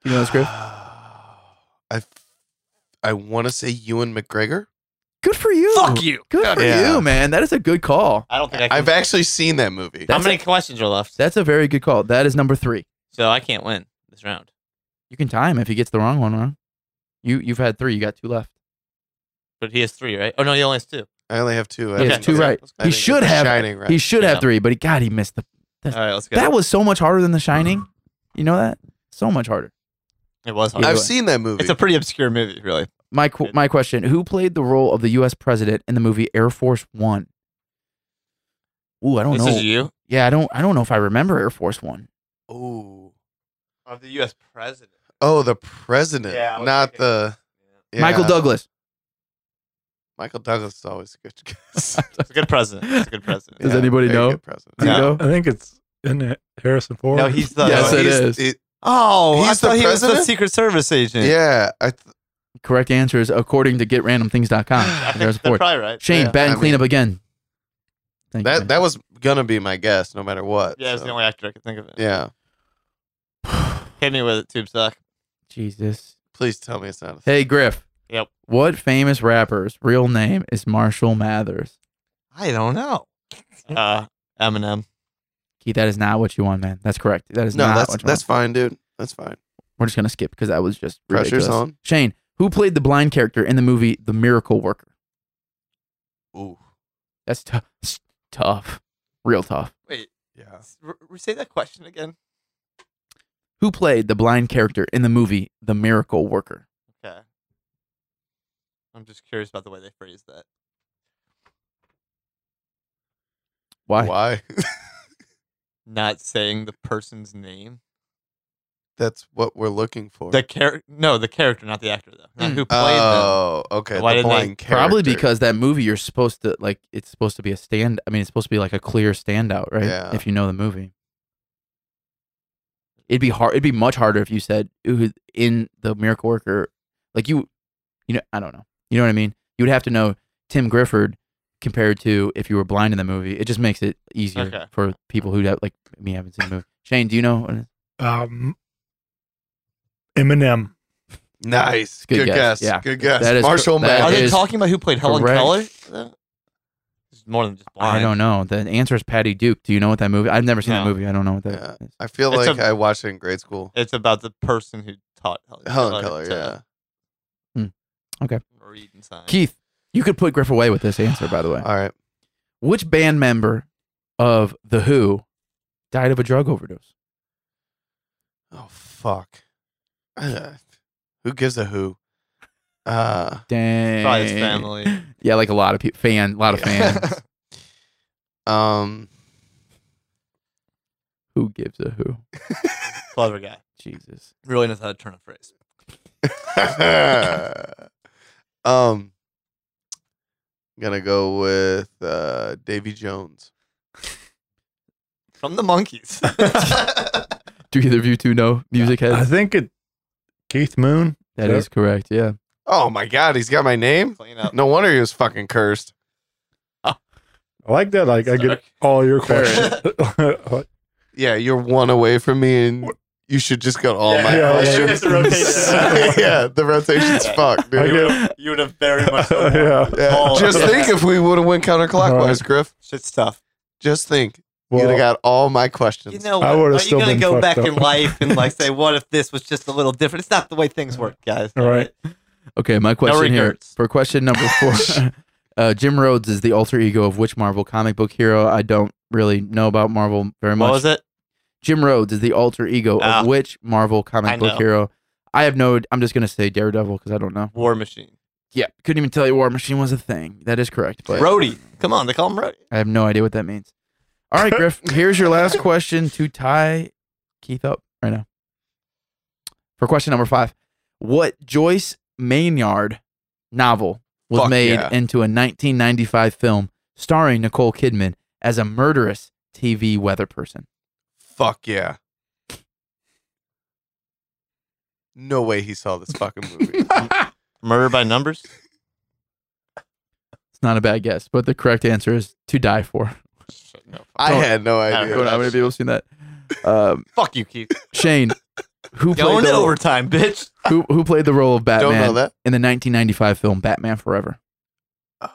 Speaker 4: You know this, Griff?
Speaker 1: I f- I want to say Ewan McGregor.
Speaker 4: Good for you.
Speaker 2: Fuck you.
Speaker 4: Good for
Speaker 1: Yeah.
Speaker 4: you, man. That is a good call.
Speaker 2: I don't think I can.
Speaker 1: I've actually seen that movie.
Speaker 4: That-
Speaker 3: How
Speaker 4: That's
Speaker 3: many questions are left?
Speaker 4: That's a very good call. That is number three.
Speaker 3: so I can't win this round.
Speaker 4: You can tie him if he gets the wrong one wrong. You you've had three. You got two left.
Speaker 3: But he has three, right? Oh no, he only has two.
Speaker 1: I only have two. I
Speaker 4: He has
Speaker 1: didn't
Speaker 4: two
Speaker 1: get-
Speaker 4: right.
Speaker 1: I
Speaker 4: He
Speaker 1: didn't get
Speaker 4: should
Speaker 1: The
Speaker 4: have.
Speaker 1: Shining right.
Speaker 4: He should have
Speaker 3: Yeah.
Speaker 4: three, but he, God, he missed the.
Speaker 3: All right, let's go.
Speaker 4: That was so much harder than The Shining.
Speaker 1: Mm-hmm.
Speaker 4: You know that? So much harder.
Speaker 2: It was.
Speaker 4: Yeah.
Speaker 2: Hard.
Speaker 1: I've seen that movie.
Speaker 2: It's a pretty obscure movie, really.
Speaker 4: My qu- my question: Who played the role of the U.S. president in the movie Air Force One? Ooh, I don't
Speaker 3: this
Speaker 4: know.
Speaker 3: is you.
Speaker 4: Yeah, I don't I don't know if I remember Air Force One.
Speaker 1: oh,
Speaker 2: Of the U.S. president.
Speaker 1: oh, the president,
Speaker 2: Yeah, I was
Speaker 1: not
Speaker 2: thinking-
Speaker 1: the
Speaker 4: Michael
Speaker 1: yeah.
Speaker 4: Douglas.
Speaker 1: Michael Douglas is always a good guess.
Speaker 2: It's a good president. It's a good president.
Speaker 4: Does anybody
Speaker 1: very
Speaker 4: know?
Speaker 1: good president.
Speaker 5: I
Speaker 2: No.
Speaker 5: think- I think it's in it. Harrison Ford.
Speaker 2: No, he's the.
Speaker 4: Yes, it
Speaker 1: he's-
Speaker 4: is.
Speaker 1: it-
Speaker 2: Oh,
Speaker 1: He's
Speaker 2: I thought
Speaker 1: the
Speaker 2: he was the
Speaker 1: president?
Speaker 2: Secret Service agent.
Speaker 1: yeah, I th-
Speaker 4: Correct answer is according to
Speaker 2: I
Speaker 4: GetRandomThings.com.
Speaker 2: think
Speaker 4: Ah, There's
Speaker 2: they're
Speaker 4: four.
Speaker 2: probably right.
Speaker 4: Shane,
Speaker 1: yeah,
Speaker 4: bat and
Speaker 1: I
Speaker 4: clean up again. Thank you,
Speaker 1: that
Speaker 4: man.
Speaker 1: that was gonna be my guess, no matter what.
Speaker 2: Yeah, it's
Speaker 1: so,
Speaker 2: the only actor I could think of.
Speaker 1: yeah.
Speaker 2: Hit me with it, tube sock.
Speaker 4: Jesus.
Speaker 1: Please tell me it's not. A
Speaker 4: Hey Griff.
Speaker 3: Yep.
Speaker 4: What famous rapper's real name is Marshall Mathers?
Speaker 2: I don't know. Uh, Eminem.
Speaker 4: Keith, that is not what you want, man. That's correct. That is
Speaker 1: no,
Speaker 4: not
Speaker 1: that's
Speaker 4: what you
Speaker 1: that's
Speaker 4: want.
Speaker 1: fine, dude. That's fine.
Speaker 4: We're just gonna skip because that was just
Speaker 1: Pressure's
Speaker 4: ridiculous.
Speaker 1: on.
Speaker 4: Shane, who played the blind character in the movie The Miracle Worker?
Speaker 1: Ooh,
Speaker 4: That's tough. Tough. Real tough.
Speaker 1: yeah.
Speaker 2: R- say that question again.
Speaker 4: Who played the blind character in the movie The Miracle Worker?
Speaker 2: Okay. I'm just curious about the way they phrased that.
Speaker 4: Why?
Speaker 1: Why?
Speaker 2: Not saying the person's name.
Speaker 1: that's what we're looking for.
Speaker 2: The character. No, the character, not the actor, though. Not who played them.
Speaker 1: oh, okay.
Speaker 2: Why
Speaker 1: the
Speaker 2: did they-
Speaker 1: blind
Speaker 4: Probably
Speaker 1: character.
Speaker 4: because that movie you're supposed to like it's supposed to be a stand I mean it's supposed to be like a clear standout, right?
Speaker 1: Yeah.
Speaker 4: If you know the movie. It'd be hard it'd be much harder if you said "Ooh, in the Miracle Worker like you you know I don't know. You know what I mean? You would have to know Tim Grifford compared to if you were blind in the movie. It just makes it easier
Speaker 2: Okay.
Speaker 4: for people who have, like me haven't seen the movie. Shane, do you know uh, what it is?
Speaker 5: um, Eminem.
Speaker 1: nice.
Speaker 4: Good
Speaker 1: Good,
Speaker 4: guess,
Speaker 1: guess.
Speaker 4: yeah.
Speaker 1: Good guess.
Speaker 4: That is cor-
Speaker 1: Marshall
Speaker 4: that
Speaker 2: Are
Speaker 1: Mathers.
Speaker 2: they
Speaker 4: is
Speaker 2: talking about who played Helen
Speaker 4: correct.
Speaker 2: Keller? though? It's more than just blind.
Speaker 4: I don't know. The answer is Patty Duke. Do you know what that movie? I've never seen that
Speaker 2: No.
Speaker 4: movie. I don't know what that is.
Speaker 1: Yeah. I feel
Speaker 2: It's
Speaker 1: like
Speaker 2: a-
Speaker 1: I watched it in grade school.
Speaker 2: It's about the person who taught Helen,
Speaker 1: Helen Keller,
Speaker 2: to
Speaker 1: yeah.
Speaker 2: Read and sign.
Speaker 4: Keith, you could put Griff away with this answer, by the way.
Speaker 1: All right.
Speaker 4: Which band member of The Who died of a drug overdose?
Speaker 1: Oh fuck. Uh, who gives a who? Uh
Speaker 4: Dang.
Speaker 2: Probably his family.
Speaker 4: Yeah, like a lot of people. Fan, a lot of fans.
Speaker 1: um
Speaker 4: who gives a who?
Speaker 2: Clever guy.
Speaker 4: Jesus.
Speaker 2: Really knows how to turn a phrase.
Speaker 1: um gonna go with uh Davy Jones.
Speaker 2: From the monkeys.
Speaker 4: Do either of you two know music
Speaker 5: I
Speaker 4: heads?
Speaker 5: think it. Keith Moon.
Speaker 4: That is correct. Yeah.
Speaker 1: Oh my god, he's got my name?
Speaker 2: Clean up.
Speaker 1: No wonder he was fucking cursed.
Speaker 5: I like that. Like I get
Speaker 2: Sorry.
Speaker 5: all your
Speaker 1: Fair.
Speaker 5: questions.
Speaker 1: Yeah, you're one away from me and you should just go to all
Speaker 2: Yeah,
Speaker 1: my
Speaker 5: yeah,
Speaker 1: questions.
Speaker 5: yeah, it's the
Speaker 2: rotation.
Speaker 1: yeah, the rotation's fucked,
Speaker 5: I
Speaker 1: dude.
Speaker 5: get-
Speaker 2: You would have very much.
Speaker 5: yeah.
Speaker 1: Yeah,
Speaker 2: Oh,
Speaker 1: just
Speaker 2: yeah.
Speaker 1: think if we would have went counterclockwise,
Speaker 5: Right.
Speaker 1: Griff.
Speaker 2: Shit's tough.
Speaker 1: Just think.
Speaker 5: Well,
Speaker 1: You'd have got all my questions.
Speaker 2: You know,
Speaker 5: I
Speaker 2: what?
Speaker 5: would've
Speaker 2: are you
Speaker 5: still
Speaker 2: gonna
Speaker 5: been
Speaker 2: go
Speaker 5: fucked
Speaker 2: back
Speaker 5: up.
Speaker 2: in life and like say, what if this was just a little different? It's not the way things work, guys.
Speaker 5: All right.
Speaker 4: Okay, my question here
Speaker 2: regrets.
Speaker 4: for question number four. uh, Jim Rhodes is the alter ego of which Marvel comic book hero? I don't really know about Marvel very much.
Speaker 2: What was it?
Speaker 4: Jim Rhodes is the alter ego
Speaker 2: Ah.
Speaker 4: of which Marvel comic
Speaker 2: I
Speaker 4: book
Speaker 2: know.
Speaker 4: hero? I have no. I'm just gonna say Daredevil because I don't know.
Speaker 2: War Machine.
Speaker 4: Yeah, couldn't even tell you War Machine was a thing. That is correct, but
Speaker 2: Rhodey. Come on, they call him Rhodey.
Speaker 4: I have no idea what that means. All right, Griff. Here's your last question to tie Keith up right now. For question number five, what Joyce Maynard novel was
Speaker 1: Fuck
Speaker 4: made
Speaker 1: yeah.
Speaker 4: into a 1995 film starring Nicole Kidman as a murderous TV weather person?
Speaker 1: Fuck yeah. No way he saw this fucking movie.
Speaker 2: Murder by Numbers.
Speaker 4: It's not a bad guess, but the correct answer is to die for.
Speaker 2: Shit, no.
Speaker 1: I had no
Speaker 2: I don't
Speaker 1: idea.
Speaker 2: know.
Speaker 4: Going, how many people have seen that? Um,
Speaker 2: Fuck you, Keith.
Speaker 4: Shane, who played
Speaker 2: Going
Speaker 4: the
Speaker 2: to
Speaker 4: role,
Speaker 2: overtime, bitch.
Speaker 4: who, who played the role of
Speaker 1: Don't
Speaker 4: Batman
Speaker 1: know that.
Speaker 4: in the 1995 film Batman Forever?
Speaker 1: Oh,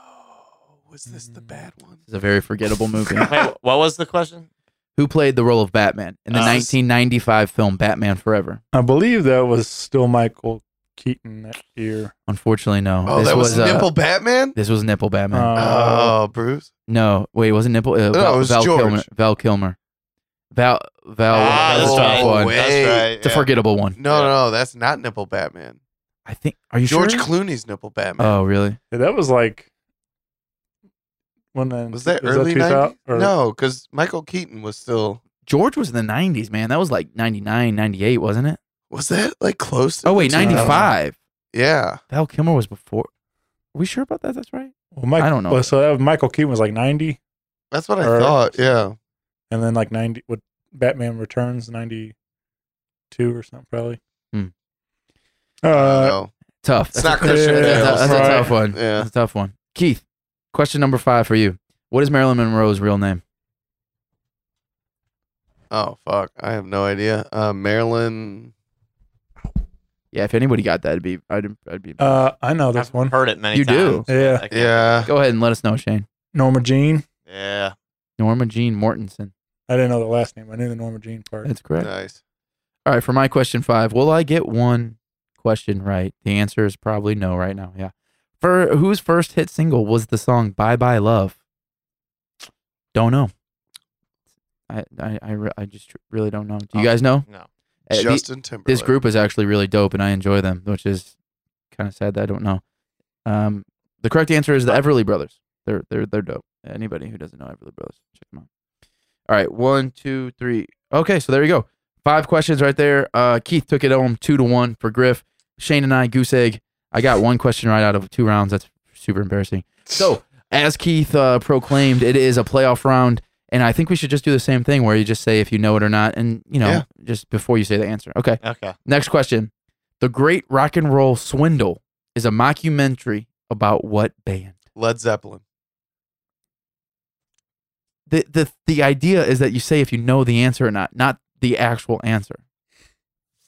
Speaker 1: was this
Speaker 4: Mm.
Speaker 1: the bad one?
Speaker 4: It's a very forgettable movie.
Speaker 3: Wait, what was the question?
Speaker 4: who played the role of Batman in the
Speaker 3: Uh,
Speaker 4: 1995 film Batman Forever?
Speaker 5: I believe that was still Michael Keaton that year.
Speaker 4: Unfortunately, no.
Speaker 1: Oh, that was,
Speaker 4: uh,
Speaker 1: Nipple Batman.
Speaker 4: this was Nipple Batman.
Speaker 5: Uh,
Speaker 1: Oh, Bruce.
Speaker 4: no, wait, it wasn't Nipple. Uh, Val,
Speaker 1: it was
Speaker 4: Val
Speaker 1: George.
Speaker 4: Kilmer. Val Kilmer. Val. Val.
Speaker 3: Ah,
Speaker 4: that's
Speaker 3: that's
Speaker 4: a tough
Speaker 3: right.
Speaker 4: one.
Speaker 1: Wait.
Speaker 2: That's right.
Speaker 4: It's a
Speaker 2: yeah.
Speaker 4: forgettable one.
Speaker 1: No, no, no, that's not Nipple Batman.
Speaker 4: I think. Are you
Speaker 1: George
Speaker 4: sure?
Speaker 1: Clooney's Nipple Batman.
Speaker 4: Oh, really?
Speaker 5: yeah, that was like when uh, then
Speaker 1: was that early
Speaker 5: 2000
Speaker 1: 90s?
Speaker 5: or-
Speaker 1: No, because Michael Keaton was still.
Speaker 4: George was in the 90s, man. That was like 99, 98, wasn't it?
Speaker 1: Was that like close? To
Speaker 4: Oh, wait,
Speaker 1: the 2000s?
Speaker 4: 95.
Speaker 1: Yeah.
Speaker 4: Val Kilmer was before. Are we sure about that? That's right.
Speaker 5: Well, Mike,
Speaker 4: I don't know.
Speaker 5: well, so that, Michael Keaton was like ninety,
Speaker 1: That's what I
Speaker 5: Or-
Speaker 1: thought. Yeah.
Speaker 5: and then like ninety with Batman Returns ninety two or something probably.
Speaker 4: Hmm.
Speaker 5: Uh,
Speaker 1: no.
Speaker 4: Tough.
Speaker 1: It's
Speaker 4: That's a-
Speaker 1: not Christian
Speaker 5: yeah,
Speaker 4: That's,
Speaker 1: Bale.
Speaker 4: a, that's a
Speaker 5: Right.
Speaker 4: tough one.
Speaker 1: Yeah.
Speaker 4: That's a tough one. Keith, question number five for you. What is Marilyn Monroe's real name?
Speaker 1: Oh fuck! I have no idea. Uh, Marilyn.
Speaker 4: Yeah, if anybody got that, it'd be I'd, I'd be.
Speaker 5: uh, I know this
Speaker 3: I've
Speaker 5: one.
Speaker 3: heard it many
Speaker 4: You
Speaker 3: times.
Speaker 4: do?
Speaker 3: but
Speaker 5: Yeah.
Speaker 3: I can't-
Speaker 1: Yeah.
Speaker 4: Go ahead and let us know, Shane.
Speaker 5: Norma Jean.
Speaker 2: Yeah.
Speaker 4: Norma Jean Mortensen.
Speaker 5: I didn't know the last name. I knew the Norma Jean part.
Speaker 4: That's correct.
Speaker 1: Nice.
Speaker 4: All right, for my question five, will I get one question right? The answer is probably no right now. Yeah. For whose first hit single was the song "Bye Bye Love"? Don't know. I I I, re- I just really don't know. Do you
Speaker 3: Oh.
Speaker 4: guys know?
Speaker 3: No.
Speaker 4: Uh, the-
Speaker 1: Justin Timberlake.
Speaker 4: this group is actually really dope, and I enjoy them, which is kind of sad that I don't know. Um, the correct answer is the Everly Brothers. They're they're they're dope. Anybody who doesn't know Everly Brothers, check them out. All right, one, two, three. Okay, so there you go. Five questions right there. Uh, Keith took it home two to one for Griff. Shane and I goose egg. I got one question right out of two rounds. That's super embarrassing. So as Keith uh, proclaimed, it is a playoff round, and I think we should just do the same thing where you just say if you know it or not, and you know
Speaker 1: Yeah.
Speaker 4: just before you say the answer. Okay.
Speaker 2: Okay.
Speaker 4: Next question. The Great Rock and Roll Swindle is a mockumentary about what band?
Speaker 1: Led Zeppelin.
Speaker 4: The, the, the idea is that you say if you know the answer or not, not the actual answer.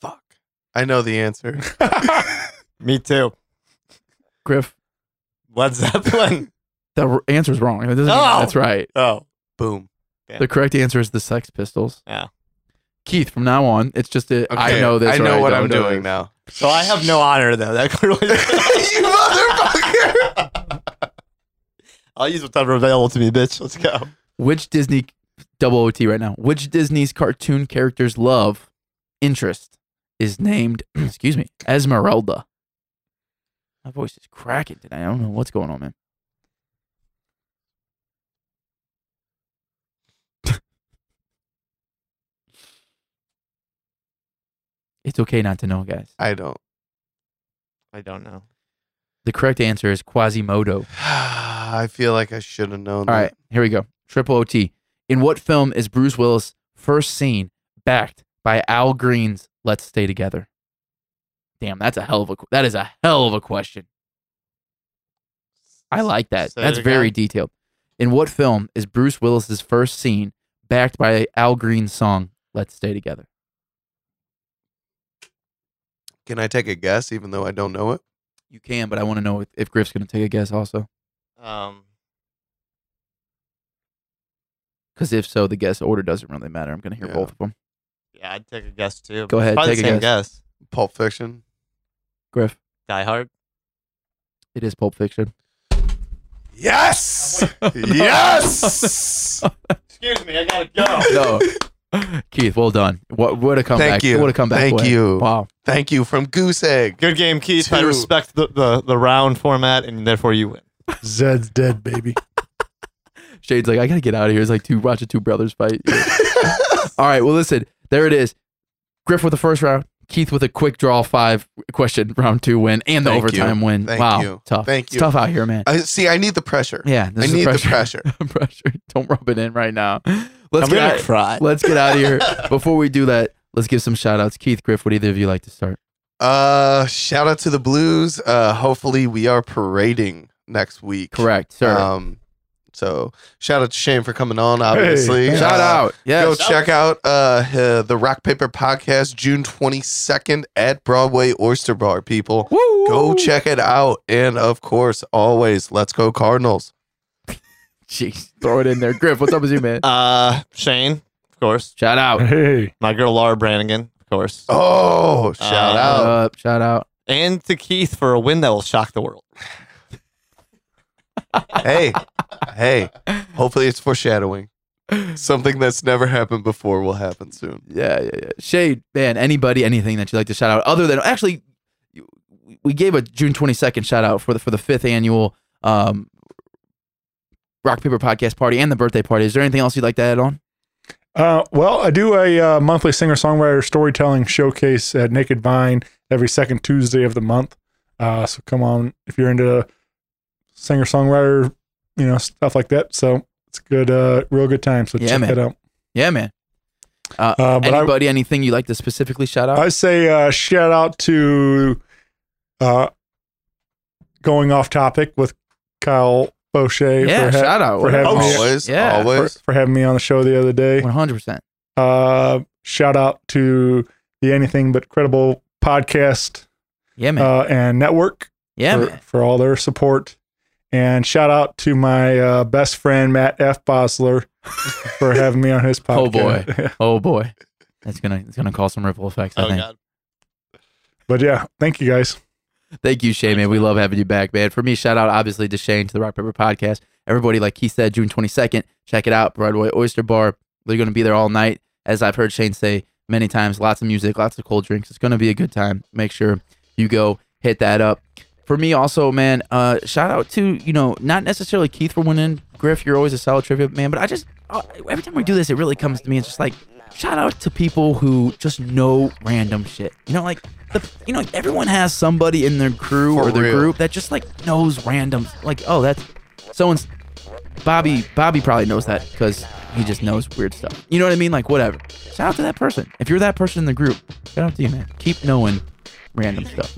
Speaker 1: Fuck. I know the answer.
Speaker 2: Me too.
Speaker 4: Griff,
Speaker 2: Led Zeppelin.
Speaker 4: the r- answer's wrong. It doesn't mean
Speaker 2: No!
Speaker 4: That's right.
Speaker 2: oh.
Speaker 1: Boom.
Speaker 4: The correct answer is the Sex Pistols.
Speaker 3: Yeah.
Speaker 4: Keith, from now on, it's just a I
Speaker 1: Okay,
Speaker 4: know this.
Speaker 1: I
Speaker 4: or
Speaker 1: know what
Speaker 4: don't
Speaker 1: I'm
Speaker 4: know
Speaker 1: doing
Speaker 4: this.
Speaker 1: now.
Speaker 2: So I have no honor though. That clearly.
Speaker 1: you motherfucker.
Speaker 2: I'll use whatever available to me, bitch. Let's go.
Speaker 4: Which Disney double OT right now? Which Disney's cartoon character's love interest is named? excuse me, Esmeralda. My voice is cracking today. I don't know what's going on, man. it's okay not to know, guys.
Speaker 1: I don't.
Speaker 3: I don't know.
Speaker 4: The correct answer is Quasimodo.
Speaker 1: I feel like I should have known.
Speaker 4: All right, here we go. Triple OT. In what film is Bruce Willis first seen backed by Al Green's "Let's Stay Together"? Damn, that's a hell of a that is a hell of a question. I like that.
Speaker 2: Say it
Speaker 4: that's very
Speaker 2: again.
Speaker 4: detailed. In what film is Bruce Willis's first seen backed by Al Green's song "Let's Stay Together"?
Speaker 1: that. Can I take a guess, even though I don't know it?
Speaker 4: You can, but I want to know if, if Griff's going to take a guess also,
Speaker 3: Um,
Speaker 4: because if so, the guess order doesn't really matter. I'm going to hear
Speaker 1: Yeah.
Speaker 4: both of them.
Speaker 2: Yeah, I'd take a guess too.
Speaker 4: Go ahead,
Speaker 2: Probably
Speaker 4: take
Speaker 2: the
Speaker 4: a
Speaker 2: same guess.
Speaker 1: Pulp Fiction.
Speaker 4: Griff,
Speaker 3: Die Hard.
Speaker 4: it is Pulp Fiction.
Speaker 1: Yes. yes.
Speaker 2: Excuse me, I gotta go.
Speaker 4: No. Keith, well done. What what a comeback.
Speaker 1: Thank you.
Speaker 4: What a comeback.
Speaker 1: Thank
Speaker 4: win.
Speaker 1: you.
Speaker 4: Wow.
Speaker 1: Thank you from Goose Egg.
Speaker 2: Good game, Keith. I
Speaker 1: Two.
Speaker 2: respect the, the, the round format, and therefore you win.
Speaker 5: Zed's dead, baby.
Speaker 4: Shade's like, I gotta get out of here. It's like two watching two brothers fight. All right, well listen, there it is. Griff with the first round, Keith with a quick draw five question round two win and the
Speaker 1: Thank you.
Speaker 4: overtime win.
Speaker 1: Thank
Speaker 4: wow.
Speaker 1: you.
Speaker 4: Tough.
Speaker 1: Thank
Speaker 4: It's
Speaker 1: you.
Speaker 4: tough out here, man.
Speaker 1: I see. I need the pressure.
Speaker 4: yeah, this
Speaker 1: I
Speaker 4: is
Speaker 1: need
Speaker 4: pressure.
Speaker 1: the pressure.
Speaker 4: pressure. Don't rub it in right now. Let's
Speaker 2: I'm
Speaker 4: get
Speaker 2: gonna
Speaker 4: out,
Speaker 2: cry.
Speaker 4: let's get out of here. Before we do that, let's give some shout outs. Keith, Griff, would either of you like to start?
Speaker 1: Uh, shout out to the Blues. Uh, hopefully we are parading next week.
Speaker 4: Correct, sir.
Speaker 1: Um, So shout out to Shane for coming on. Obviously,
Speaker 5: Hey.
Speaker 4: Shout
Speaker 1: Uh,
Speaker 4: out.
Speaker 1: Go
Speaker 4: Yes.
Speaker 1: check out uh, uh, the Rock Paper Podcast June 22nd at Broadway Oyster Bar, people.
Speaker 4: Woo.
Speaker 1: Go check it out. And of course, always, let's go Cardinals.
Speaker 4: Jeez, throw it in there. Griff, what's up with you, man?
Speaker 3: Uh, Shane, of course.
Speaker 4: Shout out.
Speaker 5: Hey,
Speaker 3: My girl Laura Brannigan, of course.
Speaker 1: Oh, shout
Speaker 3: Uh,
Speaker 1: out.
Speaker 4: Up, shout out.
Speaker 3: And to Keith for a win that will shock the world.
Speaker 1: hey, hey, hopefully it's foreshadowing. Something that's never happened before will happen soon.
Speaker 4: Yeah, yeah, yeah. Shade, man, anybody, anything that you'd like to shout out other than actually you- we gave a June 22nd shout out for the for the 5th annual um Rock Paper Podcast party and the birthday party. Is there anything else you'd like to add on?
Speaker 5: Uh, well, I do a uh, monthly singer songwriter storytelling showcase at Naked Vine every second Tuesday of the month. Uh, so come on if you're into singer songwriter, you know stuff like that. So it's good, uh, real good time. So
Speaker 4: Yeah,
Speaker 5: check
Speaker 4: man.
Speaker 5: that out.
Speaker 4: Yeah, man.
Speaker 5: Uh, but I,
Speaker 4: anybody, anything you'd like to specifically shout out?
Speaker 5: I say uh, shout out to uh, going off topic with Kyle Bochet
Speaker 4: yeah,
Speaker 5: for, ha-
Speaker 4: shout out.
Speaker 5: for having
Speaker 4: Oh,
Speaker 5: me.
Speaker 4: shit.
Speaker 1: Always,
Speaker 4: Yeah.
Speaker 5: for,
Speaker 1: always.
Speaker 5: for having me on the show the other day.
Speaker 4: 100%.
Speaker 5: Uh, shout out to the Anything But Credible podcast
Speaker 4: Yeah, man.
Speaker 5: uh, and network
Speaker 4: yeah,
Speaker 5: for,
Speaker 4: man.
Speaker 5: for all their support. And shout out to my uh, best friend, Matt F. Bosler, for having me on his podcast.
Speaker 4: Oh, boy. Oh boy. That's going to it's going to cause some ripple effects, I
Speaker 2: Oh,
Speaker 4: think.
Speaker 5: but yeah, thank you guys.
Speaker 4: Thank you, Shane, man. We love having you back, man. For me, shout out obviously to Shane to the Rock Paper Podcast. Everybody, like he said, June twenty second. Check it out, Broadway Oyster Bar. They're going to be there all night, as I've heard Shane say many times. Lots of music, lots of cold drinks. It's going to be a good time. Make sure you go hit that up. For me, also, man. Uh, shout out to you know not necessarily Keith for winning. Griff, you're always a solid trivia man, but I just uh, every time we do this, it really comes to me. It's just like shout out to people who just know random shit. You know, like the you know everyone has somebody in their crew
Speaker 1: For
Speaker 4: or their
Speaker 1: real.
Speaker 4: group that just like knows random. Like oh that's someone's Bobby. Bobby probably knows that because he just knows weird stuff. You know what I mean? Like whatever. Shout out to that person. If you're that person in the group, shout out to you, man. Keep knowing random stuff.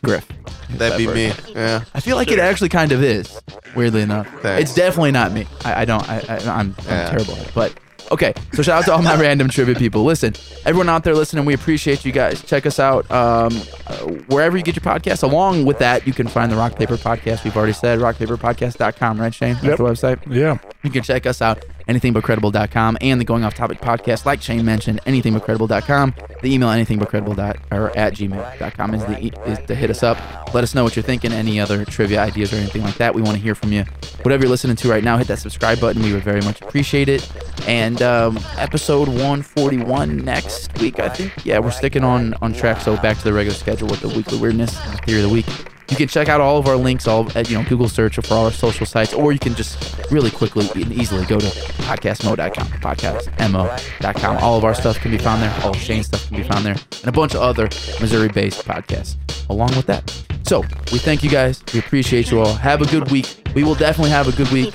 Speaker 4: Griff.
Speaker 1: That'd be me. Yeah.
Speaker 4: I feel like it actually kind of is, weirdly enough.
Speaker 1: Thanks.
Speaker 4: It's definitely not me. I, I don't. I, I, I'm, I'm
Speaker 1: Yeah.
Speaker 4: terrible at it. But okay. So shout out to all my random trivia people. Listen, everyone out there listening, we appreciate you guys. Check us out um, uh, wherever you get your podcast. Along with that, you can find the Rock Paper Podcast. We've already said rockpaperpodcast.com, right, Shane? That's
Speaker 5: Yep.
Speaker 4: the website.
Speaker 5: Yeah.
Speaker 4: You can check us out, anythingbutcredible.com, and the Going Off Topic podcast, like Shane mentioned, anythingbutcredible.com. The email, anythingbutcredible. dot- or at gmail.com, is, the, e- is to hit us up. Let us know what you're thinking, any other trivia ideas or anything like that. We want to hear from you. Whatever you're listening to right now, hit that subscribe button. We would very much appreciate it. And um, episode 141 next week, I think. Yeah, we're sticking on, on track, so back to the regular schedule with the weekly weirdness and the theory of the week. You can check out all of our links, all at you know Google search for all our social sites, or you can just really quickly and easily go to podcastmo.com, podcastmo.com. All of our stuff can be found there. All of Shane's stuff can be found there, and a bunch of other Missouri-based podcasts along with that. So we thank you guys. We appreciate you all. Have a good week. We will definitely have a good week.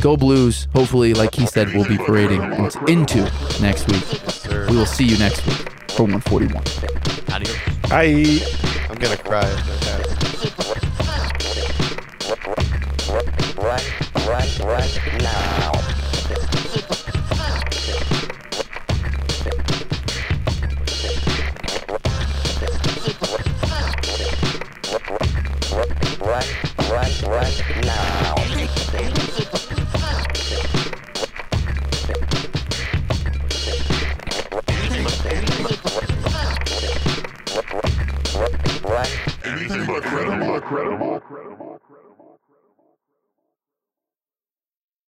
Speaker 4: Go Blues. Hopefully, like he said, we'll be parading into next week. We will see you next week for 141.
Speaker 5: I.
Speaker 1: I'm going to cry if that happens.
Speaker 6: Anything but credible. credible.